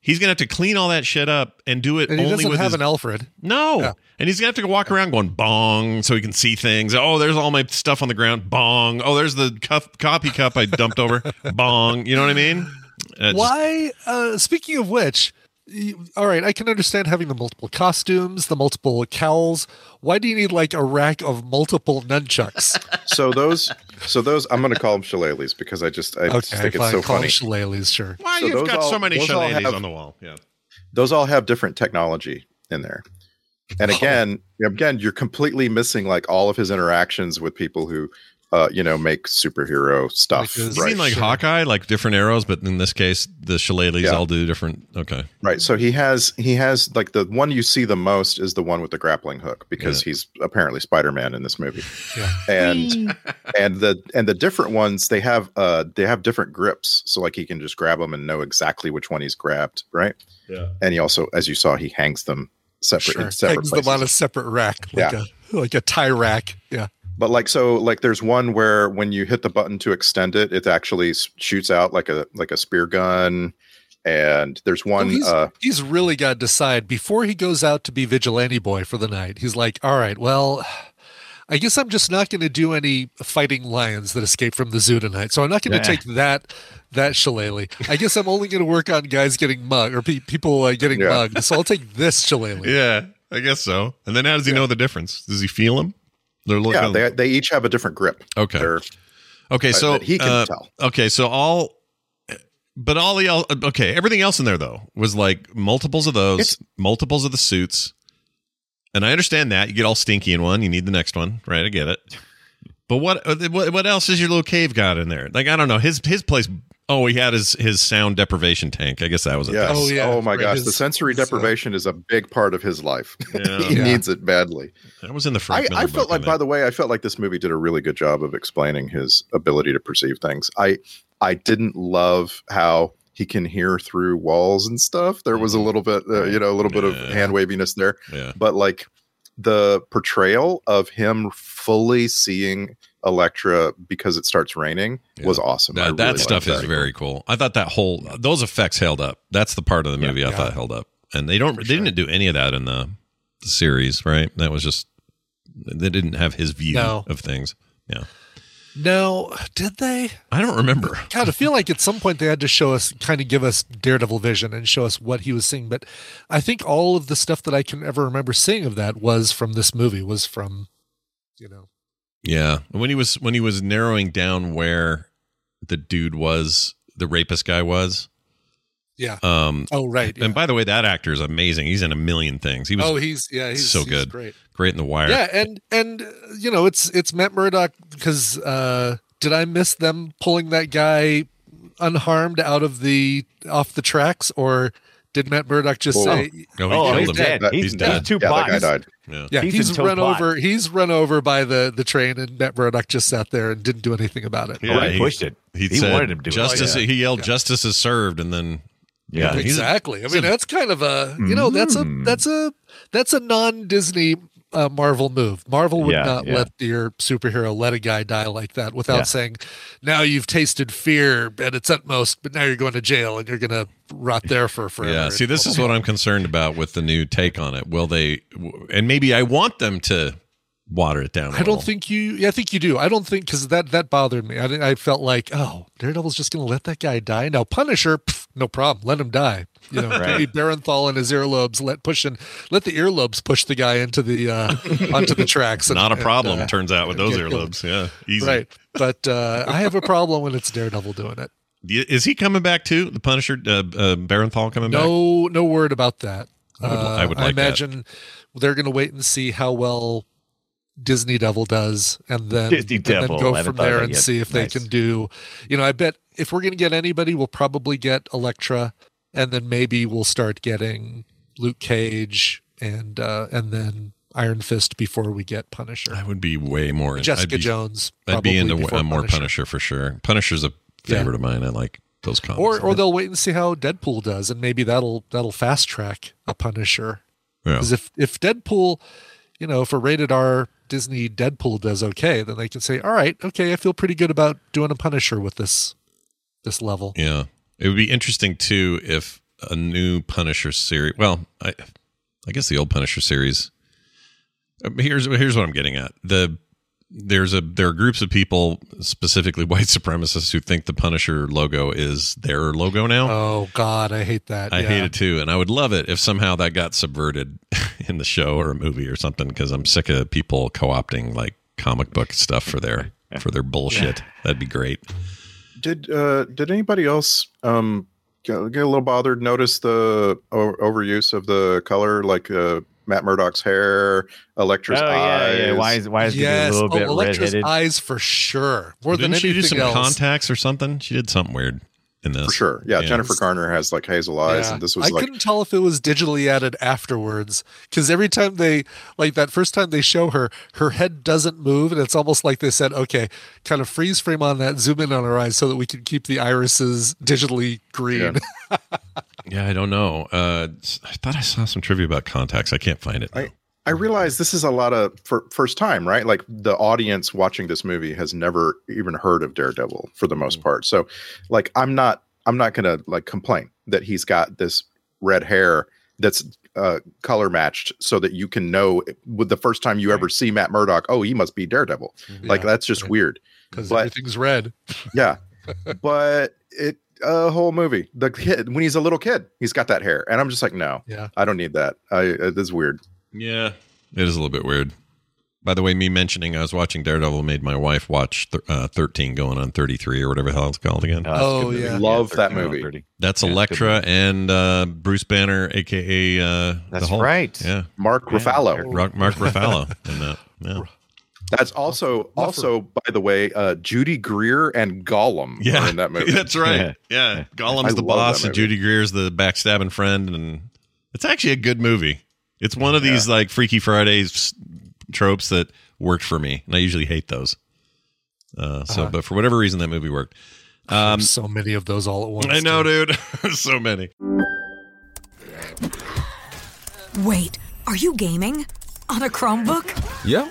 Speaker 3: he's going to have to clean all that shit up and do it
Speaker 6: And he
Speaker 3: only
Speaker 6: doesn't
Speaker 3: with
Speaker 6: have
Speaker 3: his
Speaker 6: an Alfred.
Speaker 3: no.
Speaker 6: Yeah.
Speaker 3: And he's going to have to walk around going bong so he can see things. Oh, there's all my stuff on the ground. Bong. Oh, there's the cup, coffee cup I dumped *laughs* over. bong. You know what I mean? Uh, just-
Speaker 6: Why? Uh, speaking of which, y- all right, I can understand having the multiple costumes, the multiple cowls. Why do you need like a rack of multiple nunchucks?
Speaker 7: So those, so those, I'm going to call them shillelaghs because I just *laughs* I just think it's so
Speaker 6: Call them
Speaker 7: funny.
Speaker 6: shillelaghs, sure.
Speaker 3: why
Speaker 7: So
Speaker 3: you've
Speaker 7: those
Speaker 3: got so
Speaker 7: all-
Speaker 3: many
Speaker 7: those all
Speaker 3: shillelaghs
Speaker 7: have-
Speaker 3: on the wall? Yeah.
Speaker 7: those all have different technology in there. And again, again, you're completely missing like all of his interactions with people who, uh, you know, make superhero stuff.
Speaker 6: Like his-
Speaker 3: You
Speaker 7: right,
Speaker 3: mean like
Speaker 6: sure.
Speaker 3: Hawkeye, like different arrows, but in this case, the shillelaghs
Speaker 7: Yeah.
Speaker 3: all do different. Okay.
Speaker 7: right. So he has he has like the one you see the most is the one with the grappling hook because he's apparently Spider Man in this movie.
Speaker 6: Yeah.
Speaker 7: And and the and the different ones they have uh they have different grips, so like he can just grab them and know exactly which one he's grabbed, right?
Speaker 3: Yeah.
Speaker 7: And he also, as you saw, he hangs them separate.
Speaker 6: Sure.
Speaker 7: in separate
Speaker 6: Hangs
Speaker 7: places.
Speaker 6: them on a separate rack, like
Speaker 7: Yeah.
Speaker 6: a like a tie rack. Yeah.
Speaker 7: But like so, like there's one where when you hit the button to extend it, it actually s- shoots out like a like a spear gun. And there's
Speaker 6: Oh,
Speaker 7: one.
Speaker 6: he's,
Speaker 7: uh,
Speaker 6: he's really got to decide before he goes out to be vigilante boy for the night. He's like, all right, well, I guess I'm just not going to do any fighting lions that escape from the zoo tonight. So I'm not going to
Speaker 5: Yeah.
Speaker 6: take that that shillelagh. I guess I'm only going to work on guys getting mugged or pe- people uh, getting
Speaker 7: Yeah.
Speaker 6: mugged. So I'll take this shillelagh.
Speaker 3: Yeah. I guess so. And then how does he know the difference? Does he feel them? They're looking.
Speaker 7: yeah, they, they each have a different grip.
Speaker 3: Okay.
Speaker 7: They're-
Speaker 3: Okay, so
Speaker 7: that he can
Speaker 3: uh,
Speaker 7: tell.
Speaker 3: Okay, so all, but all the el- okay, everything else in there though was like multiples of those,
Speaker 7: It's-
Speaker 3: multiples of the suits, and I understand that you get all stinky in one, you need the next one, right? I get it. But what uh, what what else is your little cave got in there? Like I don't know his his place. Oh, he had his his sound deprivation tank. I guess that was a
Speaker 7: yes.
Speaker 3: thing.
Speaker 6: Oh,
Speaker 7: Oh,
Speaker 6: yeah.
Speaker 7: my
Speaker 6: Right,
Speaker 7: gosh,
Speaker 6: his-
Speaker 7: the sensory
Speaker 6: his, uh,
Speaker 7: deprivation is a big part of his life. *laughs*
Speaker 3: Yeah.
Speaker 7: he
Speaker 6: Yeah.
Speaker 7: needs it badly.
Speaker 3: That was in the
Speaker 7: I,
Speaker 3: Frank Miller
Speaker 7: I
Speaker 3: book,
Speaker 7: felt like,
Speaker 3: think.
Speaker 7: by the way, I felt like this movie did a really good job of explaining his ability to perceive things. I I didn't love how he can hear through walls and stuff. There was a little bit, uh, you know, a little bit of
Speaker 3: Mm-hmm. Yeah.
Speaker 7: hand waviness there,
Speaker 3: yeah.
Speaker 7: but like the portrayal of him fully seeing Elektra because it starts raining
Speaker 3: Yeah.
Speaker 7: was awesome.
Speaker 3: That,
Speaker 7: I
Speaker 3: that
Speaker 7: really liked
Speaker 3: stuff is
Speaker 7: that.
Speaker 3: very cool. I thought that whole those effects held up. That's the part of the movie I thought held up, and they don't they didn't do any of that in the, the series, right? That was just they didn't have his view
Speaker 6: No.
Speaker 3: of things. Yeah,
Speaker 6: No, did they?
Speaker 3: I don't remember.
Speaker 6: God, I feel like at some point they had to show us, kind of give us Daredevil vision and show us what he was seeing. But I think all of the stuff that I can ever remember seeing of that was from this movie, was from, you know,
Speaker 3: Yeah, when he was when he was narrowing down where the dude was, the rapist guy was.
Speaker 6: yeah.
Speaker 3: Um,
Speaker 6: Oh, right. yeah.
Speaker 3: and by the way, that actor is amazing. He's in a million things. He was
Speaker 6: oh, he's yeah, he's
Speaker 3: so
Speaker 6: he's
Speaker 3: good.
Speaker 6: great.
Speaker 3: great in The Wire.
Speaker 6: Yeah, and and uh, you know, it's it's Matt Murdock because uh, did I miss them pulling that guy unharmed out of the off the tracks or? Did Matt Murdock just
Speaker 7: Oh.
Speaker 6: say?
Speaker 3: No,
Speaker 5: Oh,
Speaker 3: killed
Speaker 5: he's
Speaker 3: him.
Speaker 5: dead.
Speaker 7: That-
Speaker 5: He's,
Speaker 3: he's
Speaker 5: dead.
Speaker 3: dead.
Speaker 5: Two
Speaker 7: yeah, that guy
Speaker 5: plots.
Speaker 7: died.
Speaker 3: Yeah.
Speaker 6: Yeah,
Speaker 5: He's
Speaker 6: he's,
Speaker 5: in tow
Speaker 6: run
Speaker 5: plot.
Speaker 6: over. He's run over by the the train, and Matt Murdock just sat there and didn't do anything about it.
Speaker 3: Yeah,
Speaker 5: oh, he,
Speaker 3: he-
Speaker 5: pushed it.
Speaker 3: He,
Speaker 5: He
Speaker 3: said,
Speaker 5: wanted him to.
Speaker 3: Justice.
Speaker 5: Oh, yeah.
Speaker 3: He yelled, "Justice is served," and then
Speaker 5: Yeah.
Speaker 3: he's a- Hmm.
Speaker 6: exactly. I mean, that's kind of a you know that's a that's a that's a non Disney uh, Marvel move. Marvel would
Speaker 5: Yeah,
Speaker 6: not
Speaker 5: yeah.
Speaker 6: let your superhero let a guy die like that without
Speaker 5: Yeah.
Speaker 6: saying, "Now you've tasted fear at its utmost, but now you're going to jail and you're going to rot there for forever."
Speaker 3: Yeah, see, this
Speaker 6: Blah,
Speaker 3: is
Speaker 6: blah,
Speaker 3: what I'm concerned about with the new take on it. Will they, w- and maybe I want them to water it down. I
Speaker 6: I don't think you. yeah, I think you do. I don't think because that that bothered me. I didn't- I felt like, oh, Daredevil's just going to let that guy die. Now Punisher, pff, no problem, let him die. You know,
Speaker 5: Right.
Speaker 6: maybe Barenthal and his earlobes let push and let the earlobes push the guy into the uh onto the tracks.
Speaker 3: *laughs*
Speaker 6: and-
Speaker 3: Not a
Speaker 6: and,
Speaker 3: problem.
Speaker 6: uh,
Speaker 3: turns out with those
Speaker 6: get killed.
Speaker 3: earlobes, yeah, easy.
Speaker 6: right, but uh I have a problem when it's Daredevil doing it.
Speaker 3: Y- Is he coming back too? The Punisher, uh, uh, Barenthal coming back?
Speaker 6: No, no word about that. Uh,
Speaker 3: I would- I would
Speaker 6: I
Speaker 3: like that.
Speaker 6: imagine they're going to wait and see how well Disney Devil does, and then,
Speaker 5: Disney
Speaker 6: and then
Speaker 5: Devil, I
Speaker 6: go
Speaker 5: haven't
Speaker 6: from
Speaker 5: thought of
Speaker 6: there
Speaker 5: that
Speaker 6: and
Speaker 5: yet.
Speaker 6: see if
Speaker 5: Nice.
Speaker 6: they can do. You know, I bet if we're going to get anybody, we'll probably get Elektra, and then maybe we'll start getting Luke Cage, and uh, and then Iron Fist before we get Punisher.
Speaker 3: I would be way more. in-
Speaker 6: Jessica
Speaker 3: I'd be,
Speaker 6: Jones.
Speaker 3: I'd be
Speaker 6: probably
Speaker 3: into
Speaker 6: before
Speaker 3: a more Punisher. for sure. Punisher's a favorite of mine. I like those comics.
Speaker 6: Or, or they'll wait and see how Deadpool does, and maybe that'll that'll fast track a Punisher
Speaker 3: yeah.
Speaker 6: Because if if Deadpool, you know, if a rated R Disney Deadpool does okay, then they can say, "All right, okay, I feel pretty good about doing a Punisher with this this level."
Speaker 3: Yeah. It would be interesting too if a new Punisher series. Well, I, I guess the old Punisher series. uh, Here's here's what I'm getting at. The there's a there are groups of people, specifically *laughs* white supremacists, who think the Punisher logo is their logo now.
Speaker 6: Oh God, I hate that.
Speaker 3: I
Speaker 6: yeah.
Speaker 3: hate it too, and I would love it if somehow that got subverted *laughs* in the show or a movie or something. Because I'm sick of people co-opting like comic book stuff for
Speaker 6: *laughs*
Speaker 3: their for their bullshit. That'd be great.
Speaker 7: Did uh did anybody else um get, get a little bothered notice the o- overuse of the color like uh Matt Murdock's hair, Electra's
Speaker 5: Oh, yeah,
Speaker 7: eyes.
Speaker 5: yeah. Why is why is he
Speaker 6: Yes,
Speaker 5: a little
Speaker 6: oh,
Speaker 5: bit
Speaker 6: Electra's
Speaker 5: redheaded?
Speaker 6: eyes for sure. More
Speaker 3: Didn't
Speaker 6: than
Speaker 3: she do
Speaker 6: anything
Speaker 3: some
Speaker 6: else.
Speaker 3: contacts or something? She did something weird in this.
Speaker 7: For sure. Yeah,
Speaker 3: Yeah.
Speaker 7: Jennifer Garner has like hazel eyes,
Speaker 6: Yeah.
Speaker 7: and this was
Speaker 6: I
Speaker 7: like
Speaker 6: couldn't tell if it was digitally added afterwards because every time they like that first time they show her, her head doesn't move, and it's almost like they said, "Okay, kind of freeze frame on that, zoom in on her eyes, so that we can keep the irises digitally green."
Speaker 7: Yeah.
Speaker 3: Yeah, I don't know. Uh, I thought I saw some trivia about contacts. I can't find it.
Speaker 7: I- I realize this is a lot of for first time, right? Like the audience watching this movie has never even heard of Daredevil for the most part. So, like, I'm not, I'm not gonna like complain that he's got this red hair that's uh, color matched, so that you can know with the first time you ever see Matt Murdock, oh, he must be Daredevil. *laughs* Like that's just weird.
Speaker 6: because
Speaker 7: but-
Speaker 6: everything's red.
Speaker 7: Yeah, but it a whole movie. The kid when he's a little kid, he's got that hair, and I'm just like, no,
Speaker 6: Yeah.
Speaker 7: I don't need that. I uh, that's weird.
Speaker 3: Yeah, it is a little bit weird. By the way, me mentioning I was watching Daredevil made my wife watch th- uh, 13 going on 33 or whatever the hell it's called again.
Speaker 5: that's a
Speaker 6: Oh,
Speaker 5: good movie.
Speaker 6: yeah.
Speaker 7: Love that
Speaker 5: 13 around
Speaker 7: movie.
Speaker 5: 30.
Speaker 3: That's
Speaker 5: Yeah, it's a good
Speaker 3: Elektra and uh, Bruce Banner, aka uh, the
Speaker 5: That's
Speaker 3: Hulk.
Speaker 5: right.
Speaker 3: Yeah,
Speaker 7: Mark
Speaker 5: Yeah.
Speaker 7: Ruffalo.
Speaker 3: Rock, Mark Ruffalo in that. Yeah.
Speaker 7: That's also
Speaker 6: Rougher.
Speaker 7: also by the way, uh, Judy Greer and Gollum
Speaker 3: Yeah.
Speaker 7: are
Speaker 3: *laughs*
Speaker 7: in that movie.
Speaker 3: That's right. Yeah, Gollum's
Speaker 7: I
Speaker 3: the
Speaker 7: love
Speaker 3: boss,
Speaker 7: that
Speaker 3: and
Speaker 7: movie.
Speaker 3: Judy Greer's the backstabbing friend, and it's actually a good movie. It's one of these like Freaky Fridays tropes that worked for me, and I usually hate those. Uh, so, but for whatever reason, that movie worked. Um,
Speaker 6: so many of those all at once.
Speaker 3: I know, dude. *laughs* so many.
Speaker 8: Wait, are you gaming? On a Chromebook?
Speaker 9: Yep.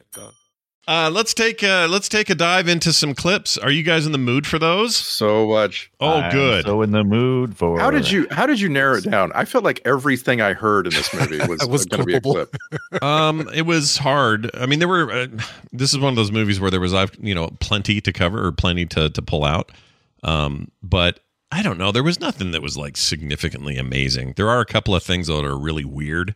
Speaker 3: Uh, let's take uh, let's take a dive into some clips. Are you guys in the mood for those?
Speaker 7: So much.
Speaker 3: Oh,
Speaker 5: I'm
Speaker 3: good.
Speaker 5: So in the mood for
Speaker 7: How did you how did you narrow it down? I felt like everything I heard in
Speaker 3: *laughs*
Speaker 7: this movie was,
Speaker 6: Was
Speaker 7: was going to be a
Speaker 6: culpable.
Speaker 7: clip.
Speaker 3: um it was hard i mean there were uh, this is one of those movies where there was i've you know plenty to cover or plenty to to pull out um but i don't know there was nothing that was like significantly amazing there are a couple of things that are really weird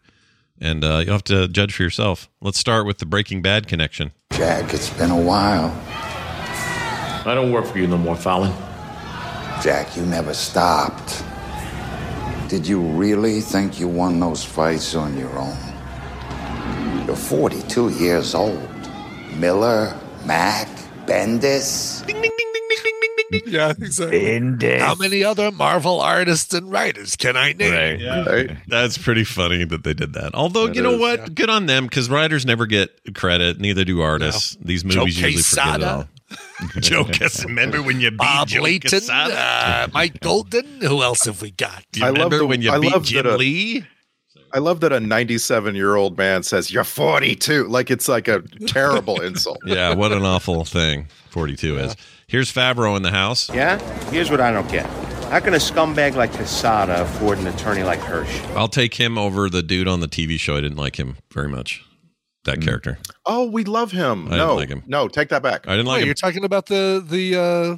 Speaker 3: and uh you'll have to judge for yourself let's start with the breaking bad connection
Speaker 10: Jack, it's been a while.
Speaker 11: *laughs* I don't work for you no more, Fallon.
Speaker 10: Jack, you never stopped. Did you really think you won those fights on your own? You're 42 years old. Miller, Mac, Bendis. Ding, ding, ding, ding, ding, ding, ding, ding.
Speaker 6: Yeah, exactly.
Speaker 10: Bendis.
Speaker 6: How many other Marvel artists and writers can I name? *laughs*
Speaker 3: Right. That's pretty funny that they did that. Although,
Speaker 6: That
Speaker 3: you know
Speaker 6: is,
Speaker 3: what?
Speaker 6: yeah.
Speaker 3: Good on them because writers never get credit. Neither do artists. These movies
Speaker 6: Joe
Speaker 3: usually forget it all.
Speaker 6: Quesada.
Speaker 3: Joe Quesada. *laughs* Remember when you beat
Speaker 6: Bob
Speaker 3: Joe
Speaker 6: Layton,
Speaker 3: Quesada?
Speaker 6: uh, Mike Golden. Who else have we got?
Speaker 3: Do you remember when you beat Jim
Speaker 7: a-
Speaker 3: Lee?
Speaker 7: I love that a 97 year old man says, You're 42. Like it's like a
Speaker 3: *laughs*
Speaker 7: terrible insult.
Speaker 3: yeah, what an awful thing 42 is. Here's Favreau in the house.
Speaker 12: Yeah? Here's what I don't get. How can a scumbag like Casada afford an attorney like Hirsch?
Speaker 3: I'll take him over the dude on the TV show. I didn't like him very much.
Speaker 6: Hmm.
Speaker 3: That character.
Speaker 7: Oh, we love him.
Speaker 3: I didn't
Speaker 7: no,
Speaker 3: like him.
Speaker 7: no, take that back.
Speaker 3: I didn't like
Speaker 6: Wait,
Speaker 3: him.
Speaker 6: Oh, you're talking about the the uh,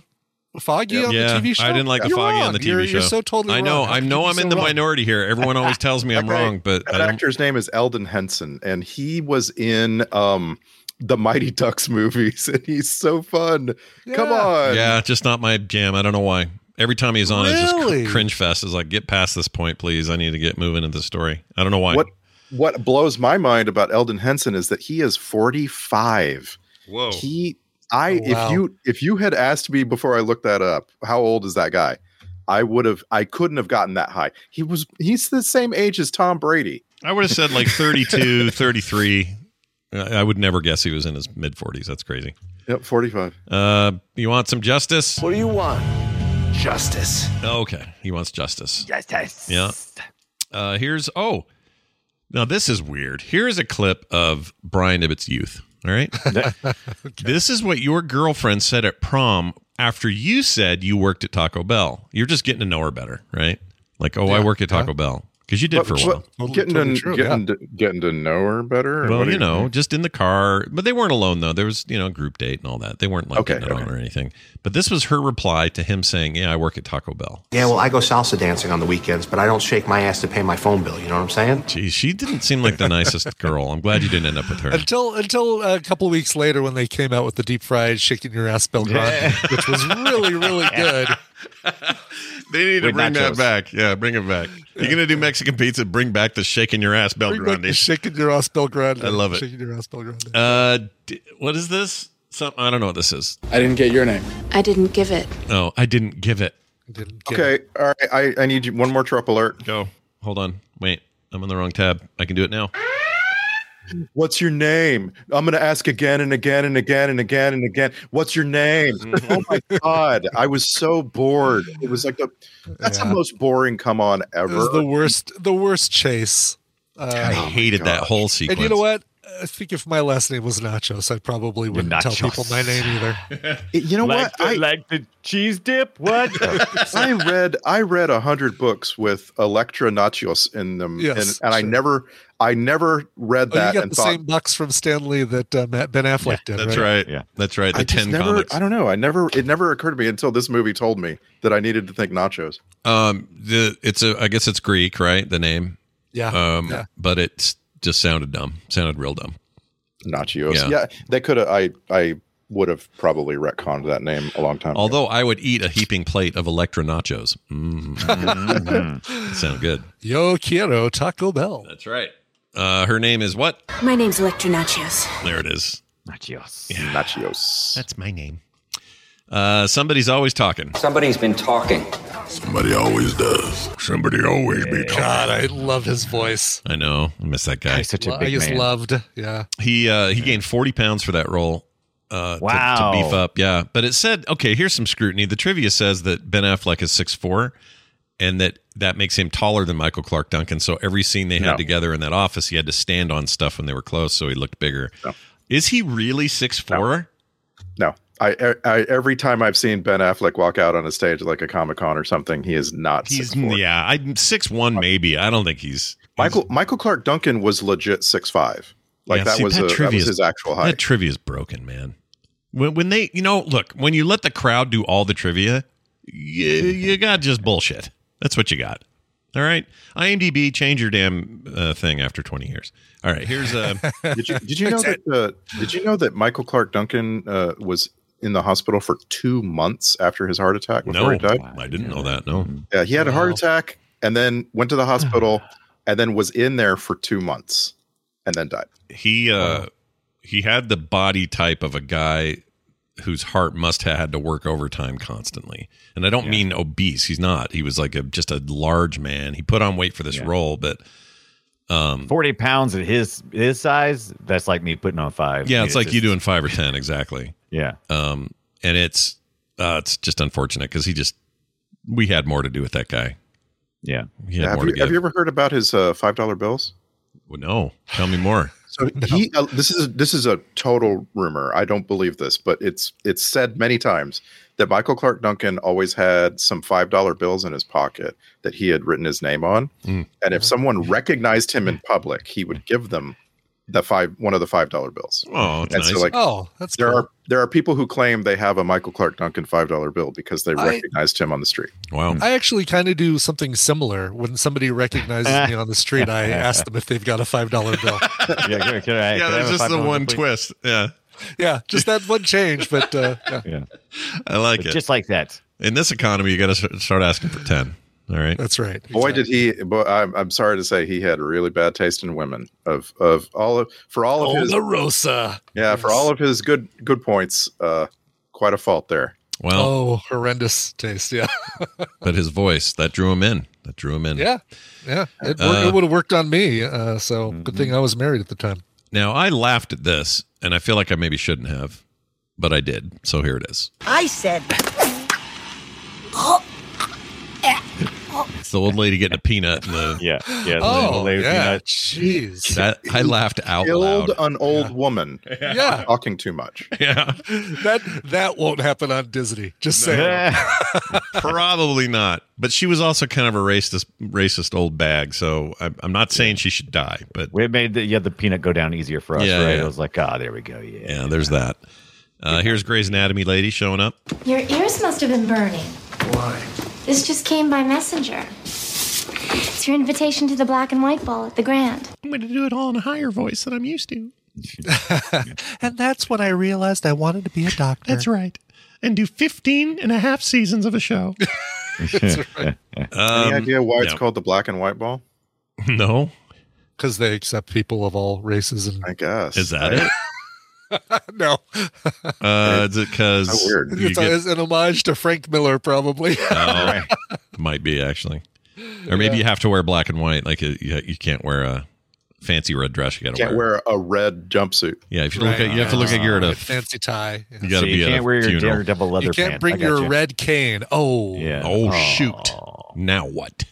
Speaker 6: Foggy on
Speaker 3: yeah,
Speaker 6: the TV show.
Speaker 3: I didn't like the
Speaker 6: You're
Speaker 3: Foggy
Speaker 6: wrong.
Speaker 3: on the TV
Speaker 6: you're,
Speaker 3: show.
Speaker 6: You're so totally.
Speaker 3: I know.
Speaker 6: wrong. How
Speaker 3: I
Speaker 6: could
Speaker 3: know.
Speaker 6: you
Speaker 3: I'm
Speaker 6: be
Speaker 3: in
Speaker 6: so
Speaker 3: the
Speaker 6: wrong?
Speaker 3: minority here. Everyone always tells
Speaker 6: *laughs*
Speaker 3: me I'm
Speaker 7: That guy-
Speaker 3: wrong, but I
Speaker 7: that
Speaker 3: don't.
Speaker 7: actor's name is Eldon Henson, and he was in um the Mighty Ducks movies, *laughs* and he's so fun. Come on.
Speaker 3: Yeah, just not my jam. I don't know why. Every time he's on, it's just
Speaker 7: Really?
Speaker 3: cr- cringe fest. It's like, get past this point, please. I need to get moving in the story. I don't know why.
Speaker 7: What what blows my mind about Eldon Henson is that he is 45.
Speaker 3: Whoa.
Speaker 7: He I
Speaker 6: Oh, wow.
Speaker 7: if you if you had asked me before I looked that up, how old is that guy? I would have I couldn't have gotten that high. He was he's the same age as Tom Brady.
Speaker 3: I would have said like 32, 33. I I would never guess he was in his mid 40s. That's crazy.
Speaker 7: Yep, 45.
Speaker 3: Uh, you want some justice?
Speaker 12: What do you want? Justice.
Speaker 3: Okay. He wants justice.
Speaker 12: Justice.
Speaker 3: Yeah. Uh, here's oh, now this is weird. Here is a clip of Brian Ibbett's youth.
Speaker 12: *laughs*
Speaker 3: All right, this is what your girlfriend said at prom after you said you worked at Taco Bell. You're just getting to know her better, right? Like, oh, I
Speaker 7: Yeah,
Speaker 3: work at Taco
Speaker 7: yeah.
Speaker 3: Bell because you did
Speaker 7: But-
Speaker 3: for a
Speaker 7: but
Speaker 3: while.
Speaker 7: Getting
Speaker 6: Totally
Speaker 7: to
Speaker 6: true,
Speaker 7: getting, to, getting to know her better. or what
Speaker 3: Well,
Speaker 7: do
Speaker 3: you know, just in the car, but they weren't alone though. There was, you know, a group date and all that. They weren't like
Speaker 7: Okay,
Speaker 3: getting it on or anything. But this was her reply to him saying, "Yeah, I work at Taco Bell."
Speaker 13: Yeah, well, I go salsa dancing on the weekends, but I don't shake my ass to pay my phone bill. You know what I'm saying?
Speaker 3: Geez, she didn't seem like the *laughs* nicest girl. I'm glad you didn't end up with her.
Speaker 6: Until until a couple weeks later, when they came out with the deep fried shaking your ass Belgrande, which was really
Speaker 3: *laughs*
Speaker 6: really good.
Speaker 3: They need to
Speaker 6: With
Speaker 3: bring that
Speaker 6: nachos.
Speaker 3: back. Yeah, bring it back. You're gonna do Mexican pizza. Bring back the shaking your ass Bel
Speaker 6: Bring back the
Speaker 3: Grande.
Speaker 6: shaking your ass Belgrande.
Speaker 3: I love it.
Speaker 6: Shaking your ass Belgrande.
Speaker 3: Uh, d- what is this? Some I don't know what this is.
Speaker 14: I didn't get your name.
Speaker 15: I didn't give it.
Speaker 3: Oh, I didn't give it.
Speaker 7: Okay, all right. I, I need you one more trip alert.
Speaker 3: Go. Hold on. Wait. I'm on the wrong tab. I can do it now.
Speaker 6: Oh
Speaker 7: What's your name? I'm going to ask again and again and again and again and again. What's your name? oh my god, I was so bored. It was like the that's the most boring come on
Speaker 6: It
Speaker 7: ever.
Speaker 6: was the worst the worst chase.
Speaker 3: I
Speaker 6: Uh,
Speaker 3: hated that whole sequence.
Speaker 6: and you know what? I think if my last name was Nachos, I probably wouldn't tell
Speaker 3: nachos.
Speaker 6: people my name
Speaker 7: *laughs*
Speaker 6: either. Oh,
Speaker 7: you know
Speaker 6: Like
Speaker 7: what? I
Speaker 5: like the cheese dip. What?
Speaker 7: *laughs* I read I read a hundred books with Electra Nachos in them,
Speaker 6: Yes,
Speaker 7: and, and I
Speaker 6: sure.
Speaker 7: never I never read
Speaker 6: Oh, you
Speaker 7: that
Speaker 6: got
Speaker 7: and
Speaker 6: the
Speaker 7: thought
Speaker 6: same bucks from Stanley that uh, Matt Ben Affleck did.
Speaker 3: That's
Speaker 6: right.
Speaker 3: right. Yeah. That's right. The
Speaker 7: I just
Speaker 3: ten
Speaker 7: never.
Speaker 3: comics.
Speaker 7: I don't know. I never. It never occurred to me until this movie told me that I needed to think Nachos.
Speaker 3: Um, the it's a I guess it's Greek, right? The name.
Speaker 6: Yeah.
Speaker 3: Um,
Speaker 7: Yeah.
Speaker 3: but it just sounded dumb. Sounded real dumb.
Speaker 7: Nachos.
Speaker 3: Yeah.
Speaker 7: Yeah, they could have. I I would have probably retconned that name a long time. ago.
Speaker 3: Although I would eat a heaping plate of Electra nachos. Mm. *laughs* Sound good.
Speaker 6: Yo quiero Taco Bell.
Speaker 3: That's right. Uh, her name is what?
Speaker 15: My name's Electra Nachos.
Speaker 3: There it is.
Speaker 5: Nachos.
Speaker 7: Nachos.
Speaker 3: That's my name. Uh, somebody's always talking.
Speaker 16: Somebody's been talking.
Speaker 3: Somebody always does. Somebody always be
Speaker 6: God, I love his voice.
Speaker 3: I know. I miss that guy.
Speaker 6: Well, I just loved. Yeah.
Speaker 3: He uh, he gained forty pounds for that role. Uh, to-
Speaker 5: Wow.
Speaker 3: To, beef up, yeah. But it said, okay, here's some scrutiny. The trivia says that Ben Affleck is six four, and that that makes him taller than Michael Clark Duncan. So every scene they had
Speaker 7: No.
Speaker 3: together in that office, he had to stand on stuff when they were close, so he looked bigger. Is he really six four?
Speaker 7: No, I, e, I every time I've seen Ben Affleck walk out on a stage like a Comic Con or something, he is not.
Speaker 3: He's
Speaker 7: 6'4".
Speaker 3: yeah, I'm six one maybe. I don't think he's
Speaker 7: Michael Michael Clark Duncan was legit six five. Like
Speaker 3: Yeah,
Speaker 7: that
Speaker 3: see,
Speaker 7: was a, that was
Speaker 3: is-
Speaker 7: his actual height.
Speaker 3: That trivia is broken, man. When when they you know look when you let the crowd do all the trivia, you you got just bullshit. That's what you got. All right, IMDb, change your damn uh, thing after 20 years. All right, here's
Speaker 7: *laughs*
Speaker 3: uh,
Speaker 7: did you did you know that uh, did you know that Michael Clark Duncan uh, was in the hospital for two months after his heart attack before
Speaker 3: no,
Speaker 7: he died?
Speaker 3: I didn't know that. No,
Speaker 7: Yeah, he had a heart attack and then went to *sighs* the hospital and then was in there for two months and then died.
Speaker 3: he uh he had the body type of a guy whose heart must have had to work overtime constantly and i don't mean obese he's not he was like a just a large man he put on weight for this role but um
Speaker 5: 40 pounds at his his size, that's like me putting on five.
Speaker 3: yeah it's like you
Speaker 5: just-
Speaker 3: doing five or ten exactly
Speaker 5: yeah
Speaker 3: um and it's uh it's just unfortunate because he just we had more to do with that guy
Speaker 5: yeah
Speaker 3: he had
Speaker 7: have,
Speaker 3: more
Speaker 7: you,
Speaker 3: to
Speaker 7: have
Speaker 3: give.
Speaker 7: you ever heard about his uh, five dollar bills?
Speaker 3: Well, no tell me more
Speaker 7: *laughs* So he uh, this is this is a total rumor. I don't believe this, but it's it's said many times that Michael Clark Duncan always had some five dollar bills in his pocket that he had written his name on, and if someone recognized him *laughs* in public, he would give them the five one of the five dollar bills. *laughs*
Speaker 3: Oh, that's
Speaker 7: and so
Speaker 3: nice.
Speaker 7: like
Speaker 6: Oh, that's
Speaker 7: there
Speaker 6: cool.
Speaker 7: are there are people who claim they have a Michael Clark Duncan five dollar bill because they
Speaker 6: I-
Speaker 7: recognized him on the street.
Speaker 3: Wow.
Speaker 6: I actually kind of do something similar. When somebody recognizes me on the street, I ask them if they've got a five dollar
Speaker 5: yeah,
Speaker 6: bill.
Speaker 5: can, can I,
Speaker 3: yeah
Speaker 5: can I have
Speaker 3: there's
Speaker 5: a
Speaker 3: just the
Speaker 5: $5
Speaker 3: one
Speaker 5: please?
Speaker 3: twist yeah
Speaker 6: Yeah, just that one change. But uh, yeah.
Speaker 3: i like
Speaker 5: But
Speaker 3: it
Speaker 5: just like that
Speaker 3: in this economy you gotta s- start asking for 10 all right
Speaker 6: that's right
Speaker 7: Boy, did he! Boy, I'm, I'm sorry to say, he had really bad taste in women. Of of all of for all
Speaker 6: Oh,
Speaker 7: of his
Speaker 6: Olorosa.
Speaker 7: yeah for all of his good good points, uh, quite a fault there.
Speaker 3: well
Speaker 6: oh, horrendous taste. Yeah,
Speaker 3: but his voice that drew him in that drew him in
Speaker 6: yeah, yeah. It,
Speaker 3: Uh,
Speaker 6: would have worked on me. Uh, so good thing I was married at the time.
Speaker 3: now i laughed at this and i feel like i maybe shouldn't have but i did so here it is
Speaker 8: I said. Oh,
Speaker 3: it's the old lady getting a peanut in the yeah yeah
Speaker 7: the Oh, old lady yeah. peanut.
Speaker 6: jeez
Speaker 3: *laughs* that i laughed out
Speaker 7: Killed
Speaker 3: loud
Speaker 7: an
Speaker 3: *laughs*
Speaker 7: old woman.
Speaker 6: Yeah.
Speaker 7: talking too much.
Speaker 3: yeah
Speaker 6: That that won't happen on Disney. Just saying.
Speaker 3: probably not but she was also kind of a racist racist old bag so i'm, I'm not saying she should die but
Speaker 5: *laughs* we made the yeah the peanut go down easier for us
Speaker 3: Yeah,
Speaker 5: right
Speaker 3: yeah.
Speaker 5: i was like ah there we go yeah
Speaker 3: yeah there's that uh, here's Grey's Anatomy lady showing up.
Speaker 4: Your ears must have been burning. Why? This just came by messenger. It's your invitation to the black and white ball at the Grand.
Speaker 3: I'm going to do it all in a higher voice than I'm used to.
Speaker 6: And that's when I realized I wanted to be a doctor. That's
Speaker 3: right. And do 15 and a half seasons of a *laughs* show.
Speaker 7: Any idea why it's
Speaker 3: no.
Speaker 7: called the black and white ball?
Speaker 3: Um, No.
Speaker 6: Because they accept people of all races and
Speaker 7: I guess
Speaker 3: Is that it?
Speaker 6: no.
Speaker 3: Uh, is it because
Speaker 7: How weird.
Speaker 6: It's, it's an homage to Frank Miller, probably.
Speaker 3: Oh, might be actually, or maybe you have to wear black and white. Like you, you can't wear a fancy red dress. You got to
Speaker 7: Can't
Speaker 3: wear.
Speaker 7: wear a red jumpsuit.
Speaker 3: Yeah, if you look at, you have to look at you're at a.
Speaker 6: fancy tie. Yeah.
Speaker 3: You got to
Speaker 5: So you
Speaker 3: be at
Speaker 5: can't
Speaker 3: a
Speaker 5: wear your
Speaker 3: funeral.
Speaker 5: daredevil leather
Speaker 6: You can't
Speaker 5: pants. I
Speaker 6: bring
Speaker 5: got
Speaker 6: your
Speaker 5: you.
Speaker 6: red cane. Oh,
Speaker 5: Yeah.
Speaker 3: Oh shoot! Now what?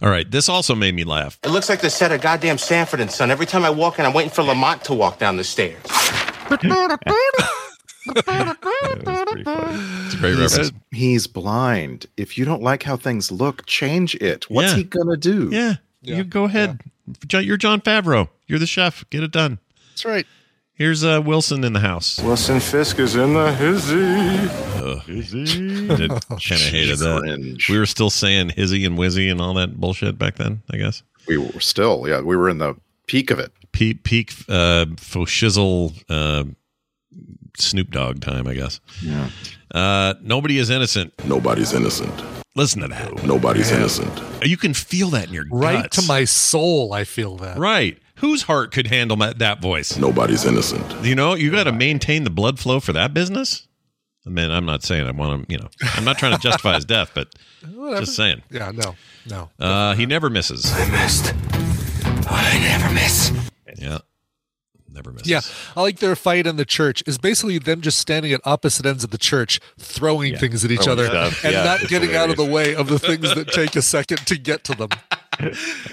Speaker 3: All right, this also made me laugh.
Speaker 17: It looks like the set of goddamn Sanford and Son. Every time I walk in, I'm waiting for Lamont to walk down the stairs.
Speaker 3: It's a great
Speaker 7: He's,
Speaker 3: reference.
Speaker 7: he's blind. If you don't like how things look, change it. What's
Speaker 3: Yeah.
Speaker 7: he gonna do?
Speaker 3: Yeah, you go ahead. Jo- You're John Favreau. You're the chef. Get it done.
Speaker 6: that's right.
Speaker 3: Here's uh, Wilson in the
Speaker 6: *laughs*
Speaker 3: house.
Speaker 18: Wilson Fisk is in the hizzy.
Speaker 3: Ugh. Did, kind of hated that.
Speaker 7: Cringe.
Speaker 3: We were still saying hizzy and wizzy and all that bullshit back then. I guess.
Speaker 7: We were still, yeah, we were in the peak of it.
Speaker 3: peak peak uh shizzle uh Snoop Dogg time, I guess.
Speaker 7: Yeah.
Speaker 3: Uh nobody is innocent.
Speaker 18: Nobody's innocent.
Speaker 3: Listen to that.
Speaker 18: Nobody's innocent.
Speaker 3: You can feel that in your
Speaker 6: Right
Speaker 3: guts.
Speaker 6: to my soul, I feel that.
Speaker 3: Right. Whose heart could handle that, that voice?
Speaker 18: Nobody's innocent.
Speaker 3: You know, you got to maintain the blood flow for that business. I mean, I'm not saying I want him, you know, I'm not trying to justify his death, but
Speaker 6: Whatever.
Speaker 3: just saying.
Speaker 6: Yeah, no, no.
Speaker 3: Uh, he never misses.
Speaker 18: I missed. I never miss.
Speaker 3: Yeah. Never misses.
Speaker 6: Yeah, I like their fight in the church is basically them just standing at opposite ends of the church, throwing things at each
Speaker 3: Throwing
Speaker 6: other,
Speaker 3: stuff.
Speaker 6: and
Speaker 3: Yeah,
Speaker 6: not
Speaker 3: it's
Speaker 6: getting out of the way of the things that take a second to get to them.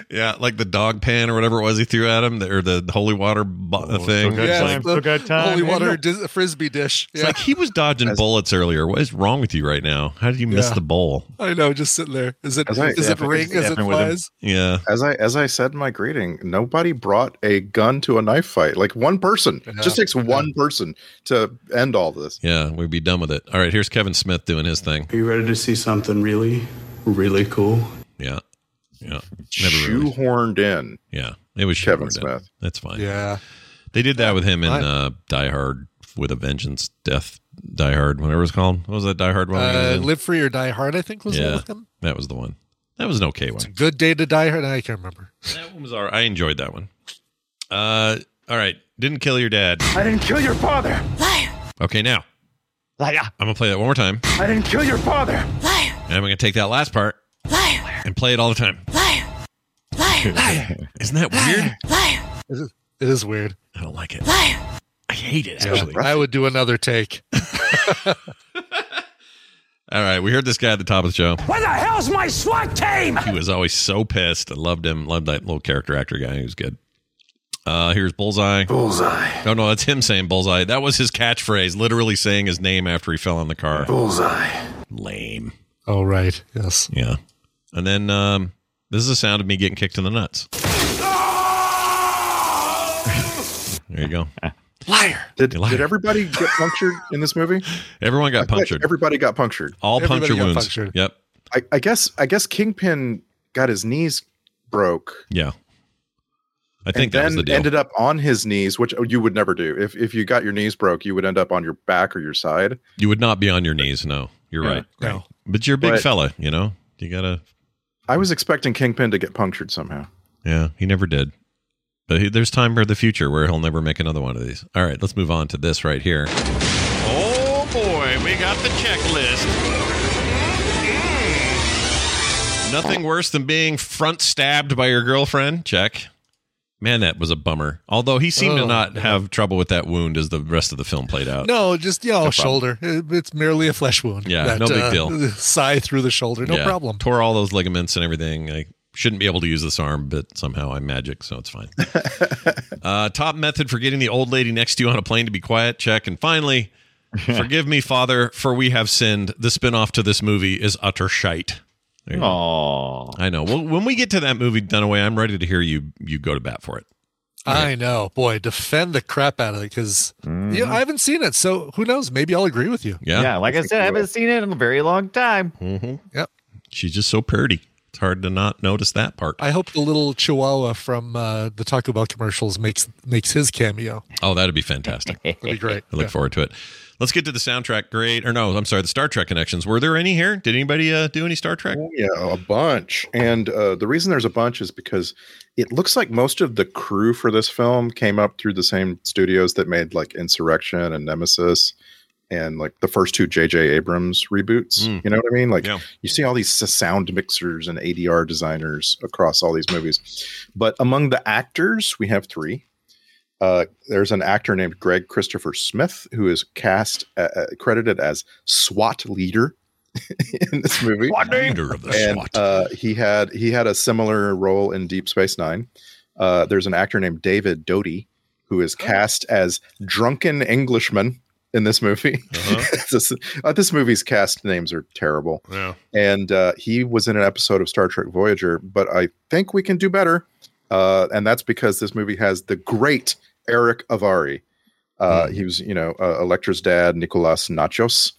Speaker 3: Yeah, like the dog pan or whatever it was he threw at him, or the holy water bo-
Speaker 18: Oh,
Speaker 3: thing.
Speaker 6: Yes,
Speaker 3: Like-
Speaker 6: the holy
Speaker 3: man.
Speaker 6: water dis- frisbee dish.
Speaker 3: It's
Speaker 6: Yeah.
Speaker 3: like he was dodging bullets earlier. What is wrong with you right now? How did you miss
Speaker 6: Yeah.
Speaker 3: the bowl?
Speaker 6: I know, just sitting there. Is it
Speaker 7: As
Speaker 6: is it
Speaker 7: I- Yeah,
Speaker 6: ring? Is it
Speaker 3: happening with him.
Speaker 6: flies?
Speaker 3: Yeah.
Speaker 7: As I as I said in my greeting, nobody brought a gun to a knife fight. Like one person. It just takes one person to end all this.
Speaker 3: Yeah, we'd be done with it. All right, here's Kevin Smith doing his thing.
Speaker 1: Are you ready to see something really, really cool?
Speaker 3: Yeah. Yeah.
Speaker 7: shoehorned in.
Speaker 3: Yeah, it was
Speaker 7: Kevin
Speaker 3: shoehorned in.
Speaker 7: Smith.
Speaker 3: That's fine.
Speaker 14: Yeah.
Speaker 3: They did that with him in
Speaker 14: I-
Speaker 3: uh, Die Hard with a Vengeance, Death, Die Hard, whatever it's called. What was that Die Hard one? he was
Speaker 14: Uh,
Speaker 3: in?
Speaker 14: Live Free or Die Hard, I think was
Speaker 3: yeah,
Speaker 14: with him.
Speaker 3: that was the one. That was an okay one.
Speaker 14: Good Day to Die Hard. I can't remember.
Speaker 3: That one was all right. I enjoyed that one. Uh, all right. Didn't kill your dad.
Speaker 19: I didn't kill your father.
Speaker 3: Okay, now
Speaker 5: Liar.
Speaker 3: I'm gonna play that one more time,
Speaker 19: I didn't kill your father.
Speaker 3: and I'm gonna take that last part
Speaker 19: Liar.
Speaker 3: and play it all the time. Isn't that weird?
Speaker 14: It is- it is weird.
Speaker 3: I don't like it.
Speaker 14: Liar.
Speaker 3: I hate it.
Speaker 14: Yeah,
Speaker 3: Actually.
Speaker 14: I would do another take.
Speaker 3: All right. We heard this guy at the top of the show.
Speaker 19: Where the hell's my SWAT team?
Speaker 3: He was always so pissed. I loved him. Loved that little character actor guy. He was good. Uh, here's Bullseye. Oh,
Speaker 19: Bullseye.
Speaker 3: No, no, that's him saying Bullseye. That was his catchphrase, literally saying his name after he fell on the car.
Speaker 19: Bullseye.
Speaker 3: Lame.
Speaker 14: Oh, right. Yes.
Speaker 3: Yeah. And then um, this is the sound of me getting kicked in the nuts.
Speaker 7: Ah!
Speaker 3: there you go.
Speaker 14: Liar.
Speaker 7: Did,
Speaker 3: Liar.
Speaker 7: did
Speaker 3: *laughs*
Speaker 7: everybody get punctured in this movie?
Speaker 3: Everyone got punctured.
Speaker 7: Everybody got punctured.
Speaker 3: All
Speaker 7: Everybody
Speaker 3: puncture
Speaker 7: got
Speaker 3: wounds.
Speaker 7: punctured.
Speaker 3: Yep.
Speaker 7: I, I guess I guess Kingpin got his knees broke.
Speaker 3: Yeah. I think
Speaker 7: and
Speaker 3: that was
Speaker 7: then
Speaker 3: the deal.
Speaker 7: ended up on his knees, which you would never do. If if you got your knees broke, you would end up on your back or your side.
Speaker 3: you would not be on your knees. No, you're
Speaker 7: Yeah.
Speaker 3: right.
Speaker 14: No.
Speaker 3: But you're a big
Speaker 7: But-
Speaker 3: fella, you know? You got to.
Speaker 7: I was expecting Kingpin to get punctured somehow.
Speaker 3: Yeah, he never did. But he, there's time for the future where he'll never make another one of these. All right, let's move on to this right here.
Speaker 19: Oh boy, we got the checklist.
Speaker 3: Nothing worse than being front stabbed by your girlfriend. Check. Man, that was a bummer. Although he seemed to
Speaker 14: Oh,
Speaker 3: not have trouble with that wound as the rest of the film played out.
Speaker 14: No, just yeah,
Speaker 3: Oh. No problem.
Speaker 14: shoulder. It- It's merely a flesh wound. uh,
Speaker 3: Yeah, no big
Speaker 14: *laughs*
Speaker 3: deal.
Speaker 14: Sigh through the shoulder. No
Speaker 3: Yeah.
Speaker 14: problem.
Speaker 3: Tore all those ligaments and everything. I shouldn't be able to use this arm, but somehow I'm magic, so
Speaker 14: *laughs*
Speaker 3: it's fine. uh, top method for getting the old lady next to you on a plane to be quiet. Check.
Speaker 14: *laughs*
Speaker 3: And finally, forgive me, Father, for we have sinned. The spinoff to this movie is utter shite. There you go. I know. Well, when we get to that movie, Dunaway, I'm ready to hear you you go to bat for it.
Speaker 14: I know, boy. Defend the crap out of it because
Speaker 3: Mm-hmm.
Speaker 14: you know, I haven't seen it. So who knows? Maybe I'll agree with you.
Speaker 3: Yeah.
Speaker 5: Yeah, like I said, I haven't seen it in a very long time.
Speaker 3: Mm-hmm.
Speaker 14: Yep.
Speaker 3: She's just so pretty. It's hard to not notice that part.
Speaker 14: I hope the little Chihuahua from uh, the Taco Bell commercials makes makes his cameo.
Speaker 3: Oh, that'd
Speaker 14: *laughs*
Speaker 3: be fantastic. I
Speaker 14: That'd be great.
Speaker 3: look
Speaker 14: Yeah.
Speaker 3: forward to it. Let's get to the soundtrack. Great. Or no, I'm sorry, the Star Trek connections. Were there any here? Did anybody uh, do any Star Trek?
Speaker 7: Oh, yeah, a bunch. And uh, the reason there's a bunch is because it looks like most of the crew for this film came up through the same studios that made like Insurrection and Nemesis and like the first two J.J. Abrams reboots. You know what I mean? Like you see all these s- sound mixers and ADR designers across all these movies. But among the actors, we have three. Uh, there's an actor named Greg Christopher Smith who is cast uh, uh, credited as SWAT leader *laughs* in this movie.
Speaker 3: Leader of the
Speaker 7: and
Speaker 3: SWAT.
Speaker 7: uh, he had he had a similar role in Deep Space Nine. Uh, there's an actor named David Doty who is cast as drunken Englishman in this movie.
Speaker 3: Uh-huh.
Speaker 7: *laughs*
Speaker 14: *laughs*
Speaker 7: this, uh, this movie's cast names are terrible.
Speaker 3: Yeah.
Speaker 7: And uh, he was in an episode of Star Trek Voyager, but I think we can do better. Uh, and that's because this movie has the great Eric Avari. Uh, He was, you know, uh, Electra's dad, Nicolas Nachos.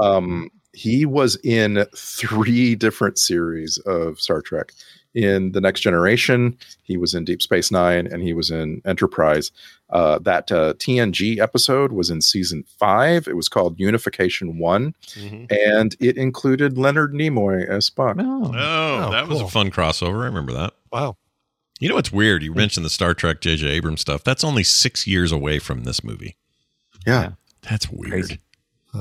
Speaker 7: Um, he was in three different series of Star Trek. In The Next Generation, he was in Deep Space Nine, and he was in Enterprise. Uh, that uh, TNG episode was in season five. It was called Unification One, and it included Leonard Nimoy as Spock.
Speaker 3: Oh, that was a fun crossover. I remember that.
Speaker 14: Wow.
Speaker 3: You know what's weird?
Speaker 14: Hmm.
Speaker 3: You mentioned the Star Trek J.J. Abrams stuff. That's only six years away from this movie.
Speaker 7: Yeah.
Speaker 3: That's weird.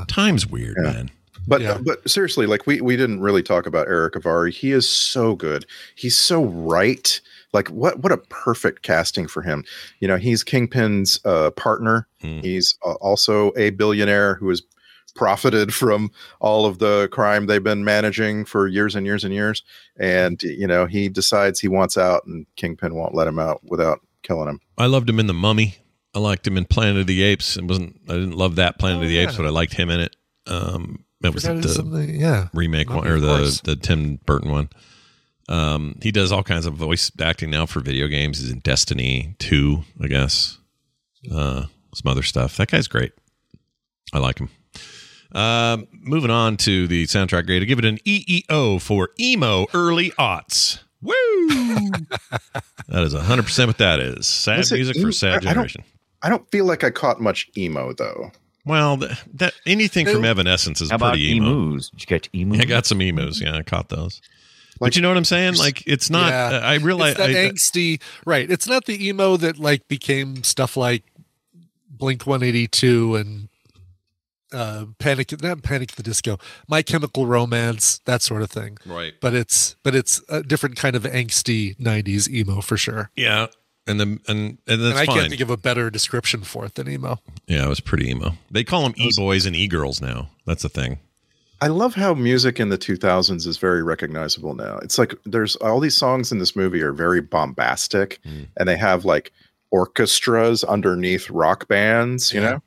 Speaker 3: Time's weird, man.
Speaker 7: But but seriously, like we we didn't really talk about Eric Avari. He is so good. He's so right. Like what what a perfect casting for him. You know, he's Kingpin's uh, partner. He's uh, also a billionaire who has profited from all of the crime they've been managing for years and years and years. And you know, he decides he wants out, and Kingpin won't let him out without killing him.
Speaker 3: I loved him in The Mummy. I liked him in Planet of the Apes. It wasn't. I didn't love that Planet of the Apes, but I liked him in it. Um, that was
Speaker 14: Oh, Forgot it was
Speaker 3: the
Speaker 14: something- yeah.
Speaker 3: remake
Speaker 14: Mummy,
Speaker 3: one or
Speaker 14: of
Speaker 3: the
Speaker 14: course.
Speaker 3: the Tim Burton one. Um, he does all kinds of voice acting now for video games. He's in Destiny Two, I guess. Uh, some other stuff. That guy's great. I like him. Um, E
Speaker 7: *laughs*
Speaker 3: moving on to the soundtrack grade, I give it an EEO for emo early aughts. Woo! That is 100% what that is. Sad
Speaker 7: Was it
Speaker 3: music
Speaker 7: emo-
Speaker 3: for sad
Speaker 7: I- I don't-
Speaker 3: generation.
Speaker 7: I don't feel like I caught much emo though.
Speaker 3: Well, th- that anything from Evanescence is
Speaker 7: How about
Speaker 3: pretty emo.
Speaker 5: emus? Did you catch emus?
Speaker 6: Mm-hmm.
Speaker 3: I got some emus. Yeah, I caught those. but you know what I'm saying? Like, it's not.
Speaker 6: Yeah.
Speaker 3: uh, I realize.
Speaker 6: it's that
Speaker 3: I,
Speaker 6: angsty, right? It's not the emo that like became stuff like Blink One Eighty Two and uh Panic, not Panic at the Disco, My Chemical Romance, that sort of thing,
Speaker 3: Right.
Speaker 6: But it's but it's a different kind of angsty '90s emo for sure.
Speaker 3: yeah, and then and and that's
Speaker 6: and I
Speaker 3: fine.
Speaker 6: can't think of a better description for it than emo.
Speaker 3: yeah, it was pretty emo. They call them e boys and e girls now. That's the thing.
Speaker 7: I love how music in the 2000s is very recognizable now. It's like there's all these songs in this movie are very bombastic and they have like orchestras underneath rock bands, you know?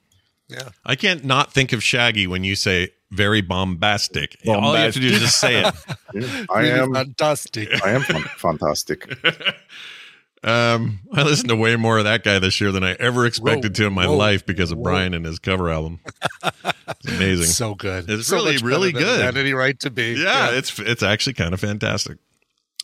Speaker 6: Yeah.
Speaker 3: I can't not think of Shaggy when you say very bombastic. All you have to do is just say it.
Speaker 7: Yeah, I
Speaker 6: Really
Speaker 7: am
Speaker 6: fantastic.
Speaker 7: I am fan- fantastic.
Speaker 3: Um, I listened to way more of that guy this year than I ever expected to in my
Speaker 6: whoa,
Speaker 3: life because of Brian and his cover album. It's amazing.
Speaker 6: So good.
Speaker 3: It's
Speaker 6: So
Speaker 3: really,
Speaker 6: much
Speaker 3: really
Speaker 6: better than it
Speaker 3: good.
Speaker 6: Had any right to *laughs* be?
Speaker 3: yeah, it's it's actually kind of fantastic.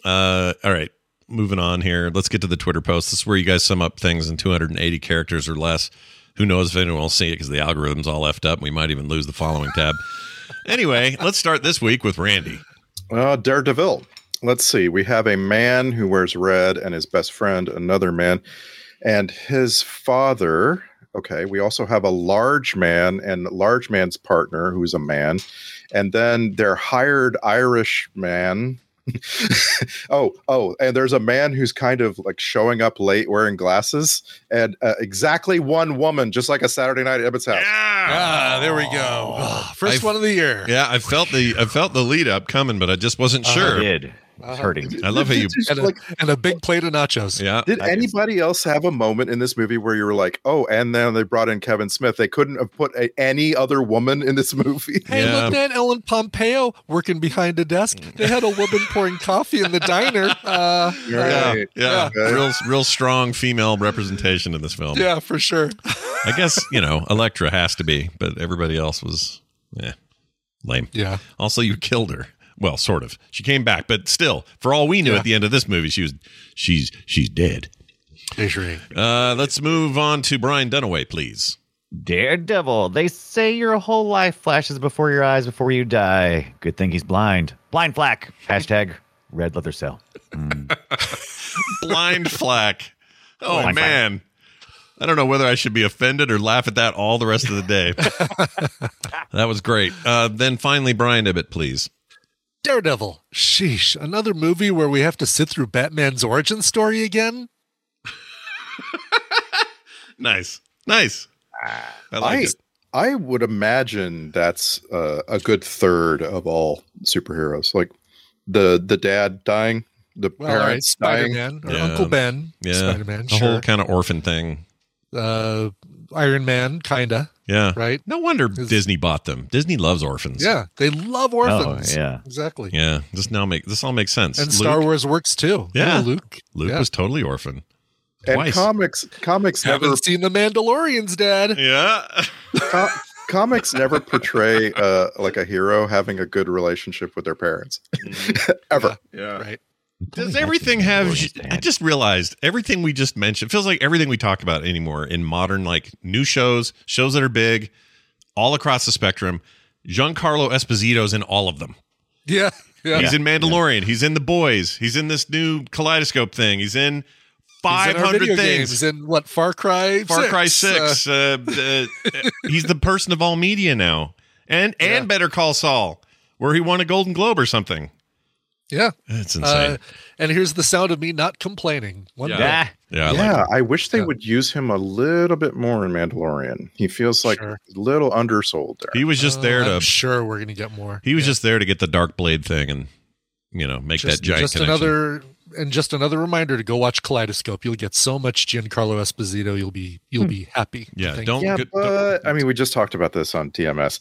Speaker 3: Uh, all right, moving on here. Let's get to the Twitter post. This is where you guys sum up things in 280 characters or less. Who knows if anyone will see it because the algorithm's all effed up. We might even lose the following tab. *laughs* anyway, let's start this week with Randy.
Speaker 7: Uh, Daredevil. Let's see. We have a man who wears red and his best friend, another man, and his father. Okay. We also have a large man and large man's partner, who's a man, and then their hired Irish man. *laughs* oh, oh, and there's a man who's kind of like showing up late wearing glasses, and uh, exactly one woman, just like a Saturday night at Ebbett's house.
Speaker 6: Ah, there we go. Ah, first
Speaker 3: I've-
Speaker 6: one of the year.
Speaker 3: *sighs* Yeah, I felt the I felt the lead up coming, but I just wasn't
Speaker 6: Uh-huh.
Speaker 3: sure.
Speaker 5: I did. It's hurting.
Speaker 3: I love how you.
Speaker 6: and, a, and a big plate of nachos.
Speaker 3: Yeah.
Speaker 7: Did anybody else have a moment in this movie where you were like, "Oh, and then they brought in Kevin Smith. They couldn't have put a, any other woman in this *laughs* movie."
Speaker 6: Hey, look
Speaker 3: Yeah. Mm.
Speaker 6: at Ellen Pompeo working behind a desk. They had a woman pouring coffee in
Speaker 3: *laughs*
Speaker 6: the diner. Uh,
Speaker 3: *laughs* Yeah,
Speaker 6: uh,
Speaker 3: yeah, real, real strong female representation in this film.
Speaker 6: yeah, for sure.
Speaker 3: I guess you know Electra has to be, but everybody else was eh, lame.
Speaker 6: Yeah.
Speaker 3: Also, you killed her. Well, sort of. She came back, but still, for all we knew, at the end of this movie, she was she's she's dead. Uh, let's move on to Brian Dunaway, please.
Speaker 5: Daredevil. They say your whole life flashes before your eyes before you die. Good thing he's blind. Blind flack. Hashtag red leather cell.
Speaker 3: Blind Flack. Oh
Speaker 5: Blind Flack.
Speaker 3: man, I don't know whether I should be offended or laugh at that all the rest of the day. that was great. Uh, then finally, Brian Ibbett, please.
Speaker 6: Daredevil. Sheesh. Another movie where we have to sit through Batman's origin story again.
Speaker 3: Nice, nice. I like
Speaker 7: I
Speaker 3: it.
Speaker 7: I would imagine that's uh, a good third of all superheroes. Like the the dad dying, the
Speaker 6: Well, all right,
Speaker 7: parents dying.
Speaker 6: Spider-Man or Uncle Ben.
Speaker 3: uh, Yeah.
Speaker 6: Spider-Man.
Speaker 3: The whole
Speaker 6: Sure.
Speaker 3: kind of orphan thing.
Speaker 6: Uh, Iron Man, kinda.
Speaker 3: Yeah.
Speaker 6: Right.
Speaker 3: No wonder Disney bought them. Disney loves orphans.
Speaker 6: Yeah, they love
Speaker 5: Oh,
Speaker 6: orphans.
Speaker 3: Oh, yeah.
Speaker 6: exactly.
Speaker 3: Yeah. This now make this all makes sense.
Speaker 6: And
Speaker 3: Luke-
Speaker 6: Star Wars works too.
Speaker 3: Yeah.
Speaker 6: Luke.
Speaker 3: Luke
Speaker 6: Yeah.
Speaker 3: was totally orphan.
Speaker 7: and
Speaker 3: Twice.
Speaker 7: comics comics
Speaker 6: Haven't
Speaker 7: never
Speaker 6: seen the Mandalorian's dad.
Speaker 3: Yeah.
Speaker 7: co- comics never portray uh, like a hero having a good relationship with their parents *laughs* ever.
Speaker 3: Mm-hmm. Yeah.
Speaker 6: Right.
Speaker 3: Does everything have? I just realized everything we just mentioned feels like everything we talk about anymore in modern, like new shows, shows that are big, all across the spectrum. Giancarlo Esposito's in all of them.
Speaker 6: Yeah. Yeah.
Speaker 3: He's in Mandalorian. He's in The Boys. He's in this new kaleidoscope thing. He's in
Speaker 6: He's in
Speaker 3: five
Speaker 6: our
Speaker 3: hundred
Speaker 6: video
Speaker 3: things.
Speaker 6: games. in what Far Cry?
Speaker 3: Far Cry
Speaker 6: uh,
Speaker 3: Six. Uh, uh, he's the person of all media now, and and Better Call Saul, where he won a Golden Globe or something.
Speaker 6: yeah.
Speaker 3: That's insane.
Speaker 6: Uh, and here's the sound of me not complaining. One
Speaker 3: Yeah.
Speaker 5: Ah,
Speaker 6: bit.
Speaker 3: yeah, I like
Speaker 7: yeah, I wish they would use him a little bit more in Mandalorian. He feels like a little undersold there.
Speaker 3: He was just there
Speaker 6: Uh, I'm
Speaker 3: to.
Speaker 6: sure we're gonna get more.
Speaker 3: He was just there to get the dark blade thing and you know make that giant
Speaker 6: just
Speaker 3: connection.
Speaker 6: another and just another reminder to go watch Kaleidoscope. You'll get so much Giancarlo Esposito. You'll be you'll be happy. I
Speaker 3: Hmm. Yeah,
Speaker 6: think.
Speaker 3: don't.
Speaker 7: yeah,
Speaker 3: get-
Speaker 7: but I mean, we just talked about this on TMS.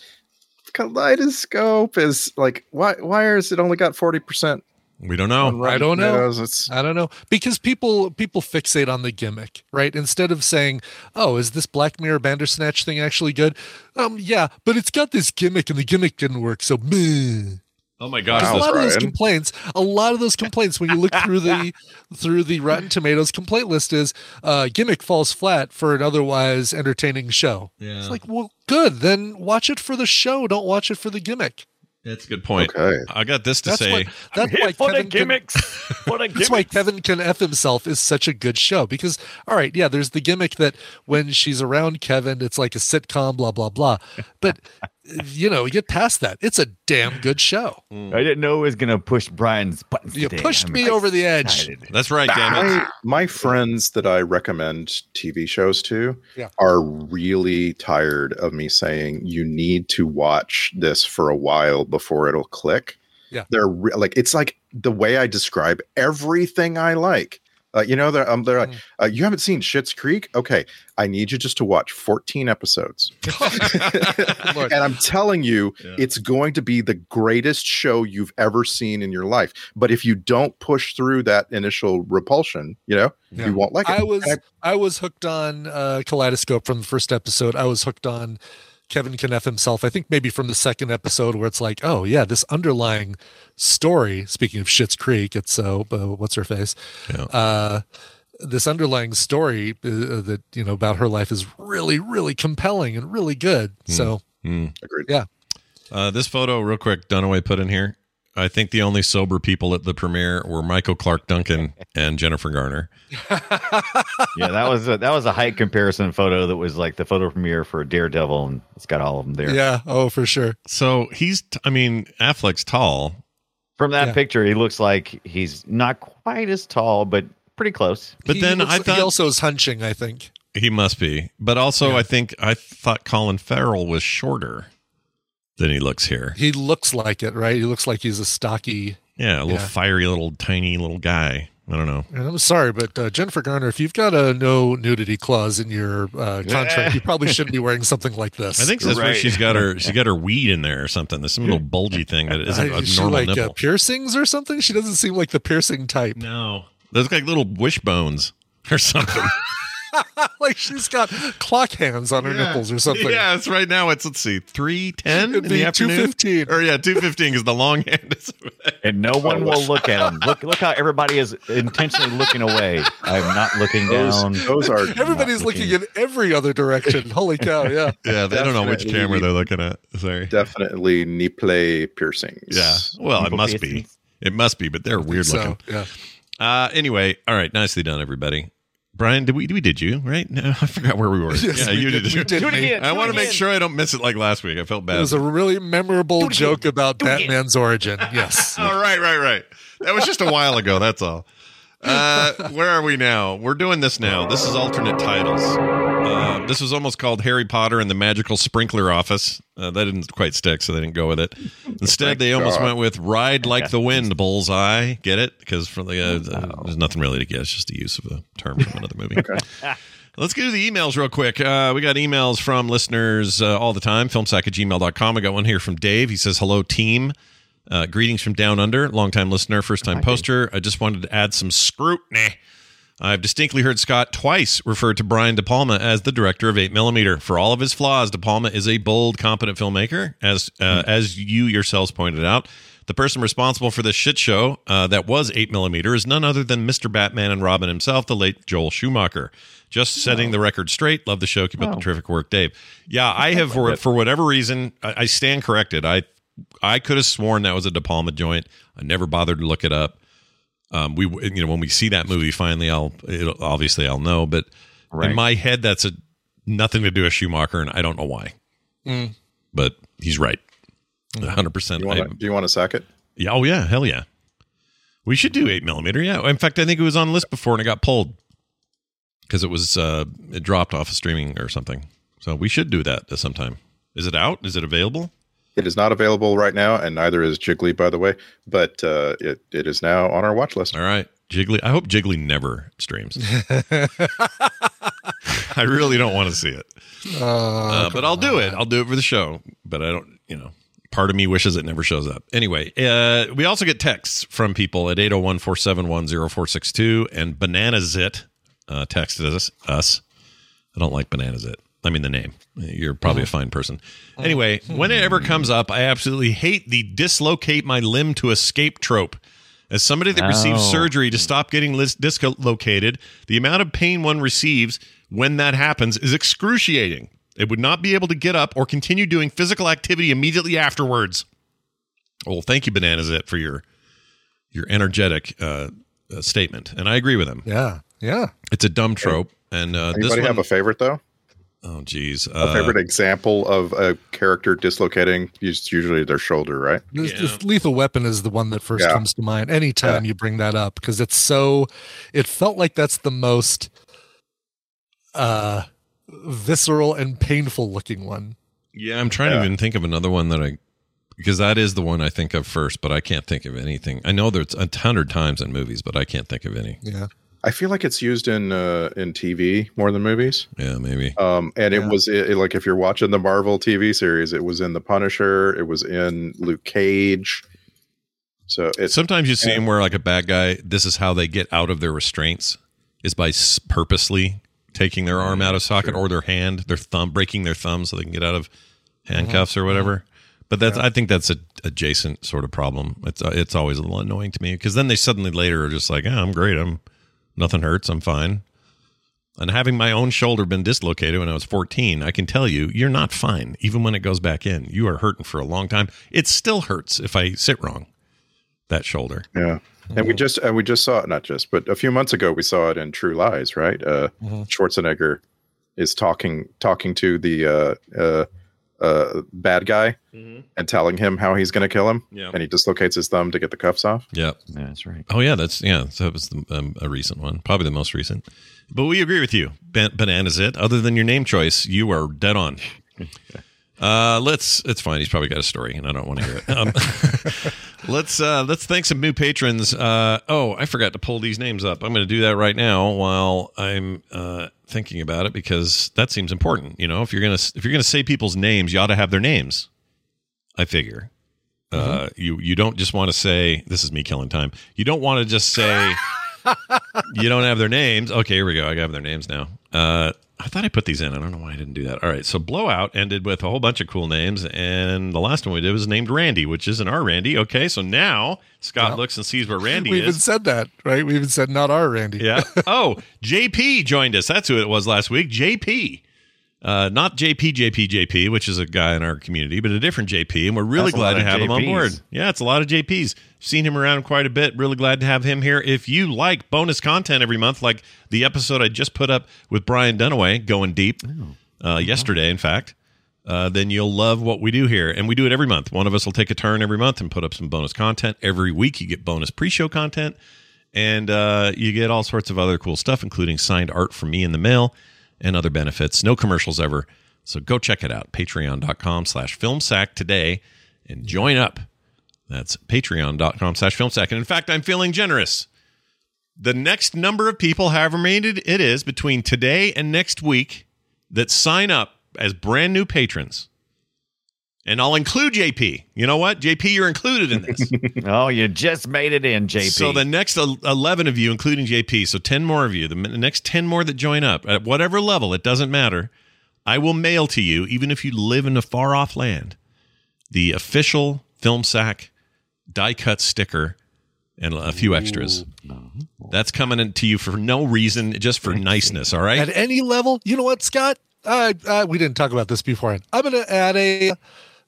Speaker 7: Kaleidoscope is like why? Why is it only got forty percent?
Speaker 3: we don't know.
Speaker 6: I don't know.
Speaker 7: It's,
Speaker 6: I don't know because people people fixate on the gimmick, right? Instead of saying, "Oh, is this Black Mirror Bandersnatch thing actually good?" Um, yeah, but it's got this gimmick, and the gimmick didn't work, so meh.
Speaker 3: Oh my gosh,
Speaker 6: Because a
Speaker 3: that's
Speaker 6: lot of those
Speaker 3: Brian.
Speaker 6: complaints, a lot of those complaints, when you look through the through the Rotten Tomatoes complaint list, is uh, gimmick falls flat for an otherwise entertaining show.
Speaker 3: Yeah.
Speaker 6: It's like, well, good. Then watch it for the show. Don't watch it for the gimmick.
Speaker 3: That's a good point. I got this to
Speaker 6: That's
Speaker 3: say.
Speaker 6: what- that's why Kevin can- *laughs*
Speaker 5: What a
Speaker 6: That's why Kevin can F himself is such a good show because, all right, yeah, there's the gimmick that when she's around Kevin, it's like a sitcom, blah, blah, blah.
Speaker 3: *laughs*
Speaker 6: But, you know, you get past that. It's a damn good show.
Speaker 5: I didn't know it was going to push Brian's buttons.
Speaker 6: You
Speaker 5: today.
Speaker 6: pushed
Speaker 5: I'm
Speaker 6: me over the edge.
Speaker 5: excited.
Speaker 3: That's right,
Speaker 7: My, my friends that I recommend TV shows to
Speaker 6: Yeah.
Speaker 7: are really tired of me saying you need to watch this for a while before it'll click.
Speaker 6: Yeah.
Speaker 7: They're re- like it's like the way I describe everything I like. Uh, you know, they're um, they're like, uh, you haven't seen Shit's Creek? Okay, I need you just to watch 14 episodes, and I'm telling you, it's going to be the greatest show you've ever seen in your life. But if you don't push through that initial repulsion, you know, you won't like it.
Speaker 6: I *laughs* was
Speaker 7: And
Speaker 6: I was hooked on uh, Kaleidoscope from the first episode. I was hooked on Kevin Kneff himself. I think maybe from the second episode where it's like, oh yeah, this underlying story. Speaking of Shit's Creek, it's so uh, what's her face. Uh, this underlying story uh, that you know about her life is really, really compelling and really good. So
Speaker 3: Mm.
Speaker 7: Agreed.
Speaker 6: yeah,
Speaker 3: Uh, this photo, real quick, Dunaway put in here. I think the only sober people at the premiere were Michael Clark Duncan and Jennifer Garner.
Speaker 5: yeah, that was a, that was a height comparison photo that was like the photo premiere for Daredevil, and it's got all of them there.
Speaker 6: yeah, oh for sure.
Speaker 3: So he's, t- I mean, Affleck's tall.
Speaker 5: From that
Speaker 6: Yeah.
Speaker 5: picture, he looks like he's not quite as tall, but pretty close.
Speaker 3: But
Speaker 6: He
Speaker 3: then
Speaker 6: looks-
Speaker 3: I thought
Speaker 6: he
Speaker 3: he,
Speaker 6: also is hunching. I think.
Speaker 3: must be. But also, I think I thought Colin Farrell was shorter than he looks here.
Speaker 6: He looks like it, right? He looks like he's a stocky.
Speaker 3: Yeah, a little
Speaker 6: Yeah.
Speaker 3: fiery, little tiny, little guy. I don't know.
Speaker 6: And I'm sorry, but uh, Jennifer Garner, if you've got a no nudity clause in your uh, contract, you probably shouldn't be wearing something like this.
Speaker 3: I think that's where
Speaker 6: Right.
Speaker 3: she's got her. She's got her weed in there or something. There's some little bulgy thing that
Speaker 6: Uh,
Speaker 3: isn't
Speaker 6: *laughs*
Speaker 3: a
Speaker 6: is she
Speaker 3: normal
Speaker 6: like uh,
Speaker 3: nipple.
Speaker 6: piercings or something? She doesn't seem like the piercing type.
Speaker 3: No, those like little wishbones or
Speaker 6: *laughs*
Speaker 3: something.
Speaker 6: *laughs* like she's got clock hands on her nipples or something.
Speaker 3: Yeah, it's right now. It's let's see, three ten in
Speaker 6: It'd be
Speaker 3: the afternoon.
Speaker 6: 2:15.
Speaker 3: Or yeah, two fifteen because the long *laughs* hand is.
Speaker 5: and no one will look at him. Look, look how everybody is intentionally looking away. I'm not looking down.
Speaker 7: Those are
Speaker 6: Everybody's looking in every
Speaker 3: *laughs*
Speaker 6: other direction. Holy cow! Yeah.
Speaker 3: Yeah, they don't know which
Speaker 7: Definitely.
Speaker 3: camera they're looking at. Sorry.
Speaker 7: definitely nipple piercings.
Speaker 3: Yeah. Well, it must be. It must be, but they're weird
Speaker 6: So,
Speaker 3: looking.
Speaker 6: yeah.
Speaker 3: Uh, anyway, all right, nicely done, everybody. Brian, did we we did you right? *laughs* No, I forgot where we were.
Speaker 6: Yes,
Speaker 3: yeah, *laughs*
Speaker 6: we
Speaker 3: you
Speaker 6: did- we did, Do it mate. again,
Speaker 3: I
Speaker 6: do
Speaker 3: want
Speaker 6: it
Speaker 3: to make
Speaker 6: again.
Speaker 3: sure I don't miss it like last week. I felt
Speaker 6: It
Speaker 3: bad.
Speaker 6: was a really memorable joke about Batman's origin.
Speaker 3: *laughs*
Speaker 6: Yes.
Speaker 3: All Oh, right, right, right. That was just a while ago. That's all. Uh, where are we now? We're doing this now. This is alternate titles. Uh, this was almost called Harry Potter and the Magical Sprinkler Office. Uh, that didn't quite stick, so they didn't go with it. Instead, they almost
Speaker 7: God.
Speaker 3: went with Ride Like the Wind, Bullseye. Get it? Because from the uh, there's nothing really to get. It's just a use of a term from another movie. Let's get to the emails real quick. Uh, we got emails from listeners uh, all the time. Filmsack at gmail.com. I got one here from Dave. He says, Hello, team. Uh, greetings from Down Under, longtime listener, first time poster. I just wanted to add some scrutiny. I've distinctly heard Scott twice refer to Brian De Palma as the director of 8mm. For all of his flaws, De Palma is a bold, competent filmmaker, as uh, as you yourselves pointed out. The person responsible for this shit show uh, that was 8mm is none other than Mr. Batman and Robin himself, the late Joel Schumacher. Just setting the record straight. Love the show. Keep up the terrific work, Dave. Yeah, I have, for, for whatever reason, I, I stand corrected. I I could have sworn that was a De Palma joint. I never bothered to look it up. Um, we, you know, when we see that movie finally, I'll it'll, obviously I'll know. But
Speaker 5: Right.
Speaker 3: in my head, that's a nothing to do with Schumacher, and I don't know why.
Speaker 6: Mm.
Speaker 3: But he's right, hundred percent.
Speaker 7: You wanna, do you want to sack it?
Speaker 3: Yeah, oh yeah, hell yeah. We should do eight millimeter. Yeah, in fact, I think it was on the list before and it got pulled because it was uh, it dropped off of streaming or something. So we should do that sometime. Is it out? Is it available?
Speaker 7: It is not available right now, and neither is Jiggly, by the way. But uh, it, it is now on our watch list.
Speaker 3: All right, Jiggly. I hope Jiggly never streams. *laughs* I really don't want to see it, uh, but I'll do it. I'll do it for the show. But I don't, you know. Part of me wishes it never shows up. Anyway, uh, we also get texts from people at 801-471-0462 and Banana Zit uh, texted us. us. I don't like Banana Zit. I mean the name. You're probably a fine person. Anyway, when it ever comes up, I absolutely hate the dislocate my limb to escape trope. As somebody that receives
Speaker 20: Oh.
Speaker 3: surgery to stop getting lis- dislocated, the amount of pain one receives when that happens is excruciating. It would not be able to get up or continue doing physical activity immediately afterwards. Well, thank you, Bananas, It, for your your energetic uh, uh, statement, and I agree with him.
Speaker 14: Yeah, yeah.
Speaker 3: It's a dumb trope, and uh, this
Speaker 7: Anybody
Speaker 3: one,
Speaker 7: have a favorite though?
Speaker 3: Oh, geez.
Speaker 7: a favorite example of a character dislocating is usually their shoulder, right?
Speaker 14: This, this lethal weapon is the one that first
Speaker 7: Yeah.
Speaker 14: comes to mind anytime you bring that up because it's so it felt like that's the most uh visceral and painful looking one
Speaker 3: Yeah, I'm trying to even think of another one that I because that is the one I think of first, but I can't think of anything. I know there's a hundred times in movies, but I can't think of any.
Speaker 14: Yeah.
Speaker 7: I feel like it's used in uh, in TV more than movies.
Speaker 3: Yeah, maybe.
Speaker 7: Um, and it was it, like if you're watching the Marvel TV series, it was in The Punisher, it was in Luke Cage. So it's
Speaker 3: Sometimes you see them where like a bad guy. This is how they get out of their restraints is by s- purposely taking their arm out of socket or their hand, their thumb, breaking their thumb so they can get out of handcuffs or whatever. But that's I think that's a adjacent sort of problem. It's uh, it's always a little annoying to me because then they suddenly later are just like, yeah, I'm great. I'm nothing hurts. I'm fine. And having my own shoulder been dislocated when I was 14, I can tell you, you're not fine. Even when it goes back in, you are hurting for a long time. It still hurts if I sit wrong. That shoulder.
Speaker 7: Yeah. And we just and we just saw it not just, but a few months ago we saw it in True Lies, right? Uh, Schwarzenegger is talking talking to the uh, uh, uh, bad guy and telling him how he's going to kill him,
Speaker 3: Yeah.
Speaker 7: and he dislocates his thumb to get the cuffs off.
Speaker 3: Yep.
Speaker 5: that's right.
Speaker 3: Oh yeah, that's yeah. So that was the, um, a recent one, probably the most recent. But we agree with you. Ban- Bananas it. Other than your name choice, you are dead
Speaker 5: *laughs*
Speaker 3: on. Uh, let's. It's fine. He's probably got a story, and I don't want to hear it. Um, *laughs* let's uh, let's thank some new patrons. Uh, oh, I forgot to pull these names up. I'm going to do that right now while I'm uh, thinking about it because that seems important. You know, if you're gonna if you're gonna say people's names, you ought to have their names. I figure. Uh, you you don't just want to say this is me killing time. You don't want to just say you don't have their names. Okay, here we go. I have their names now. Uh, I thought I put these in. I don't know why I didn't do that. All right, so blowout ended with a whole bunch of cool names, and the last one we did was named Randy, which isn't our Randy. Okay, so now Scott looks and sees where Randy
Speaker 14: we
Speaker 3: is.
Speaker 14: even said that right we even said not our randy
Speaker 3: Yeah. Oh, JP joined us. That's who it was last week. JP. Uh, not JP, JP, JP, which is a guy in our community, but a different JP. And we're really
Speaker 5: That's a
Speaker 3: glad
Speaker 5: lot
Speaker 3: to
Speaker 5: of
Speaker 3: have him on
Speaker 5: JPs.
Speaker 3: board. Yeah, it's a lot of JPs. Seen him around quite a bit. Really glad to have him here. If you like bonus content every month, like the episode I just put up with Brian Dunaway, going deep
Speaker 5: Oh,
Speaker 3: uh, yesterday, in fact, uh, then you'll love what we do here. And we do it every month. One of us will take a turn every month and put up some bonus content. Every week, you get bonus pre show content and uh, you get all sorts of other cool stuff, including signed art from me in the mail and other benefits. No commercials ever. So go check it out. Patreon.com slash filmsack today and join up. That's patreon.com slash filmsack. And in fact, I'm feeling generous. The next number of people, however many it it is, between today and next week that sign up as brand new patrons. And I'll include JP. You know what? JP, you're included in this.
Speaker 5: oh, you just made it in, JP.
Speaker 3: So the next el- 11 of you, including JP, so 10 more of you, the m- next 10 more that join up at whatever level, it doesn't matter. I will mail to you, even if you live in a far off land, the official film sack die cut sticker and a few extras. That's coming in to you for no reason, just for niceness. All right.
Speaker 14: at any level you know what scott I, I we didn't talk about this beforehand i'm gonna add a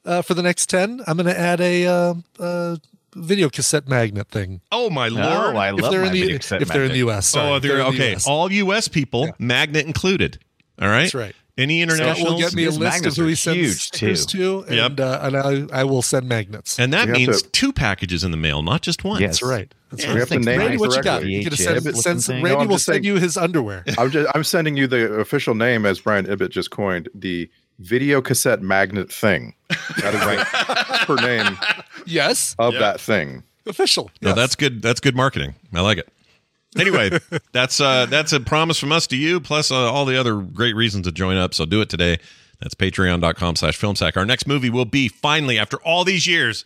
Speaker 14: uh, for the next 10 i'm gonna add a uh, uh, video cassette magnet thing
Speaker 3: Oh my lord!
Speaker 14: Oh, I If love they're in my the- video cassette if they're in the magnet. US, sorry.
Speaker 3: oh,
Speaker 14: If
Speaker 3: they're,
Speaker 14: they're in the
Speaker 3: okay.
Speaker 14: US.
Speaker 3: All U.S. people, magnet included. All right,
Speaker 14: That's right.
Speaker 3: Any international?
Speaker 14: Scott will get me a list of who he sends stickers to,
Speaker 3: Yep.
Speaker 14: and, uh, and I, I will send magnets.
Speaker 3: And that
Speaker 14: We have
Speaker 3: means
Speaker 14: to-
Speaker 3: two packages in the mail, not just one.
Speaker 14: That's right. That's right. Randy, what you got? You could have sent, sent-
Speaker 7: No,
Speaker 14: Randy
Speaker 7: I'm
Speaker 14: will
Speaker 7: just
Speaker 14: send
Speaker 7: saying-
Speaker 14: you his
Speaker 7: *laughs*
Speaker 14: underwear.
Speaker 7: I'm just I'm sending you the official name as Brian Ibbett just coined the video cassette magnet thing. That is like her name
Speaker 14: Yes.
Speaker 7: of that thing.
Speaker 14: Official.
Speaker 3: No, that's good. That's good marketing. I like it. Anyway, that's uh, that's a promise from us to you, plus uh, all the other great reasons to join up. So do it today. That's patreon.com slash filmsack. Our next movie will be finally, after all these years,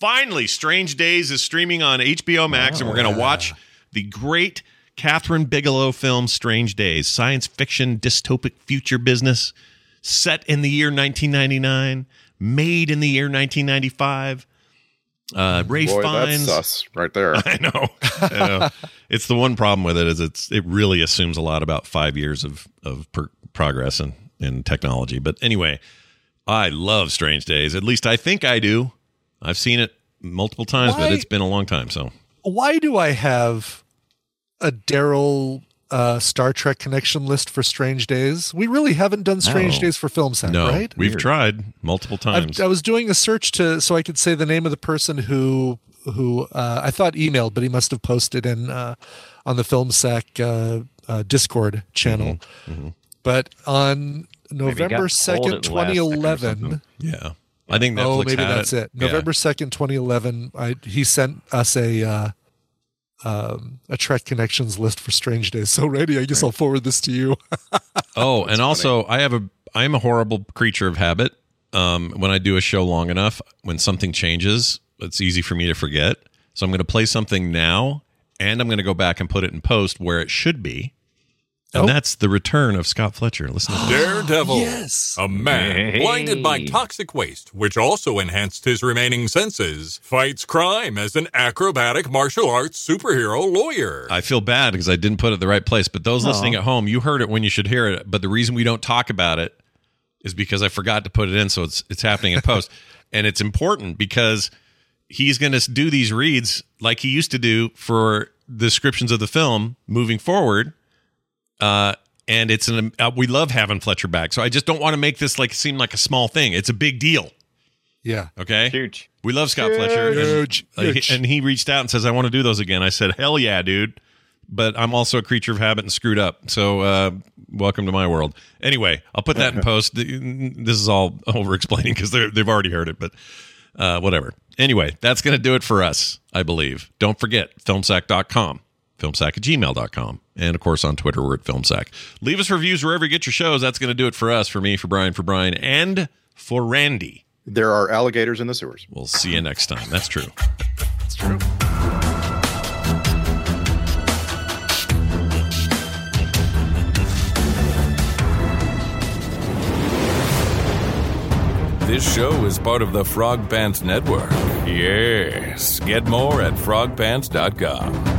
Speaker 3: finally, Strange Days is streaming on HBO Max, and we're going to watch the great Catherine Bigelow film Strange Days, science fiction dystopic future business, set in the year 1999, made in the year 1995. Uh, Ray
Speaker 7: Boy,
Speaker 3: Fiennes,
Speaker 7: that's us right there.
Speaker 3: *laughs* I know. I know. it's the one problem with it is it's it really assumes a lot about five years of of per- progress and in technology. But anyway, I love Strange Days. At least I think I do. I've seen it multiple times, but
Speaker 6: Why-
Speaker 3: it's been a long time. So
Speaker 6: Why do I have a Daryl uh, Star Trek connection list for Strange Days? We really haven't done Strange
Speaker 3: No.
Speaker 6: Days for film set,
Speaker 3: no,
Speaker 6: right?
Speaker 3: we've tried multiple times.
Speaker 6: I, I was doing a search to so I could say the name of the person who who uh, I thought emailed, but he must have posted in uh, on the FilmSac uh, uh, Discord channel. But on
Speaker 5: Maybe he got
Speaker 6: November
Speaker 5: pulled
Speaker 6: second,
Speaker 5: at last second or
Speaker 6: twenty eleven.
Speaker 3: yeah, I think Netflix
Speaker 6: Oh, maybe
Speaker 3: had
Speaker 6: that's it.
Speaker 3: Yeah.
Speaker 6: November second, twenty eleven. I he sent us a. Uh, um, a Trek connections list for Strange Days. So, Randy, I guess I'll forward this to you.
Speaker 3: Oh, and also I have a I am a horrible creature of habit. Um, when I do a show long enough, when something changes, it's easy for me to forget. So I'm going to play something now, and I'm going to go back and put it in post where it should be. And that's the return of Scott Fletcher. Listen, to this.
Speaker 4: Daredevil,
Speaker 6: yes.
Speaker 4: a man
Speaker 3: Hey.
Speaker 4: blinded by toxic waste, which also enhanced his remaining senses, fights crime as an acrobatic martial arts superhero lawyer.
Speaker 21: Uh,
Speaker 3: I feel bad because I didn't put it in the right place. But those
Speaker 4: Aw.
Speaker 3: listening at home, you heard it when you should hear it. But the reason we don't talk about it is because I forgot to put it in, so it's it's happening in post, and it's important because he's going to do these reads like he used to do for descriptions of the film moving forward. Uh, and it's an uh, we love having Fletcher back, so I just don't want to make this like seem like a small thing. It's a big deal.
Speaker 6: Yeah.
Speaker 3: Okay. Huge. We love Scott Fletcher.
Speaker 6: Huge.
Speaker 3: And, uh, he-
Speaker 6: Huge.
Speaker 3: and he reached out and says, I want to do those again. I said, Hell yeah, dude. But I'm also a creature of habit and screwed up. So uh, welcome to my world. Anyway, I'll put that in post. The- This is all *laughs* over explaining because they've already heard it, but uh, whatever. Anyway, that's going to do it for us, I believe. Don't forget filmsack.com, filmsack at gmail.com, and of course on Twitter, we're at filmsack. Leave us reviews wherever you get your shows. That's going to do it for us, for me, for Brian, for Brian, and for Randy.
Speaker 7: There are alligators in the sewers.
Speaker 3: We'll see you next time. That's true.
Speaker 21: This show is part of the Frog Pants Network. Yes. Get more at frogpants.com.